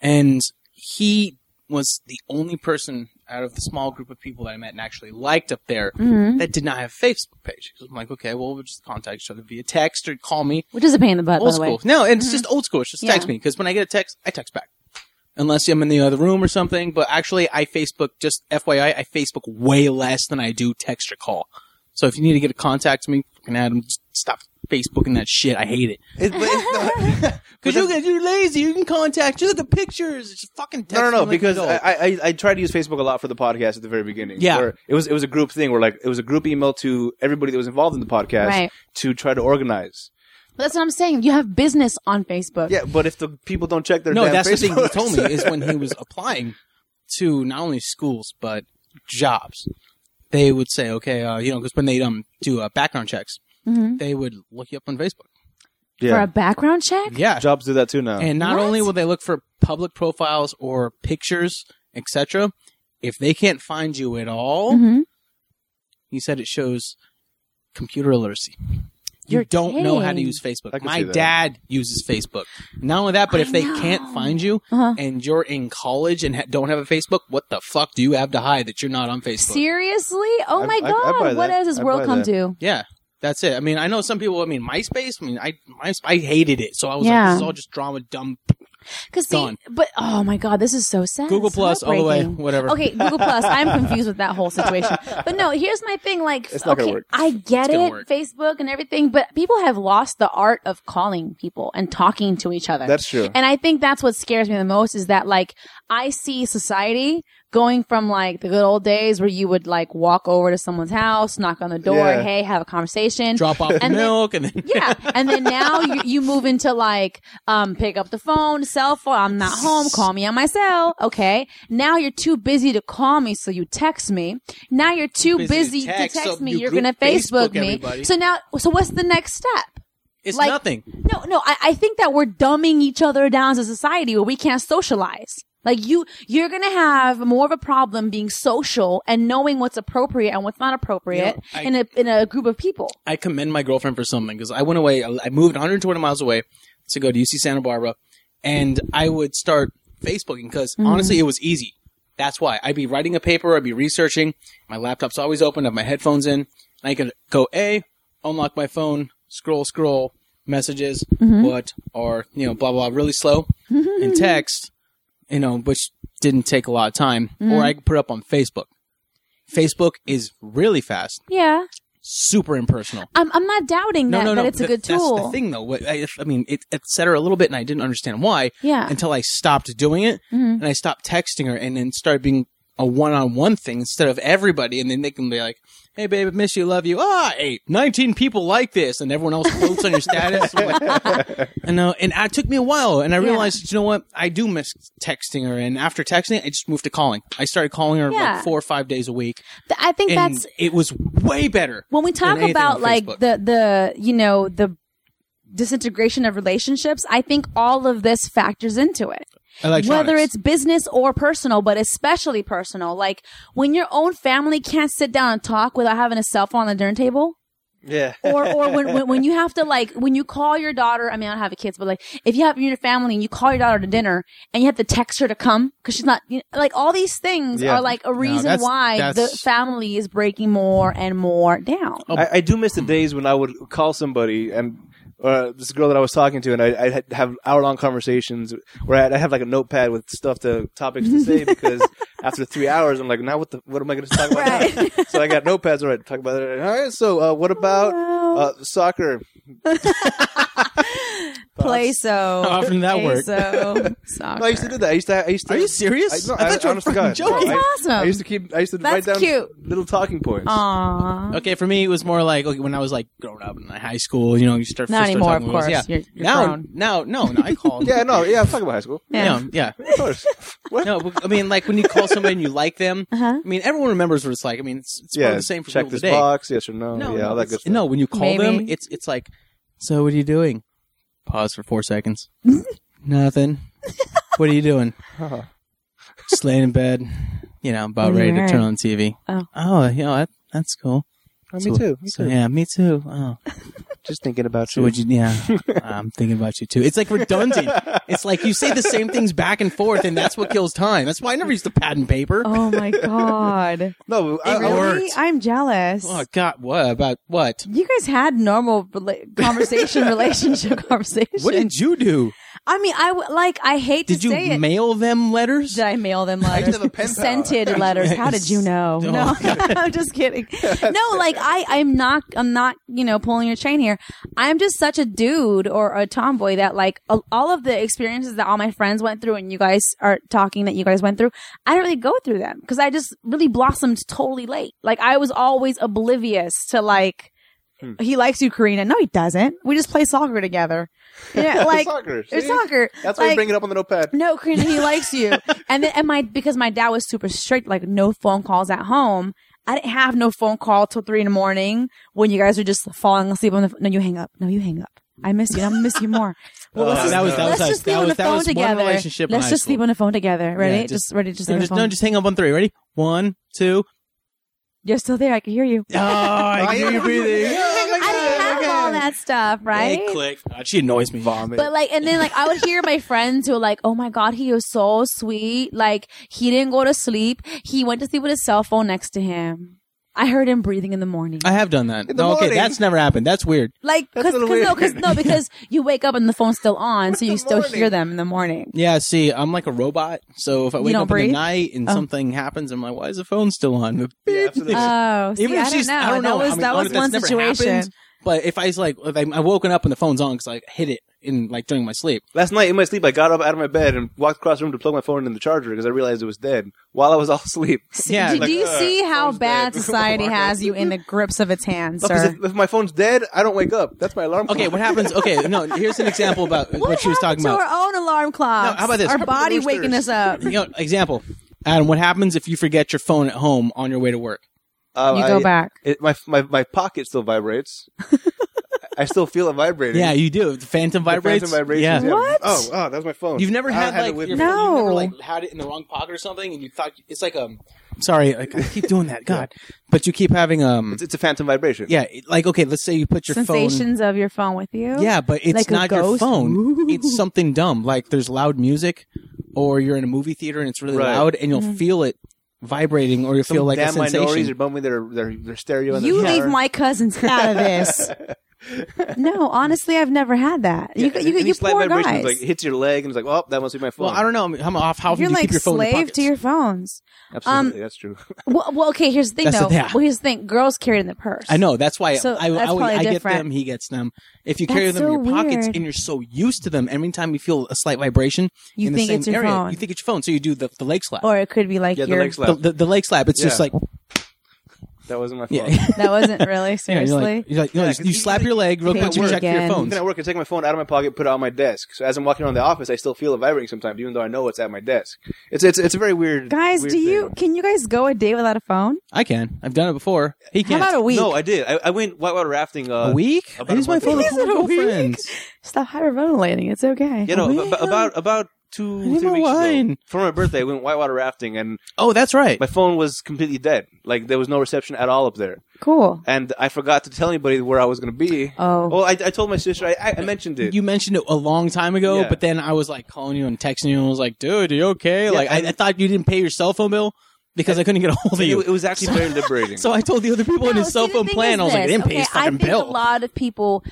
Speaker 4: and he was the only person out of the small group of people that I met and actually liked up there
Speaker 3: Mhm.
Speaker 4: that did not have a Facebook page. 'Cause I'm like, okay, well, we'll just contact each other via text or call me.
Speaker 3: Which is a pain in the butt,
Speaker 4: old
Speaker 3: by the way.
Speaker 4: school. No, it's
Speaker 2: Mm-hmm.
Speaker 4: just old school. It's just text
Speaker 3: Yeah.
Speaker 4: me because when I get a text, I text back. Unless I'm in the other room or something, but actually, I Facebook just FYI, I Facebook way less than I do text or call. So if you need to get a contact me, fucking Adam, just stop Facebooking that shit. I hate it.
Speaker 2: It- but it's
Speaker 3: <laughs>
Speaker 2: not-
Speaker 4: Because you guys, you're lazy. You can contact. Just look at the pictures. Just fucking text.
Speaker 2: no, no,
Speaker 4: me
Speaker 2: no.
Speaker 4: like
Speaker 2: Because
Speaker 4: you
Speaker 2: I,
Speaker 4: go.
Speaker 2: I, I tried to use Facebook a lot for the podcast at the very beginning.
Speaker 4: Yeah.
Speaker 2: where it was it was a group thing where like it was a group email to everybody that was involved in the podcast
Speaker 3: Right.
Speaker 2: to try to organize.
Speaker 3: But that's what I'm saying. You have business on Facebook.
Speaker 2: Yeah, but if the people don't check their
Speaker 4: no,
Speaker 2: damn
Speaker 4: that's the thing he
Speaker 2: Facebooks-
Speaker 4: told me
Speaker 2: <laughs>
Speaker 4: is when he was applying to not only schools but jobs, they would say, okay, uh, you know, because when they um do uh, background checks,
Speaker 3: Mhm.
Speaker 4: they would look you up on Facebook.
Speaker 3: For
Speaker 2: yeah, Mm-hmm.
Speaker 3: a background check?
Speaker 4: Yeah,
Speaker 2: jobs do that too now.
Speaker 4: and not
Speaker 3: What?
Speaker 4: only will they look for public profiles or pictures, etc. If they can't find you at all,
Speaker 3: Mhm.
Speaker 4: he said it shows computer illiteracy. You
Speaker 3: You're
Speaker 4: don't know how to
Speaker 3: kidding.
Speaker 4: use
Speaker 2: I
Speaker 4: Facebook.
Speaker 2: can
Speaker 4: My
Speaker 2: see that.
Speaker 4: dad uses Facebook. Not only that,
Speaker 3: I
Speaker 4: but if they
Speaker 3: know.
Speaker 4: can't find you
Speaker 3: Uh-huh.
Speaker 4: and you're in college and ha- don't have a Facebook, what the fuck do you have to hide that you're not on Facebook?
Speaker 3: Seriously? Oh
Speaker 2: I-
Speaker 3: my
Speaker 2: I- I
Speaker 3: god.
Speaker 2: buy
Speaker 3: what
Speaker 2: that.
Speaker 3: has this
Speaker 2: I
Speaker 3: world
Speaker 2: buy
Speaker 3: come
Speaker 2: that.
Speaker 3: to?
Speaker 4: yeah, that's it. I mean, I know some people. I mean, MySpace. I mean, I my, I hated it, so I was
Speaker 3: Yeah.
Speaker 4: like, this is all just drama, dumb.
Speaker 3: Cause see,
Speaker 4: Gone.
Speaker 3: but oh my god, this is so sad.
Speaker 4: Google
Speaker 3: It's
Speaker 4: Plus all the way,
Speaker 3: heartbreaking.
Speaker 4: whatever.
Speaker 3: Okay, Google Plus. I'm confused with that whole
Speaker 4: <laughs>
Speaker 3: situation. But no, here's my thing. Like,
Speaker 2: It's not
Speaker 3: okay,
Speaker 2: gonna work.
Speaker 3: I get
Speaker 4: gonna
Speaker 3: it,
Speaker 4: work.
Speaker 3: Facebook and everything, but people have lost the art of calling people and talking to each other.
Speaker 2: That's true.
Speaker 3: And I think that's what scares me the most is that like I see society going from like the good old days where you would like walk over to someone's house, knock on the door,
Speaker 2: Yeah.
Speaker 3: hey, have a conversation, <laughs>
Speaker 4: Drop off the
Speaker 3: And then-
Speaker 4: milk, and then
Speaker 3: yeah, and then now you, you move into like, um, pick up the phone, cell phone. I'm not home. Call me on my cell. Okay. Now you're too busy to call me, so you text me. Now you're too busy, to text,
Speaker 4: so
Speaker 3: me.
Speaker 4: you
Speaker 3: You're
Speaker 4: group
Speaker 3: gonna Facebook,
Speaker 4: Facebook
Speaker 3: me.
Speaker 4: everybody.
Speaker 3: So now, so what's the next step?
Speaker 4: <laughs> it's
Speaker 3: Like-
Speaker 4: nothing.
Speaker 3: No, no. I, I think that we're dumbing each other down as a society where we can't socialize. Like you, you're gonna have more of a problem being social and knowing what's appropriate and what's not appropriate
Speaker 4: I-
Speaker 3: in a in a group of people.
Speaker 4: I commend my girlfriend for something because I went away. I moved 120 miles away to go to UC Santa Barbara, and I would start Facebooking because honestly, it was easy. That's why I'd be writing a paper, I'd be researching. My laptop's always open, I have my headphones in, and I could go A, unlock my phone, scroll, scroll, messages.
Speaker 3: Mhm.
Speaker 4: What are you know, blah blah, blah really slow in text. You know, which didn't take a lot of time. Or I could put up on Facebook. Facebook is really fast,
Speaker 3: yeah.
Speaker 4: super impersonal.
Speaker 3: I'm, I'm not doubting
Speaker 4: No,
Speaker 3: that,
Speaker 4: no, no.
Speaker 3: that it's a
Speaker 4: Th-
Speaker 3: good tool.
Speaker 4: That's the thing, though. What- I, if- I mean, it, it set her a little bit, and I didn't understand why
Speaker 3: Yeah.
Speaker 4: until I stopped doing it
Speaker 3: Mhm.
Speaker 4: and I stopped texting her, and then started being a one-on-one thing instead of everybody, and then they can be like, "Hey, babe, I miss you, love you." Ah, hey, 19 people like this, and everyone else quotes on your status. I'm like, <laughs> and uh, and it took me a while, and I
Speaker 3: Yeah.
Speaker 4: realized, you know what? I do miss texting her, and after texting, I just moved to calling. I started calling her
Speaker 3: Yeah.
Speaker 4: like four or five days a week,
Speaker 3: Th- I think
Speaker 4: and
Speaker 3: that's
Speaker 4: it was way better.
Speaker 3: when we talk
Speaker 4: anything
Speaker 3: about
Speaker 4: on
Speaker 3: like
Speaker 4: Facebook.
Speaker 3: the the you know the disintegration of relationships i think all of this factors into it
Speaker 4: Electronics.
Speaker 3: whether it's business or personal but especially personal like when your own family can't sit down and talk without having a cell phone on the dinner table
Speaker 2: Yeah.
Speaker 3: or or when, when when you have to like when you call your daughter i mean i don't have kids but like if you have your family and you call your daughter to dinner and you have to text her to come because she's not you know, like all these things
Speaker 2: Yeah.
Speaker 3: are like a reason
Speaker 4: that's-
Speaker 3: why the
Speaker 4: that's-
Speaker 3: family is breaking more and more down
Speaker 2: I, I do miss
Speaker 4: Mm-hmm.
Speaker 2: the days when I would call somebody and uh, this girl that I was talking to, and I, I'd ha- have hour long conversations where I'd, I'd have like a notepad with stuff to topics to say because
Speaker 4: <laughs>
Speaker 2: after three hours, I'm like, now what the what am I going to talk about? now?" So I got notepads. All right, talk about it. All right, so uh, what about
Speaker 4: Oh,
Speaker 3: Wow.
Speaker 2: uh, soccer?
Speaker 3: play so
Speaker 4: How often did Oh, that
Speaker 3: Play
Speaker 4: work?
Speaker 3: so <laughs>
Speaker 2: No, I used to do that. I used to. I used to
Speaker 4: Are you serious?
Speaker 2: I, no,
Speaker 4: I thought you were
Speaker 2: honest to
Speaker 4: fucking
Speaker 2: God, no,
Speaker 4: joking.
Speaker 2: I,
Speaker 3: That's awesome.
Speaker 2: I used to keep. I used to
Speaker 3: That's
Speaker 2: write down
Speaker 3: cute.
Speaker 2: little talking points.
Speaker 3: Aww.
Speaker 4: <laughs> Okay, for me it was more like okay, when I was like growing up in high school, you know, you start
Speaker 3: Not
Speaker 4: first
Speaker 3: anymore,
Speaker 4: start
Speaker 3: of
Speaker 4: talking to girls,
Speaker 3: course.
Speaker 4: Yeah.
Speaker 3: You're- you're
Speaker 4: now,
Speaker 3: grown.
Speaker 4: now, no, no,
Speaker 2: <laughs>
Speaker 4: I call.
Speaker 2: Yeah, no, yeah. I'm talking about high school.
Speaker 4: yeah, yeah.
Speaker 2: Of course. What?
Speaker 4: No, but, I mean, like when you call somebody and you like them.
Speaker 3: Uh-huh.
Speaker 4: I mean, everyone remembers what it's like. I mean, it's, it's
Speaker 2: yeah.
Speaker 4: probably the same for
Speaker 2: check
Speaker 4: people
Speaker 2: this
Speaker 4: today.
Speaker 2: box. Yes or no?
Speaker 4: No,
Speaker 2: Oh, yeah,
Speaker 4: no,
Speaker 2: all that
Speaker 4: it's-
Speaker 2: good stuff.
Speaker 4: no. When you call them,
Speaker 3: Maybe.
Speaker 4: it's it's like, so what are you doing? Pause for
Speaker 3: <laughs>
Speaker 4: four seconds. Nothing. what are you doing?
Speaker 2: Huh.
Speaker 4: Just laying in bed. You know, about
Speaker 3: What are you
Speaker 4: ready to turn
Speaker 3: wearing?
Speaker 4: on TV.
Speaker 3: Oh.
Speaker 4: oh, yeah, that, that's cool.
Speaker 2: Oh,
Speaker 4: So-
Speaker 2: me too. Me
Speaker 4: So
Speaker 2: too.
Speaker 4: yeah, me too. Oh.
Speaker 2: Just thinking about
Speaker 4: So
Speaker 2: you.
Speaker 4: would you?
Speaker 2: <laughs>
Speaker 4: Yeah, I'm thinking about you too. It's like redundant. it's like you say the same things back and forth, and that's what kills time. That's why I never used the pad and paper. Oh,
Speaker 3: Oh
Speaker 4: <laughs>
Speaker 3: my god!
Speaker 2: No, I, I,
Speaker 4: really-
Speaker 2: worked.
Speaker 3: I'm jealous.
Speaker 4: Oh, God, what about what?
Speaker 3: You guys had normal rela-
Speaker 4: <laughs>
Speaker 3: conversation, relationship conversation.
Speaker 4: What did you do?
Speaker 3: I mean, I w- like. I hate
Speaker 4: Did
Speaker 3: to say
Speaker 4: you
Speaker 3: it.
Speaker 4: mail them letters?
Speaker 3: did I mail them letters?
Speaker 2: have a pen pal.
Speaker 3: Scented
Speaker 4: <laughs>
Speaker 3: letters. How did you know?
Speaker 4: Oh,
Speaker 3: No, <laughs> I'm just
Speaker 2: <laughs>
Speaker 3: kidding. No, like I, I'm not, I'm not, you know, pulling your chain here. I'm just such a dude or a tomboy that like a- all of the experiences that all my friends went through and you guys are talking that you guys went through, I didn't really go through them because I just really blossomed totally late. Like I was always oblivious to like,
Speaker 2: Hmm.
Speaker 3: he likes you, Karina. No, he doesn't. We just play
Speaker 2: <laughs>
Speaker 3: soccer together. Yeah, like
Speaker 2: soccer,
Speaker 3: it's
Speaker 2: see?
Speaker 3: soccer.
Speaker 2: That's why you
Speaker 3: Like,
Speaker 2: bring it up on the
Speaker 4: <laughs>
Speaker 2: notepad.
Speaker 3: no, Karina, he likes you.
Speaker 2: <laughs>
Speaker 3: And then, and my, because my dad was super strict, like no phone calls at home. I didn't have no phone call till three in the morning when you guys were just falling asleep on the, no, you hang up. No, you hang up. I miss you. I miss
Speaker 2: <laughs>
Speaker 3: you more. Well, let's
Speaker 4: Uh,
Speaker 3: just,
Speaker 4: that was- that
Speaker 3: let's
Speaker 4: was
Speaker 3: just
Speaker 4: us.
Speaker 3: sleep
Speaker 4: That
Speaker 3: on the
Speaker 4: was- that
Speaker 3: phone
Speaker 4: was one
Speaker 3: together.
Speaker 4: relationship in
Speaker 3: Let's
Speaker 4: high
Speaker 3: just sleep
Speaker 4: schoep.
Speaker 3: on the phone together. Ready?
Speaker 4: Yeah,
Speaker 3: just,
Speaker 4: just-
Speaker 3: ready? Just,
Speaker 4: No,
Speaker 3: sleep
Speaker 4: just,
Speaker 3: on the phone.
Speaker 4: no, just hang up on three. Ready? One, two.
Speaker 3: You're still there. I can hear you.
Speaker 4: Oh, I can
Speaker 3: <laughs>
Speaker 4: hear you breathing. Oh, my
Speaker 3: I didn't have all that stuff, right?
Speaker 4: Hey, click. God, she annoys me. Vomit.
Speaker 3: But like, and then like, I would hear my friends who were like, "Oh my god, he was so sweet. Like, he didn't go to sleep. He went to sleep with his cell phone next to him. I heard him breathing in the morning.
Speaker 4: I have done that.
Speaker 2: In the
Speaker 4: No, okay,
Speaker 2: morning.
Speaker 4: that's never happened. That's weird.
Speaker 3: like,
Speaker 2: That's
Speaker 3: because
Speaker 2: a little weird.
Speaker 3: no, because no,
Speaker 4: <laughs>
Speaker 3: because you wake up and the phone's still on, so you
Speaker 2: the
Speaker 3: still hear
Speaker 2: morning.
Speaker 3: them in the morning.
Speaker 4: Yeah, see, I'm like a robot. So if I wake
Speaker 3: don't
Speaker 4: up in
Speaker 3: breathe?
Speaker 4: the night and
Speaker 3: Oh.
Speaker 4: something happens, I'm like, why is the phone still on?
Speaker 2: Yeah, absolutely.
Speaker 4: Uh,
Speaker 3: Oh, see,
Speaker 4: Even
Speaker 3: I
Speaker 4: if
Speaker 3: don't
Speaker 4: she's,
Speaker 3: know.
Speaker 4: I don't
Speaker 3: That
Speaker 4: know.
Speaker 3: was
Speaker 4: I mean,
Speaker 3: that was
Speaker 4: honest, that's
Speaker 3: one
Speaker 4: never
Speaker 3: situation.
Speaker 4: happened, but if I was like, if I, I woken up and the phone's on because I hit it in like during my sleep.
Speaker 2: Last night in my sleep, I got up out of my bed and walked across the room to plug my phone in the charger because I realized it was dead while I was <laughs> all asleep.
Speaker 3: See,
Speaker 4: <laughs> Yeah,
Speaker 3: do,
Speaker 4: like,
Speaker 3: do you
Speaker 2: uh,
Speaker 3: see how
Speaker 2: phone's
Speaker 4: <laughs>
Speaker 3: bad
Speaker 2: dead.
Speaker 3: society has you in the grips of its hands,
Speaker 2: No, 'cause
Speaker 3: sir?
Speaker 2: if, if my phone's dead, I don't wake up. That's my alarm.
Speaker 4: Okay,
Speaker 2: clock.
Speaker 4: what happens? Okay, no, here's an example about what, she was talking
Speaker 3: to
Speaker 4: about.
Speaker 3: our own alarm clock.
Speaker 4: No, how about this?
Speaker 3: Our
Speaker 4: How
Speaker 2: about
Speaker 3: body
Speaker 2: the
Speaker 3: waking us
Speaker 2: roosters?
Speaker 3: up.
Speaker 4: You know, example, Adam. What happens if you forget your phone at home on your way to work?
Speaker 2: Uh,
Speaker 3: You go
Speaker 2: I-
Speaker 3: back.
Speaker 2: It, my my my pocket still
Speaker 4: <laughs>
Speaker 2: vibrates. I still feel it vibrating.
Speaker 4: Yeah, you do. The phantom
Speaker 2: The
Speaker 4: vibrates.
Speaker 2: phantom vibrations.
Speaker 4: Yeah.
Speaker 2: yeah.
Speaker 3: What?
Speaker 2: Oh, oh, that was my phone.
Speaker 4: You've never
Speaker 2: I
Speaker 4: had,
Speaker 2: it
Speaker 4: like
Speaker 2: with
Speaker 4: your
Speaker 2: me.
Speaker 3: No.
Speaker 4: phone- you've never, like, had it in the wrong pocket or something, and you thought it's like um. Sorry, like I keep doing <laughs> that. God, but you keep having um.
Speaker 2: It's, it's a phantom vibration.
Speaker 4: Yeah, it- like okay, let's say you put your phone.
Speaker 3: sensations of your phone with you.
Speaker 4: Yeah, but it's
Speaker 3: Like a
Speaker 4: not your
Speaker 3: ghost?
Speaker 4: phone.
Speaker 3: Ooh.
Speaker 4: It's something dumb. Like there's loud music, or you're in a movie theater and it's really
Speaker 2: Right.
Speaker 4: loud, and you'll feel it vibrating, or you'll
Speaker 2: Some
Speaker 4: feel like a
Speaker 2: damn minorities
Speaker 4: sensation.
Speaker 2: are bumming their their their stereo. in
Speaker 3: You
Speaker 2: their
Speaker 3: leave
Speaker 2: car.
Speaker 4: <laughs>
Speaker 3: my cousins out of this.
Speaker 5: No, honestly, I've never had that. you
Speaker 2: and-
Speaker 5: you,
Speaker 2: and
Speaker 5: you
Speaker 2: these light
Speaker 5: poor
Speaker 2: vibrations,
Speaker 5: guys.
Speaker 2: like hits your leg and it's like, oh, that must be my phone.
Speaker 4: Well, I don't know. I'm off. How often
Speaker 5: You're
Speaker 4: do you
Speaker 5: like
Speaker 4: keep your phone in your
Speaker 5: slave
Speaker 4: pockets?
Speaker 5: to your phones.
Speaker 2: Absolutely,
Speaker 5: <laughs>
Speaker 2: that's true.
Speaker 3: Well, well, okay. Here's the thing,
Speaker 4: That's the-
Speaker 3: though.
Speaker 4: yeah.
Speaker 3: Well, here's the thing. Girls carry it in their purse.
Speaker 4: I know. That's why
Speaker 5: So
Speaker 4: I,
Speaker 5: that's
Speaker 4: I, I,
Speaker 5: probably
Speaker 4: I get
Speaker 5: different.
Speaker 4: them. He gets them. If you carry
Speaker 5: That's
Speaker 4: them in your
Speaker 5: so
Speaker 4: pockets
Speaker 5: weird.
Speaker 4: and you're so used to them, every time you feel a slight vibration
Speaker 5: You
Speaker 4: in
Speaker 5: think
Speaker 4: the same
Speaker 5: it's your
Speaker 4: area,
Speaker 5: phone.
Speaker 4: you think it's your phone. So you do the, the leg slap.
Speaker 5: or it could be like
Speaker 2: Yeah, the
Speaker 5: your. <laughs>
Speaker 2: leg
Speaker 4: the,
Speaker 2: slap.
Speaker 4: the, the leg slap. It's just
Speaker 2: Yeah.
Speaker 4: like
Speaker 2: that wasn't my phone.
Speaker 4: <laughs>
Speaker 5: <laughs>
Speaker 4: yeah.
Speaker 5: that wasn't really
Speaker 4: Yeah,
Speaker 5: seriously.
Speaker 4: you're like, you're like, no,
Speaker 2: Yeah,
Speaker 4: you-
Speaker 2: 'cause
Speaker 4: you
Speaker 2: you-
Speaker 4: slap your leg real
Speaker 5: Okay,
Speaker 4: quick to
Speaker 5: work.
Speaker 4: check your
Speaker 5: Again.
Speaker 4: phone.
Speaker 2: Then at work, I take my phone out of my pocket, put it on my desk. So as I'm walking around the office, I still feel it vibrating sometimes, even though I know it's at my desk. It's it's it's a very weird.
Speaker 5: guys,
Speaker 2: weird
Speaker 5: do you?
Speaker 2: thing.
Speaker 5: <laughs> Can you guys go a day without a phone?
Speaker 4: I can. I've done it before. He
Speaker 5: How
Speaker 4: can't.
Speaker 5: about a week?
Speaker 2: No, I did. I, I went whitewater rafting. Uh,
Speaker 4: a week?
Speaker 2: about
Speaker 4: I
Speaker 2: a
Speaker 4: use my
Speaker 2: month
Speaker 4: phone to
Speaker 2: ago.
Speaker 4: call
Speaker 5: <laughs> Is
Speaker 4: my
Speaker 5: it a week?
Speaker 4: girlfriends.
Speaker 5: Stop hyperventilating. It's okay.
Speaker 2: You know,
Speaker 4: a week?
Speaker 2: ab- about about two
Speaker 4: need
Speaker 2: three
Speaker 4: more
Speaker 2: weeks ago,
Speaker 4: wine.
Speaker 2: for my birthday, I went whitewater rafting, and
Speaker 4: Oh, that's right.
Speaker 2: my phone was completely dead. Like there was no reception at all up there,
Speaker 5: cool.
Speaker 2: and I forgot to tell anybody where I was going to be.
Speaker 5: Oh.
Speaker 2: well, I, I told my sister. I, I, I mentioned it.
Speaker 4: You mentioned it a long time ago,
Speaker 2: Yeah.
Speaker 4: but then I was like calling you and texting you, and I was like, "Dude, are you okay?" like I, I thought you didn't pay your cell phone bill because I, couldn't get a hold of
Speaker 2: it,
Speaker 4: you.
Speaker 2: it was actually very liberating.
Speaker 4: <laughs> so I told the other people in
Speaker 3: No,
Speaker 4: his
Speaker 3: see,
Speaker 4: cell
Speaker 3: the
Speaker 4: phone
Speaker 3: thing is
Speaker 4: plan. I was like, "I
Speaker 3: this.
Speaker 4: didn't pay
Speaker 3: okay,
Speaker 4: his fucking
Speaker 3: I think
Speaker 4: bill."
Speaker 3: a lot of people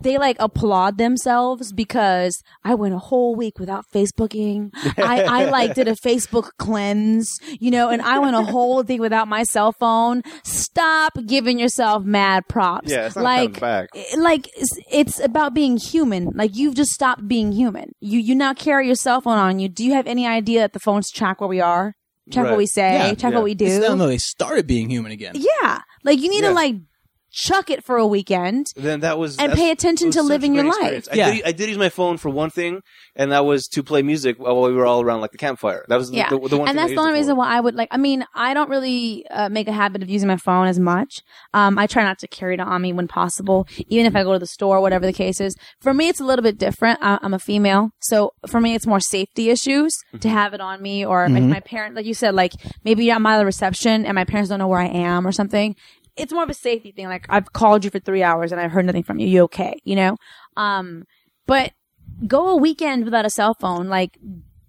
Speaker 3: they like applaud themselves because I went a whole week without Facebooking. I, I like
Speaker 4: <laughs>
Speaker 3: did a Facebook cleanse, you know, and I went a whole thing without my cell phone. Stop giving yourself mad props.
Speaker 2: Yeah, it's not
Speaker 3: like
Speaker 2: coming back.
Speaker 3: i- like it's, it's about being human. Like you've just stopped being human. You you now carry your cell phone on you. Do you have any idea that the phones track where we are? Track
Speaker 2: Right.
Speaker 3: what we say,
Speaker 4: Yeah,
Speaker 3: track
Speaker 2: yeah.
Speaker 3: what we do.
Speaker 4: It's not though they started being human again.
Speaker 3: Yeah. Like you need
Speaker 2: Yeah.
Speaker 3: to like chuck it for a weekend.
Speaker 2: then that was
Speaker 3: And
Speaker 2: that's-
Speaker 3: pay attention
Speaker 2: it was
Speaker 3: to
Speaker 2: such a
Speaker 3: living your
Speaker 2: great
Speaker 3: life.
Speaker 2: experience. I,
Speaker 4: Yeah.
Speaker 2: did, I did use my phone for one thing, and that was to play music while we were all around like the campfire. That was the-
Speaker 3: Yeah.
Speaker 2: the, the, one.
Speaker 3: and that's the only reason why I would like I mean, I don't really uh, make a habit of using my phone as much. Um I try not to carry it on me when possible, even if I go to the store, whatever the case is. For me it's a little bit different. I- I'm a female. So for me it's more safety issues
Speaker 2: Mm-hmm.
Speaker 3: to have it on me or like my parent like you said like maybe I'm out of the reception and my parents don't know where I am or something. It's more of a safety thing. Like I've called you for 3 hours and I've heard nothing from you. You okay, you know? Um but go a weekend without a cell phone like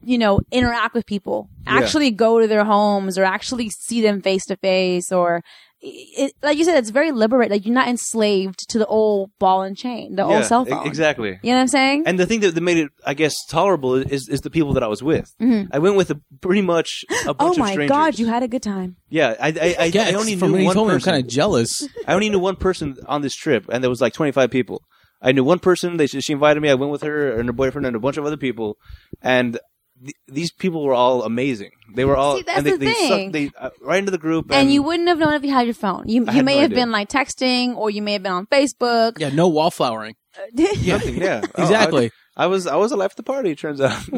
Speaker 3: you know interact with people actually go to their homes or actually see them face to face or it, like you said it's very liberate like you're not enslaved to the old ball and chain the old cell phone
Speaker 2: Exactly.
Speaker 3: you know what i'm saying
Speaker 2: e-, And the thing that, that made it, I guess, tolerable is, is the people that I was with. I went with a, pretty much a
Speaker 3: Mm-hmm. oh
Speaker 2: bunch of
Speaker 3: my
Speaker 2: strangers.
Speaker 3: god you had a good time
Speaker 2: yeah, I, I, I,
Speaker 4: Yeah,
Speaker 2: I only
Speaker 4: from
Speaker 2: knew
Speaker 4: when he
Speaker 2: one
Speaker 4: told me, I'm
Speaker 2: person.
Speaker 4: kind of jealous.
Speaker 2: I only knew one person on this trip, and there was like 25 people. I knew one person. They she invited me. I went with her and her boyfriend and a bunch of other people, and th- these people were all amazing. They were all
Speaker 3: See, that's
Speaker 2: and they,
Speaker 3: the
Speaker 2: they
Speaker 3: thing.
Speaker 2: sucked they uh, right into the group.
Speaker 3: and, you wouldn't have known if you had your phone you,
Speaker 2: I
Speaker 3: you
Speaker 2: had
Speaker 3: may
Speaker 2: no
Speaker 3: have
Speaker 2: idea.
Speaker 3: been like texting or you may have been on facebook
Speaker 4: <laughs> Yeah, no wallflowering.
Speaker 3: <laughs>
Speaker 2: yeah, nothing,
Speaker 4: <laughs>
Speaker 2: yeah, Oh, I-
Speaker 4: Exactly.
Speaker 2: I, was I was alive at the party. It turns out. <laughs>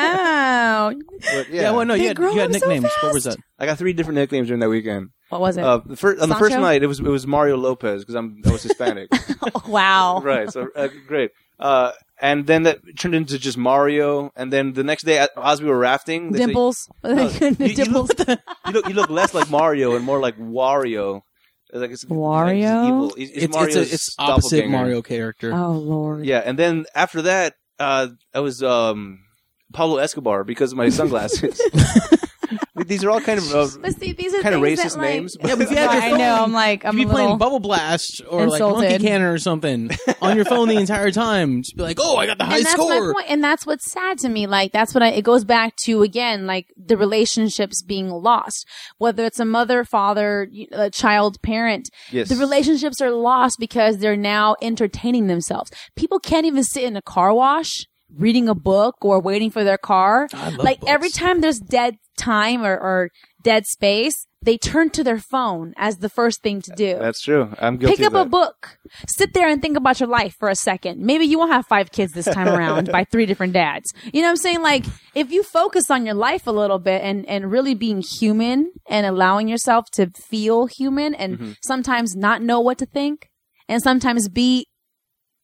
Speaker 3: wow
Speaker 2: But yeah,
Speaker 4: Yeah, well, no,
Speaker 5: They
Speaker 4: you had,
Speaker 5: grow
Speaker 4: you had
Speaker 5: up so
Speaker 4: nicknames. what was that?
Speaker 5: fast.
Speaker 2: I got three different nicknames during that weekend.
Speaker 3: what was it
Speaker 2: Uh, the first, on the first
Speaker 3: Sancho?
Speaker 2: night, it was it was Mario Lopez because I'm I was
Speaker 3: <laughs>
Speaker 2: Hispanic,
Speaker 3: <laughs> wow
Speaker 2: right? So uh, great. Uh, and then that turned into just Mario. And then the next day, as we were rafting, they say- uh,
Speaker 3: dimples <laughs>
Speaker 2: you- you
Speaker 3: dimples
Speaker 2: you look you look less like Mario and more like Wario. Like it's,
Speaker 5: Wario?
Speaker 2: Like he's evil. He's- he's
Speaker 4: It's, it's,
Speaker 2: Mario's
Speaker 4: a, it's opposite
Speaker 2: doppelganger.
Speaker 4: Mario character.
Speaker 5: Oh lord.
Speaker 2: Yeah, and then after that, uh, I was um, Pablo Escobar because of my
Speaker 3: <laughs>
Speaker 2: sunglasses. <laughs> These are all kind of uh,
Speaker 3: But see, these are
Speaker 2: kind of
Speaker 3: things
Speaker 2: racist
Speaker 3: that, like-
Speaker 2: names.
Speaker 4: <laughs> Yeah, but if
Speaker 3: <laughs>
Speaker 4: you had your
Speaker 5: I
Speaker 4: phone,
Speaker 5: know. I'm like I'm
Speaker 4: you'd be
Speaker 5: a little.
Speaker 4: playing Bubble Blast or like
Speaker 5: insulted.
Speaker 4: Monkey Cannon or something on your phone the entire time. Just be like, "Oh, I got the high
Speaker 3: and that's my
Speaker 4: score."
Speaker 3: point and that's what's sad to me like that's what i it goes back to again like the relationships being lost whether it's a mother father y- a child parent
Speaker 2: <laughs> Yes.
Speaker 3: the relationships are lost because they're now entertaining themselves people can't even sit in a car wash reading a book or waiting for their car
Speaker 4: I love
Speaker 3: like
Speaker 4: books.
Speaker 3: every time there's dead time or, or dead space they turn to their phone as the first thing to do
Speaker 2: That's true. I'm guilty.
Speaker 3: Pick up
Speaker 2: of
Speaker 3: a
Speaker 2: that.
Speaker 3: book. Sit there and think about your life for a second. Maybe you won't have five kids this
Speaker 2: <laughs>
Speaker 3: time around by three different dads. You know what I'm saying? Like, if you focus on your life a little bit and, and really being human and allowing yourself to feel human and
Speaker 2: Mm-hmm.
Speaker 3: sometimes not know what to think and sometimes be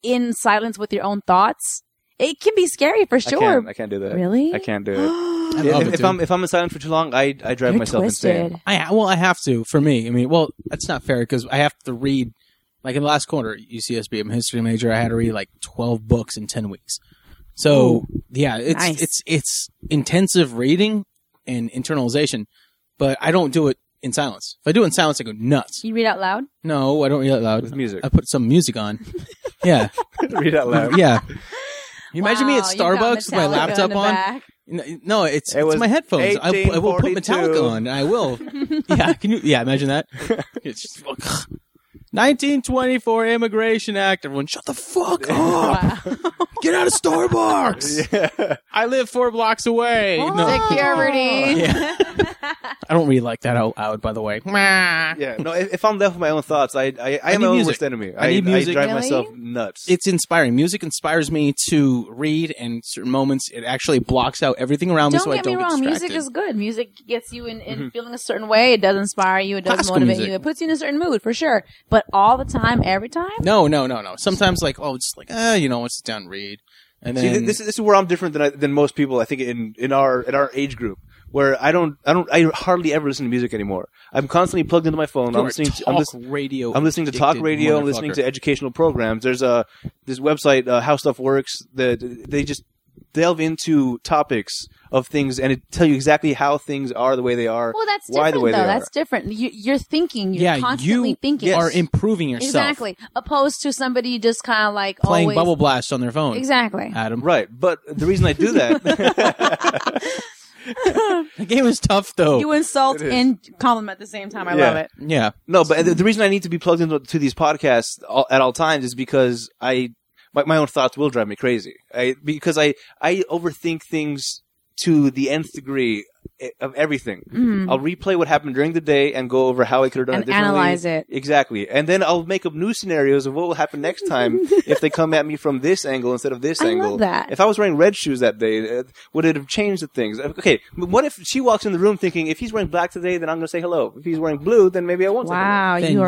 Speaker 3: in silence with your own thoughts, it can be scary for
Speaker 2: I
Speaker 3: sure.
Speaker 2: can't, I can't do that.
Speaker 3: Really?
Speaker 2: I can't do
Speaker 3: <gasps>
Speaker 2: it.
Speaker 4: I love
Speaker 2: if,
Speaker 4: it,
Speaker 2: if
Speaker 4: dude.
Speaker 2: I'm if I'm in silence for too long, I I drive
Speaker 3: You're
Speaker 2: myself
Speaker 3: twisted.
Speaker 2: insane.
Speaker 4: I well, I have to for me. I mean, well, that's not fair because I have to read. Like in the last quarter, at UCSB, I'm a history major. I had to read like 12 books in 10 weeks. So yeah, it's
Speaker 3: Nice.
Speaker 4: it's it's intensive reading and internalization, but I don't do it in silence. If I do it in silence, I go nuts.
Speaker 3: You read out loud?
Speaker 4: No, I don't read out
Speaker 2: with
Speaker 4: loud.
Speaker 2: music.
Speaker 4: I put some music on. <laughs> yeah,
Speaker 2: <laughs> Read out loud.
Speaker 3: <laughs>
Speaker 4: <laughs> yeah. You imagine me at
Speaker 3: Wow, you got
Speaker 4: Starbucks with my
Speaker 3: Metallica in
Speaker 4: laptop
Speaker 3: the
Speaker 4: on.
Speaker 3: back.
Speaker 4: N- No, it's,
Speaker 2: It
Speaker 4: it's
Speaker 2: was
Speaker 4: my headphones. I, I will put
Speaker 2: 1842.
Speaker 4: Metallica on. I <laughs> will. yeah, can you? Yeah, imagine
Speaker 2: <laughs>
Speaker 4: that. It's just- 1924 Immigration Act. Everyone, shut
Speaker 2: <laughs>
Speaker 4: the fuck up! <laughs>
Speaker 3: Wow.
Speaker 4: Get out of Starbucks.
Speaker 2: Yeah.
Speaker 4: I live four blocks away. No,
Speaker 5: Oh.
Speaker 3: Security. <laughs>
Speaker 4: Yeah. I don't really like that out loud. By the way,
Speaker 2: Yeah. No, if, if I'm left with my own thoughts, I I, I
Speaker 4: need
Speaker 2: am my own
Speaker 4: music.
Speaker 2: worst enemy.
Speaker 4: I need music.
Speaker 2: drive
Speaker 3: Really?
Speaker 2: myself nuts.
Speaker 4: it's inspiring. Music inspires me to read, and certain moments it actually blocks out everything around me,
Speaker 3: Don't
Speaker 4: so I
Speaker 3: get
Speaker 4: don't
Speaker 3: me
Speaker 4: get
Speaker 3: wrong.
Speaker 4: distracted. Mm-hmm.
Speaker 3: Music is good. Music gets you in, in feeling a certain way. It does inspire you. It does
Speaker 4: Classical
Speaker 3: motivate
Speaker 4: music.
Speaker 3: you. It puts you in a certain mood for sure. But all the time, every time,
Speaker 4: no, no, no, no. Sometimes like oh, it's like ah, you know, let's sit down and read, and
Speaker 2: See,
Speaker 4: then
Speaker 2: th- this is, this is where I'm different than I, than most people. I think in in our in our age group, where I don't I don't I hardly ever listen to music anymore. I'm constantly plugged into my phone.
Speaker 4: You
Speaker 2: I'm
Speaker 4: are
Speaker 2: listening.
Speaker 4: talk
Speaker 2: To, I'm, lis-
Speaker 4: radio.
Speaker 2: I'm listening to talk
Speaker 4: addicted
Speaker 2: radio. I'm listening to
Speaker 4: motherfucker.
Speaker 2: educational programs. There's a this website uh, How Stuff Works that they just delve into topics of things and it tell you exactly how things are the way they are.
Speaker 3: well, that's
Speaker 2: why
Speaker 3: different
Speaker 2: the way
Speaker 3: though.
Speaker 2: they
Speaker 3: That's different. You, you're thinking. You're
Speaker 4: yeah,
Speaker 3: constantly
Speaker 4: you
Speaker 3: thinking.
Speaker 4: are improving yourself.
Speaker 3: Exactly. Opposed to somebody just kind of like
Speaker 4: Playing
Speaker 3: always,
Speaker 4: Bubble Uh, Blast on their phone.
Speaker 3: Exactly.
Speaker 4: Adam,
Speaker 2: are. Right, but the reason I do
Speaker 3: <laughs>
Speaker 2: that, <laughs>
Speaker 4: the game is tough though.
Speaker 5: You insult
Speaker 2: It is.
Speaker 5: and compliment at the same time. I
Speaker 2: Yeah.
Speaker 5: love it.
Speaker 4: yeah,
Speaker 2: no, but the, the reason I need to be plugged into to these podcasts all, at all times is because I, my, my own thoughts will drive me crazy. I, because I, I overthink things to the nth degree eh, of everything. I'll replay what happened during the day and go over how I could have done it
Speaker 3: Mm-hmm. and
Speaker 2: differently.
Speaker 3: analyze it.
Speaker 2: Exactly. And then I'll make up new scenarios of what will happen next
Speaker 3: <laughs>
Speaker 2: time if they come at me from this angle instead of this
Speaker 3: I
Speaker 2: angle.
Speaker 3: love that.
Speaker 2: If I was wearing red shoes that day, uh, would it have changed the things? Uh, Okay, but what if she walks in the room thinking, if he's wearing black today, then I'm going to say hello. If he's wearing blue, then maybe I won't say hello.
Speaker 3: Wow,
Speaker 4: then
Speaker 3: you are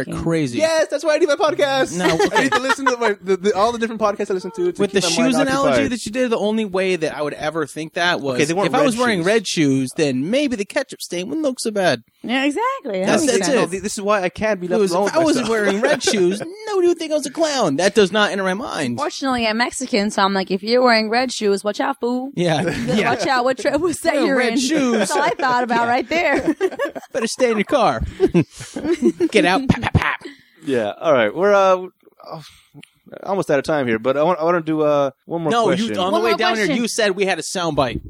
Speaker 4: are
Speaker 3: overthinking.
Speaker 4: crazy.
Speaker 2: Yes, that's why I need my podcast.
Speaker 4: No,
Speaker 2: <laughs>
Speaker 4: okay.
Speaker 2: I need to listen to my, the, the, all the different podcasts I listen to. to
Speaker 4: With the
Speaker 2: keep my mind
Speaker 4: shoes analogy
Speaker 2: occupied.
Speaker 4: that you did, the only way that I would ever think that was
Speaker 2: Okay, they weren't
Speaker 4: if I
Speaker 2: red
Speaker 4: was wearing
Speaker 2: shoes.
Speaker 4: red shoes, then maybe the ketchup stain wouldn't look so bad.
Speaker 5: Yeah, exactly. That
Speaker 4: That's-
Speaker 5: makes
Speaker 4: that's
Speaker 5: sense.
Speaker 2: No, th- this is why I can't be
Speaker 4: It
Speaker 2: left
Speaker 4: was,
Speaker 2: alone.
Speaker 4: if I wasn't
Speaker 2: myself.
Speaker 4: wearing red shoes, nobody would think I was a clown. That does not enter my mind.
Speaker 3: Fortunately, I'm Mexican, so I'm like, if you're wearing red shoes, watch out, boo.
Speaker 2: <laughs>
Speaker 4: Yeah, yeah.
Speaker 3: Watch out what, tra- what set
Speaker 4: Wear
Speaker 3: you're
Speaker 4: red
Speaker 3: in.
Speaker 4: shoes.
Speaker 3: That's all I thought
Speaker 4: <laughs>
Speaker 3: about right there.
Speaker 4: Better stay in
Speaker 2: <laughs>
Speaker 4: your car. Get out. Pap, pap, pap.
Speaker 2: <laughs> Yeah. All right. We're uh, almost out of time here, but I want, I want to do uh, one more
Speaker 4: No,
Speaker 2: question.
Speaker 4: you, on
Speaker 3: One
Speaker 4: the way
Speaker 3: more
Speaker 4: down here,
Speaker 3: question.
Speaker 4: you said we had a soundbite.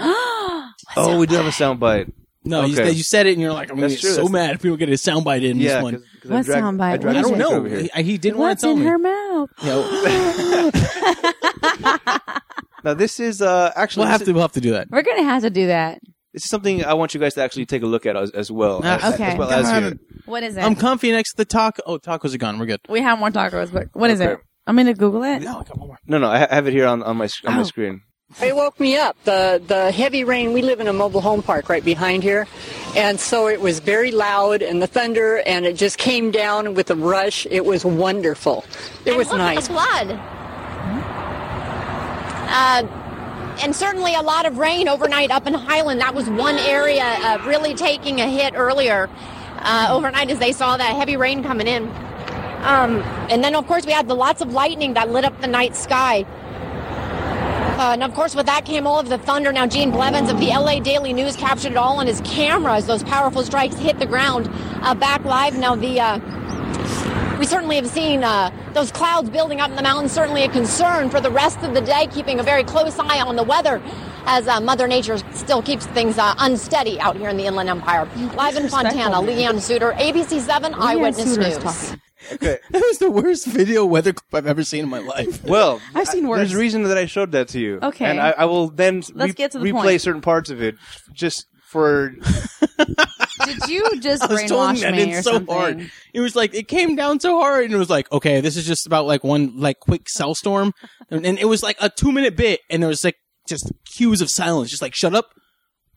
Speaker 2: oh, we do have a soundbite.
Speaker 4: No, you,
Speaker 2: Okay.
Speaker 4: said, you said it, and you're like, I'm gonna
Speaker 2: That's
Speaker 4: get
Speaker 2: true.
Speaker 4: so
Speaker 2: That's-
Speaker 4: mad if people get a soundbite in
Speaker 2: Yeah.
Speaker 4: this one.
Speaker 2: 'cause- 'cause I
Speaker 5: What
Speaker 2: dragged-
Speaker 5: soundbite?
Speaker 2: I
Speaker 5: What
Speaker 2: dragged
Speaker 4: I
Speaker 5: is
Speaker 2: this
Speaker 5: it?
Speaker 4: don't
Speaker 2: back
Speaker 4: know.
Speaker 2: over here.
Speaker 4: He, he didn't want to
Speaker 5: What's
Speaker 4: tell
Speaker 5: in
Speaker 4: me.
Speaker 5: her mouth? <laughs>
Speaker 4: No.
Speaker 2: Now this is uh, actually
Speaker 4: we'll
Speaker 2: this,
Speaker 4: have
Speaker 2: is,
Speaker 4: to. We'll have to do that.
Speaker 3: We're gonna have to do that.
Speaker 2: this is something I want you guys to actually take a look at as, as well.
Speaker 4: Ah,
Speaker 2: as,
Speaker 5: Uh, okay.
Speaker 2: As well
Speaker 4: Come
Speaker 2: as
Speaker 4: on.
Speaker 2: here.
Speaker 3: What is it?
Speaker 4: I'm comfy next to the taco. Oh, tacos are gone. We're good.
Speaker 5: We have more tacos, but what is
Speaker 2: Okay.
Speaker 5: it? I'm going to Google it.
Speaker 4: <laughs> No, I got one more.
Speaker 2: No, no, I ha- have it here on, on my sc-
Speaker 5: Oh.
Speaker 2: on my screen.
Speaker 6: It woke me up. The the heavy rain. We live in a mobile home park right behind here, and so it was very loud and the thunder, and it just came down with a rush. It was wonderful. It was
Speaker 7: and look at
Speaker 6: nice.
Speaker 7: the flood. Uh, and certainly a lot of rain overnight up in Highland. That was one area uh, really taking a hit earlier uh, overnight as they saw that heavy rain coming in. Um, and then, of course, we had the lots of lightning that lit up the night sky. Uh, and of course, with that came all of the thunder. Now, Gene Blevins of the LA Daily News captured it all on his camera as those powerful strikes hit the ground uh, back live. Now, the uh, we certainly have seen uh, those clouds building up in the mountains, certainly a concern for the rest of the day, keeping a very close eye on the weather as uh, Mother Nature still keeps things uh, unsteady out here in the Inland Empire. Live in Fontana, Leanne Suter, ABC 7 Eyewitness
Speaker 5: Suter is
Speaker 7: News.
Speaker 5: talking.
Speaker 4: That was the worst video weather clip I've ever seen in
Speaker 5: <laughs>
Speaker 4: my life.
Speaker 2: Well,
Speaker 5: I've seen
Speaker 2: I-
Speaker 5: worse.
Speaker 2: There's a reason that I showed that to you.
Speaker 5: Okay.
Speaker 2: and I, I will then
Speaker 5: Let's get to the
Speaker 2: replay
Speaker 5: point.
Speaker 2: certain parts of it just for
Speaker 5: Did you just
Speaker 4: I was
Speaker 5: brainwash
Speaker 4: telling that
Speaker 5: me or
Speaker 4: it's so
Speaker 5: something?
Speaker 4: hard. It was like it came down so hard, and it was like, okay, this is just about like one like quick cell storm, and, and it was like a two minute bit, and there was like just cues of silence, just like shut up,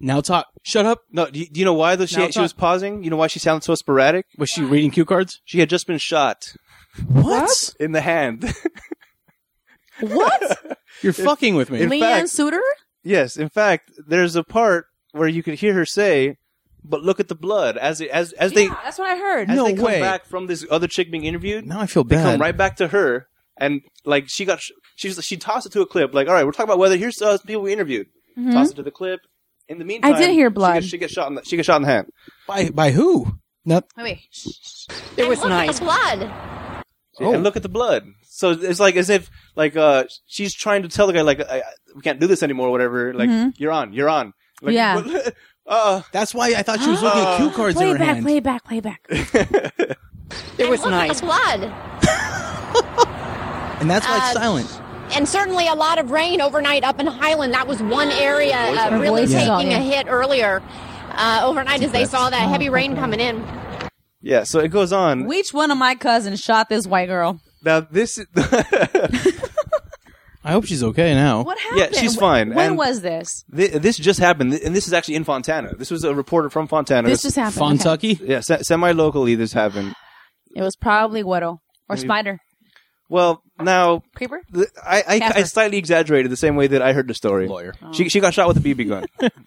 Speaker 4: now talk, shut up.
Speaker 2: no. Do you, do you know why though
Speaker 4: Now
Speaker 2: she,
Speaker 4: it's
Speaker 2: she was
Speaker 4: on.
Speaker 2: pausing? You know why she sounded so sporadic?
Speaker 4: Was she reading cue cards?
Speaker 2: She had just been shot
Speaker 4: What?
Speaker 2: in the hand. <laughs>
Speaker 5: What?
Speaker 4: <laughs> You're fucking with me.
Speaker 2: In
Speaker 5: Leanne
Speaker 2: fact-
Speaker 5: Suter?
Speaker 2: Yes, in fact, there's a part where you can hear her say, "But look at the blood." As it, as as they
Speaker 5: Yeah, that's what I heard.
Speaker 2: as
Speaker 4: No
Speaker 2: they come
Speaker 4: way.
Speaker 2: back from this other chick being interviewed,
Speaker 4: now I feel
Speaker 2: they
Speaker 4: bad.
Speaker 2: come right back to her, and like she got she was she tossed it to a clip. Like, all right, we're talking about weather. Here's uh, people we interviewed. Toss it to the clip. In the meantime,
Speaker 3: Mm-hmm. I did hear blood.
Speaker 2: She gets, she gets shot. In the, she gets shot in the hand.
Speaker 4: By by who? Not
Speaker 3: Wait, wait.
Speaker 6: It was
Speaker 7: and look at
Speaker 6: nice.
Speaker 7: the blood.
Speaker 4: Oh.
Speaker 2: And look at the blood. So it's like as if like uh she's trying to tell the guy like I, I, we can't do this anymore. or Whatever. Like you're on. You're on. Like,
Speaker 3: Mm-hmm. Yeah.
Speaker 2: what- <laughs> uh,
Speaker 4: that's why I thought she was looking at cue cards in
Speaker 3: Play
Speaker 4: her
Speaker 3: back,
Speaker 4: hand.
Speaker 3: play back, play back.
Speaker 4: <laughs>
Speaker 6: It was
Speaker 7: and look
Speaker 6: nice.
Speaker 7: at the blood.
Speaker 4: And that's why it's
Speaker 7: Uh,
Speaker 4: silent.
Speaker 7: and certainly a lot of rain overnight up in Highland. That was one area uh, really
Speaker 3: voice is
Speaker 7: taking
Speaker 3: all, yeah.
Speaker 7: a hit earlier uh, overnight as they saw
Speaker 3: Oh,
Speaker 7: that heavy rain coming in.
Speaker 2: yeah. So it goes on.
Speaker 5: Which one of my cousins shot this white girl?
Speaker 2: now this. <laughs> Is
Speaker 4: I hope she's okay now.
Speaker 3: What happened?
Speaker 2: Yeah, she's fine.
Speaker 3: When
Speaker 2: And-
Speaker 3: was this?
Speaker 2: Thi- this just happened, and this is actually in Fontana. This was a reporter from Fontana.
Speaker 3: This just happened. Okay.
Speaker 4: Fontucky?
Speaker 2: yeah, se- semi-locally this happened.
Speaker 3: It was probably Widow or Spider
Speaker 2: Well, now
Speaker 3: Creeper.
Speaker 2: th- I, I, I
Speaker 3: Casper.
Speaker 2: slightly exaggerated the same way that I heard the story.
Speaker 4: Lawyer.
Speaker 2: She she got shot with a BB
Speaker 4: <laughs>
Speaker 2: gun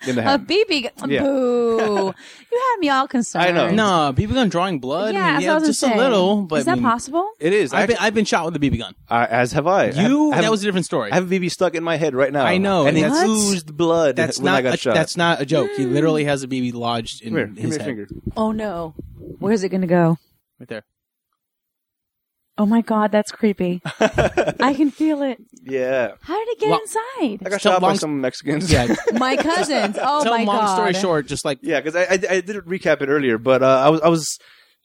Speaker 2: in the
Speaker 3: A
Speaker 4: Uh,
Speaker 2: head.
Speaker 3: BB.
Speaker 2: Yeah.
Speaker 3: Boo! you had me all concerned.
Speaker 2: I know.
Speaker 4: No, people gun drawing blood.
Speaker 3: Yeah,
Speaker 4: I mean,
Speaker 3: that's what I was
Speaker 4: just
Speaker 3: gonna
Speaker 4: a
Speaker 3: say.
Speaker 4: little. But
Speaker 3: is that
Speaker 4: I mean,
Speaker 3: possible?
Speaker 2: It is.
Speaker 4: I've been,
Speaker 2: Actu-
Speaker 4: I've been shot with a BB gun.
Speaker 2: I- as have I.
Speaker 4: You?
Speaker 2: I have,
Speaker 4: that was a different story.
Speaker 2: I have a BB stuck in my head right now.
Speaker 4: I know,
Speaker 2: and it
Speaker 4: that's-
Speaker 2: oozed blood
Speaker 4: that's
Speaker 2: when
Speaker 4: not
Speaker 2: I got
Speaker 4: a,
Speaker 2: shot.
Speaker 4: that's not a joke. He literally has a BB lodged in
Speaker 2: Come here, give
Speaker 4: his
Speaker 2: me your finger.
Speaker 4: head.
Speaker 3: Oh no! Where's it gonna go?
Speaker 4: Right there.
Speaker 3: Oh my god,
Speaker 2: <laughs>
Speaker 3: that's creepy. I can feel it.
Speaker 2: Yeah,
Speaker 3: How did it get
Speaker 4: Lo-
Speaker 2: I
Speaker 3: inside?
Speaker 2: got
Speaker 4: Tell
Speaker 2: shot by
Speaker 4: long-
Speaker 2: some Mexicans.
Speaker 4: <laughs> Yeah.
Speaker 3: My cousins. <laughs> Oh
Speaker 4: Tell
Speaker 3: my
Speaker 4: long
Speaker 3: god.
Speaker 4: story short, just like
Speaker 2: <laughs> Yeah, because I, I I did recap it earlier, but uh, I was I was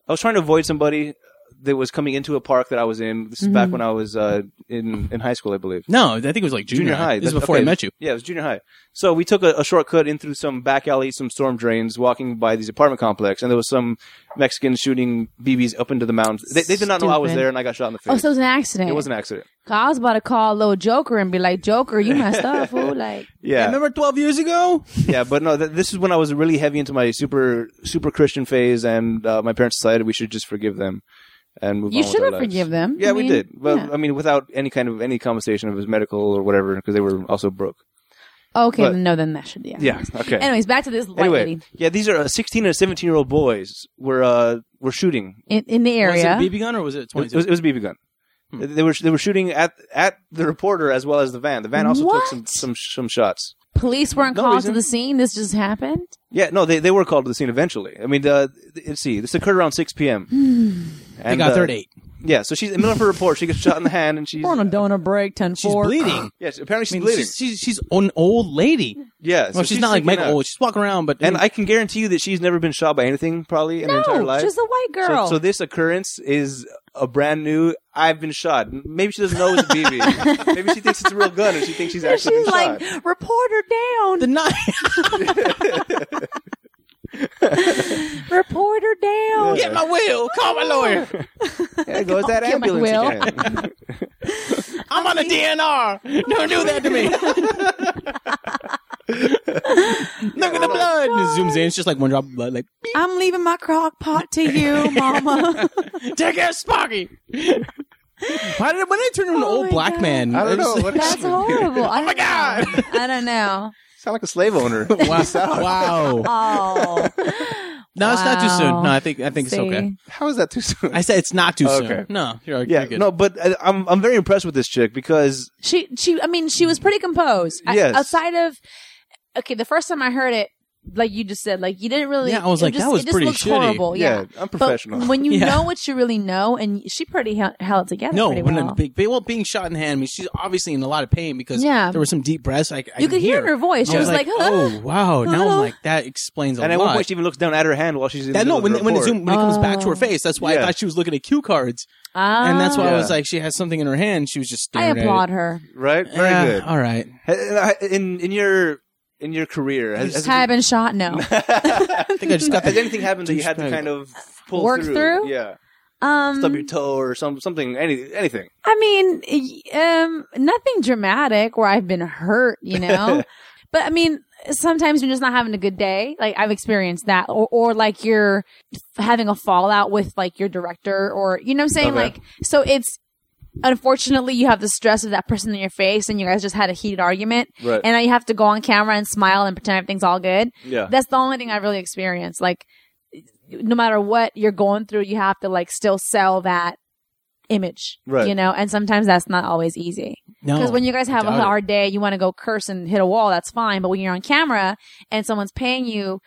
Speaker 2: I was trying to avoid somebody that was coming into a park that I was in. This is
Speaker 4: Mm-hmm.
Speaker 2: back when I was uh, in in high school, I believe.
Speaker 4: no, I think it was like junior, high. This is
Speaker 2: That's-
Speaker 4: before I
Speaker 2: okay.
Speaker 4: met you.
Speaker 2: Yeah, it was junior high. So we took a, a shortcut in through some back alley, some storm drains, walking by these apartment complex, and there was some Mexicans shooting BBs up into the mountains. They, they did not know I was
Speaker 3: Stupid.
Speaker 2: there, and I got shot in the face.
Speaker 3: Oh, so it was an accident.
Speaker 2: it was an accident.
Speaker 3: I was about to call little Joker and be like, Joker, you messed up,
Speaker 2: <laughs>
Speaker 3: fool. Like,
Speaker 2: Yeah,
Speaker 4: Remember 12 years ago?
Speaker 2: yeah, but no, th- this is when I was really heavy into my super super Christian phase, and uh, my parents decided we should just forgive them and move
Speaker 3: you
Speaker 2: on. with
Speaker 3: should
Speaker 2: our
Speaker 3: have
Speaker 2: lives.
Speaker 3: forgive them.
Speaker 2: Yeah,
Speaker 3: I
Speaker 2: we
Speaker 3: mean,
Speaker 2: did. Well,
Speaker 3: yeah.
Speaker 2: I mean, without any kind of any conversation of his medical or whatever, because they were also broke.
Speaker 3: okay,
Speaker 2: but-
Speaker 3: no, then that should be.
Speaker 2: Yeah. Okay.
Speaker 3: Anyways, back to this white
Speaker 2: anyway,
Speaker 3: lady
Speaker 2: yeah, these are uh, 16 and 17 year old boys were uh, were shooting.
Speaker 3: in, in the
Speaker 4: Was it a
Speaker 3: area.
Speaker 4: BB gun or was it Hmm.
Speaker 2: It was,
Speaker 4: 22?
Speaker 2: it was a BB gun. They were they were shooting at at the reporter as well as the van. The van also took some
Speaker 3: What?
Speaker 2: some some shots.
Speaker 3: Police weren't
Speaker 2: No
Speaker 3: called
Speaker 2: reason.
Speaker 3: to the scene. This just happened.
Speaker 2: Yeah, no, they, they were called to the scene eventually. I mean, uh, th- let's see, this occurred around 6 p.m.
Speaker 3: Hmm.
Speaker 4: They
Speaker 2: and,
Speaker 4: got
Speaker 2: uh,
Speaker 4: 38.
Speaker 2: yeah, so she's in the middle of her report. She gets shot in the hand, and she's
Speaker 5: a donut break, ten
Speaker 4: She's bleeding.
Speaker 2: yes, apparently she's
Speaker 4: I mean,
Speaker 2: bleeding.
Speaker 4: She's, she's, she's an old lady.
Speaker 2: yeah, so
Speaker 4: Well, she's, not like
Speaker 2: freaking
Speaker 4: Michael
Speaker 2: out.
Speaker 4: old. She's walking around, but
Speaker 2: And I can guarantee you that she's never been shot by anything probably in her entire
Speaker 3: No,
Speaker 2: life.
Speaker 3: she's Oh, a white girl.
Speaker 2: So, so this occurrence is a brand new. I've been shot. Maybe she doesn't know it's a
Speaker 3: <laughs>
Speaker 2: BB. Maybe she thinks it's a real gun, and she thinks she's actually
Speaker 3: She's
Speaker 2: been
Speaker 3: like,
Speaker 2: shot.
Speaker 3: reporter down,
Speaker 4: the <laughs> knife.
Speaker 3: reporter down.
Speaker 4: Get my will. Call my <laughs> lawyer.
Speaker 2: There goes that
Speaker 3: Get my
Speaker 2: ambulance
Speaker 3: oh, will.
Speaker 2: again.
Speaker 4: I'm on a DNR. Don't do that to me. <laughs> Look at the blood. And it zooms in. It's just like one drop of blood. Like,
Speaker 3: I'm leaving my crock pot to you, mama.
Speaker 4: take care, Sparky. Why did, when did I turn into an
Speaker 3: Oh
Speaker 4: old
Speaker 3: my
Speaker 4: black
Speaker 3: God.
Speaker 2: <laughs>
Speaker 4: man?
Speaker 2: I don't
Speaker 4: It's-
Speaker 2: know.
Speaker 4: <laughs>
Speaker 2: What is
Speaker 3: <laughs> That's horrible. I oh my
Speaker 4: God.
Speaker 3: I don't know.
Speaker 2: Sound like a slave <laughs> owner.
Speaker 4: Wow. wow.
Speaker 3: Oh,
Speaker 4: No, it's not too soon.
Speaker 3: Wow.
Speaker 4: No, I think I think
Speaker 3: See.
Speaker 4: it's okay.
Speaker 2: How is that too soon?
Speaker 4: I said it's not too
Speaker 2: Okay.
Speaker 4: soon. No, you're,
Speaker 2: yeah,
Speaker 4: you're good.
Speaker 2: no, but I, I'm I'm very impressed with this chick because
Speaker 3: She, she. I mean, she was pretty composed. I-
Speaker 2: Yes.
Speaker 3: outside of, okay, the first time I heard it, like you just said, like you didn't really.
Speaker 4: Yeah, I was
Speaker 3: it
Speaker 4: like,
Speaker 3: just,
Speaker 4: that was
Speaker 3: it just
Speaker 4: pretty
Speaker 3: looked
Speaker 4: shitty.
Speaker 3: horrible. Yeah.
Speaker 2: yeah, I'm professional.
Speaker 3: But when you
Speaker 4: Yeah.
Speaker 3: know what you really know, and she pretty held, held it together.
Speaker 4: No,
Speaker 3: pretty
Speaker 4: when
Speaker 3: well.
Speaker 4: a big, well, being shot in the hand. I mean, she's obviously in a lot of pain because
Speaker 3: Yeah.
Speaker 4: there were some deep breaths. I, I
Speaker 3: you could hear in her voice. She
Speaker 4: I
Speaker 3: was like, "Huh?" <laughs>
Speaker 4: "Oh wow!" Now
Speaker 3: Hello?
Speaker 4: I'm like, that explains a
Speaker 2: and at
Speaker 4: lot.
Speaker 2: one point she even looks down at her hand while she's in
Speaker 4: that,
Speaker 2: the middle
Speaker 4: no, when
Speaker 2: of the
Speaker 4: when it,
Speaker 2: report.
Speaker 4: zoom, when it comes back to
Speaker 3: Oh.
Speaker 4: her face, that's why
Speaker 2: Yeah. Oh.
Speaker 4: I thought she was looking at cue cards,
Speaker 3: Ah.
Speaker 4: and that's why I was
Speaker 2: Yeah.
Speaker 4: like, she has something in her hand. She was just.
Speaker 3: I
Speaker 4: staring at
Speaker 3: applaud
Speaker 4: it.
Speaker 3: her.
Speaker 2: right? Very
Speaker 4: Yeah,
Speaker 2: good.
Speaker 4: All right.
Speaker 2: In in your in your career, has, has,
Speaker 3: Have I been shot? No.
Speaker 4: I think I just
Speaker 3: <laughs>
Speaker 4: got
Speaker 2: has
Speaker 4: the.
Speaker 2: anything happened that you had to
Speaker 4: Douchebag.
Speaker 2: kind of pull
Speaker 3: Work through?
Speaker 2: Yeah,
Speaker 3: Um,
Speaker 2: stub your toe or some something, any anything.
Speaker 3: I mean, y- um, nothing dramatic where I've been hurt,
Speaker 2: <laughs>
Speaker 3: you know. but I mean, sometimes you're just not having a good day. Like I've experienced that, or or like you're f- having a fallout with like your director, or you know what I'm saying.
Speaker 2: Okay.
Speaker 3: Like so, it's unfortunately you have the stress of that person in your face, and you guys just had a heated argument,
Speaker 2: Right.
Speaker 3: and now you have to go on camera and smile and pretend everything's all good.
Speaker 2: Yeah.
Speaker 3: That's the only thing I've really experienced. Like no matter what you're going through, you have to like still sell that image,
Speaker 2: Right.
Speaker 3: you know, and sometimes that's not always easy.
Speaker 4: No.
Speaker 3: Because when you guys have a
Speaker 4: doubt it.
Speaker 3: hard day, you want to go curse and hit a wall, that's fine. But when you're on camera and someone's paying you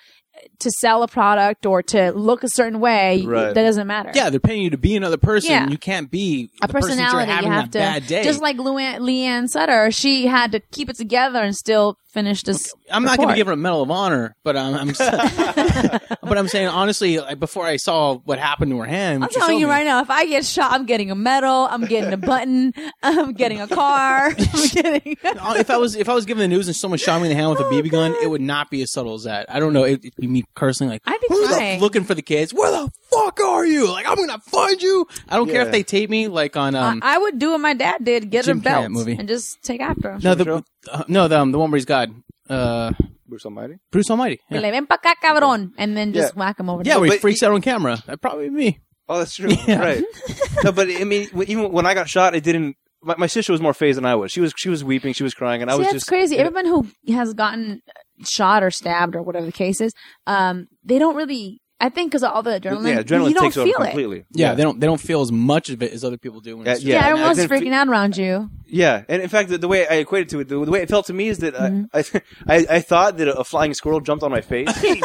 Speaker 3: to sell a product or to look a certain way,
Speaker 2: Right.
Speaker 3: that doesn't matter.
Speaker 4: yeah, they're paying you to be another person.
Speaker 3: Yeah.
Speaker 4: You can't be
Speaker 3: A
Speaker 4: the person that
Speaker 3: personality,
Speaker 4: You're having
Speaker 3: you
Speaker 4: that
Speaker 3: have to.
Speaker 4: bad day.
Speaker 3: Just like Luann, Leanne Sutter, she had to keep it together and still finish this.
Speaker 4: I'm not going to
Speaker 3: report.
Speaker 4: give her a medal of honor, but I'm, I'm <laughs> but I'm saying honestly, like, before I saw what happened to her hand,
Speaker 3: I'm telling you right now, if I get shot, I'm getting a medal, I'm getting a button, <laughs> I'm getting a car, <laughs>
Speaker 4: <laughs>
Speaker 3: I'm getting.
Speaker 4: now, Uh, if I was if I was given the news and someone shot me in the hand with
Speaker 3: Oh
Speaker 4: a BB gun, it would not be as subtle as that. I don't know. It, it'd be me cursing like
Speaker 3: I'd be
Speaker 4: "Who's the-
Speaker 3: crying.
Speaker 4: looking for the kids. Where the fuck are you? Like I'm gonna find you. I don't care
Speaker 2: Yeah.
Speaker 4: if they tape me. Like on um
Speaker 3: I, I would do what my dad did: get
Speaker 4: Jim
Speaker 3: a belt
Speaker 4: Carrey movie.
Speaker 3: and just take after him.
Speaker 4: no the uh, no the, um, the one where he's God uh
Speaker 2: Bruce Almighty.
Speaker 4: Bruce Almighty.
Speaker 3: Be
Speaker 4: Yeah,
Speaker 3: like, "Ven pa' acá, cabrón," and then just
Speaker 2: Yeah.
Speaker 3: whack him over.
Speaker 4: Yeah,
Speaker 3: the
Speaker 4: where he
Speaker 2: but
Speaker 4: freaks out on camera. That'd probably be me.
Speaker 2: Oh, that's
Speaker 3: <laughs>
Speaker 2: true. Right. No, but I mean, w- even when I got shot, it didn't. My, my sister was more phased than I was. She was she was weeping, she was crying, and I
Speaker 3: See,
Speaker 2: was
Speaker 3: that's
Speaker 2: just
Speaker 3: crazy. Everyone who has gotten shot or stabbed or whatever the case is, um, they don't really. I think because all the adrenaline,
Speaker 2: yeah, adrenaline
Speaker 3: you don't
Speaker 2: takes over
Speaker 3: feel it.
Speaker 2: completely.
Speaker 4: Yeah, they don't they don't feel as much of it as other people do. When it's
Speaker 2: Uh,
Speaker 4: just-
Speaker 3: Yeah,
Speaker 2: Yeah,
Speaker 3: everyone
Speaker 2: I
Speaker 3: everyone's
Speaker 2: didn't
Speaker 3: freaking out around you.
Speaker 2: Yeah, and in fact, the, the way I equated to it, the, the way it felt to me is that I,
Speaker 3: Mm-hmm.
Speaker 2: I, <laughs> I I thought that a flying squirrel jumped on my
Speaker 3: <laughs>
Speaker 2: face. <laughs>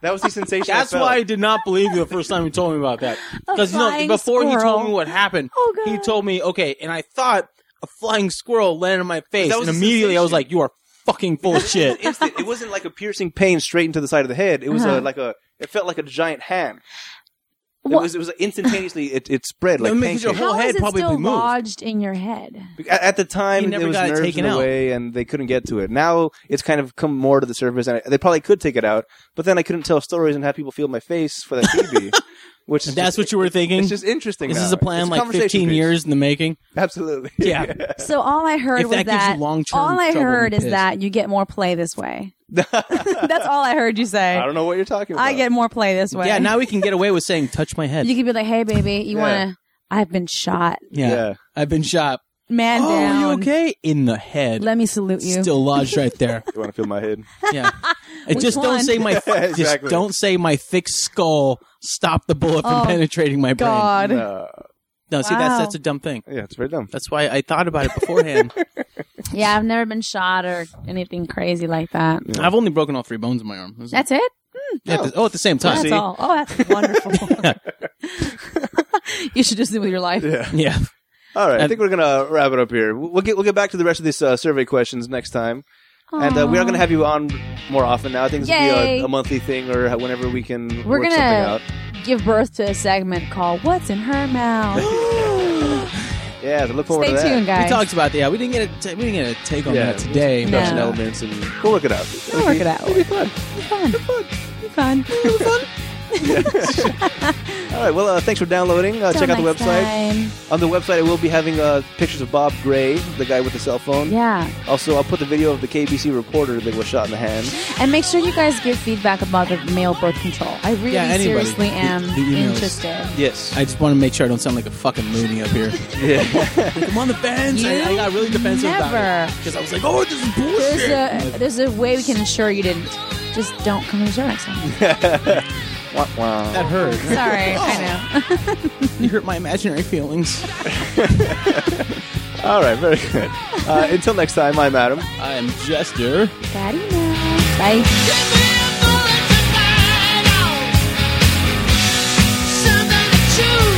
Speaker 2: That was the sensation. I
Speaker 4: That's
Speaker 2: felt.
Speaker 4: why I did not believe you the first time you told me about that. Because no,
Speaker 3: flying
Speaker 4: before he told
Speaker 3: squirrel.
Speaker 4: me what happened,
Speaker 3: Oh,
Speaker 4: he
Speaker 3: God.
Speaker 4: told me okay, and I thought a flying squirrel landed on my face,
Speaker 2: That was
Speaker 4: and
Speaker 2: a
Speaker 4: immediately I was
Speaker 2: sensation.
Speaker 4: like, "You are fucking full of shit."
Speaker 2: Instant- it wasn't like a piercing pain straight into the side of the head. It was a,
Speaker 3: Uh-huh.
Speaker 2: like a. It felt like a giant hand. It
Speaker 3: Well-
Speaker 2: was. It was instantaneously. It, it spread like
Speaker 4: It makes your
Speaker 2: pancakes.
Speaker 4: whole
Speaker 3: How
Speaker 4: head
Speaker 3: is it
Speaker 4: probably
Speaker 3: still
Speaker 4: moved.
Speaker 3: lodged in your head?
Speaker 2: At, at the
Speaker 4: You
Speaker 2: time,
Speaker 4: never
Speaker 2: there was
Speaker 4: got it
Speaker 2: nerves
Speaker 4: taken
Speaker 2: in the
Speaker 4: out.
Speaker 2: way, and they couldn't get to it. Now it's kind of come more to the surface, and I, they probably could take it out. But then I couldn't tell stories and have people feel my face for that
Speaker 4: <laughs>
Speaker 2: baby, which is
Speaker 4: That's
Speaker 2: just,
Speaker 4: what you were thinking.
Speaker 2: It's just interesting.
Speaker 4: this is
Speaker 2: now.
Speaker 4: a plan
Speaker 2: It's
Speaker 4: like
Speaker 2: conversation
Speaker 4: 15
Speaker 2: piece.
Speaker 4: years in the making.
Speaker 2: Absolutely.
Speaker 4: <laughs> Yeah.
Speaker 3: So all I heard
Speaker 4: If
Speaker 3: was
Speaker 4: that gives you long-term
Speaker 3: all I
Speaker 4: trouble, I'm
Speaker 3: heard is
Speaker 4: pissed.
Speaker 3: that you get more play this way.
Speaker 4: <laughs>
Speaker 3: <laughs> That's all I heard you say.
Speaker 2: <laughs> I don't know what you're talking about.
Speaker 3: I get more play this way.
Speaker 4: Yeah, now we can get away with saying "touch my head."
Speaker 3: you could be like, "Hey, baby, you
Speaker 2: Yeah.
Speaker 3: want to? I've been shot,
Speaker 4: yeah.
Speaker 2: Yeah.
Speaker 4: I've been shot.
Speaker 3: man
Speaker 4: oh,
Speaker 3: down.
Speaker 4: you okay? In the head,
Speaker 3: Let me salute you."
Speaker 4: still lodged right there. <laughs>
Speaker 2: You want to feel my head?
Speaker 3: <laughs>
Speaker 4: Yeah, And just don't
Speaker 3: one?
Speaker 4: say my just
Speaker 2: Exactly.
Speaker 4: don't say my thick skull stopped the bullet from
Speaker 3: Oh,
Speaker 4: penetrating my brain.
Speaker 3: <laughs> God.
Speaker 2: No.
Speaker 4: No, see that's
Speaker 3: Wow.
Speaker 4: that's a dumb thing.
Speaker 2: Yeah, it's very dumb.
Speaker 4: That's why I thought about it beforehand.
Speaker 3: Yeah, I've never been shot or anything crazy like that.
Speaker 4: I've only broken all three bones in my arm. That's-
Speaker 3: That's it. Hmm.
Speaker 4: at the- oh, at the same time.
Speaker 3: That's
Speaker 4: See?
Speaker 3: all. Oh, that's <laughs> wonderful. <laughs> you should just do with your life.
Speaker 4: Yeah.
Speaker 2: All right, I think we're gonna wrap it up here. We'll get we'll get back to the rest of these uh, survey questions next time, and uh, we are gonna have you on more often now. I think this will be
Speaker 3: Yay.
Speaker 2: a, a monthly thing or whenever we can
Speaker 3: We're
Speaker 2: work something out.
Speaker 3: gonna give birth to a segment called "What's in Her Mouth."
Speaker 2: Yeah, so look forward
Speaker 3: Stay
Speaker 2: to that.
Speaker 3: tuned, guys.
Speaker 4: We talked about that. Yeah, we didn't get a t- we didn't get a take on
Speaker 2: Yeah.
Speaker 4: that today. uh,
Speaker 3: No.
Speaker 2: Production elements, and we'll work it out.
Speaker 3: We'll work it out.
Speaker 2: It'll be fun.
Speaker 3: Be fun.
Speaker 2: All right. Well, uh, thanhanks for downloading. Uh, check out the
Speaker 3: Till next
Speaker 2: website.
Speaker 3: time.
Speaker 2: On the website, I will be having uh, pictures of Bob Gray, the guy with the cell phone.
Speaker 3: Yeah,
Speaker 2: Also, I'll put the video of the KBC reporter that was shot in the hand.
Speaker 3: and make sure you guys give feedback about the male birth control. I really
Speaker 4: Yeah, anybody.
Speaker 3: seriously
Speaker 4: The-
Speaker 3: am
Speaker 4: the emails.
Speaker 3: interested.
Speaker 2: Yes.
Speaker 4: I just want to make sure I don't sound like a fucking loony up here.
Speaker 2: yeah.
Speaker 4: I'm on the fence. I, I got really defensive about it
Speaker 3: never.
Speaker 4: because I was like, "Oh, this is
Speaker 3: There's
Speaker 4: bullshit."
Speaker 3: a there's a way we can ensure you didn't. Just don't come to the
Speaker 4: <laughs>
Speaker 3: show next time.
Speaker 2: Wah, wah.
Speaker 4: that hurt. <laughs>
Speaker 3: Sorry, I know.
Speaker 4: You hurt my imaginary feelings.
Speaker 2: <laughs> All right, very good. Uh, until next time, I'm Adam.
Speaker 4: I'm Jester.
Speaker 3: Daddy now. Bye.
Speaker 1: Something to choose.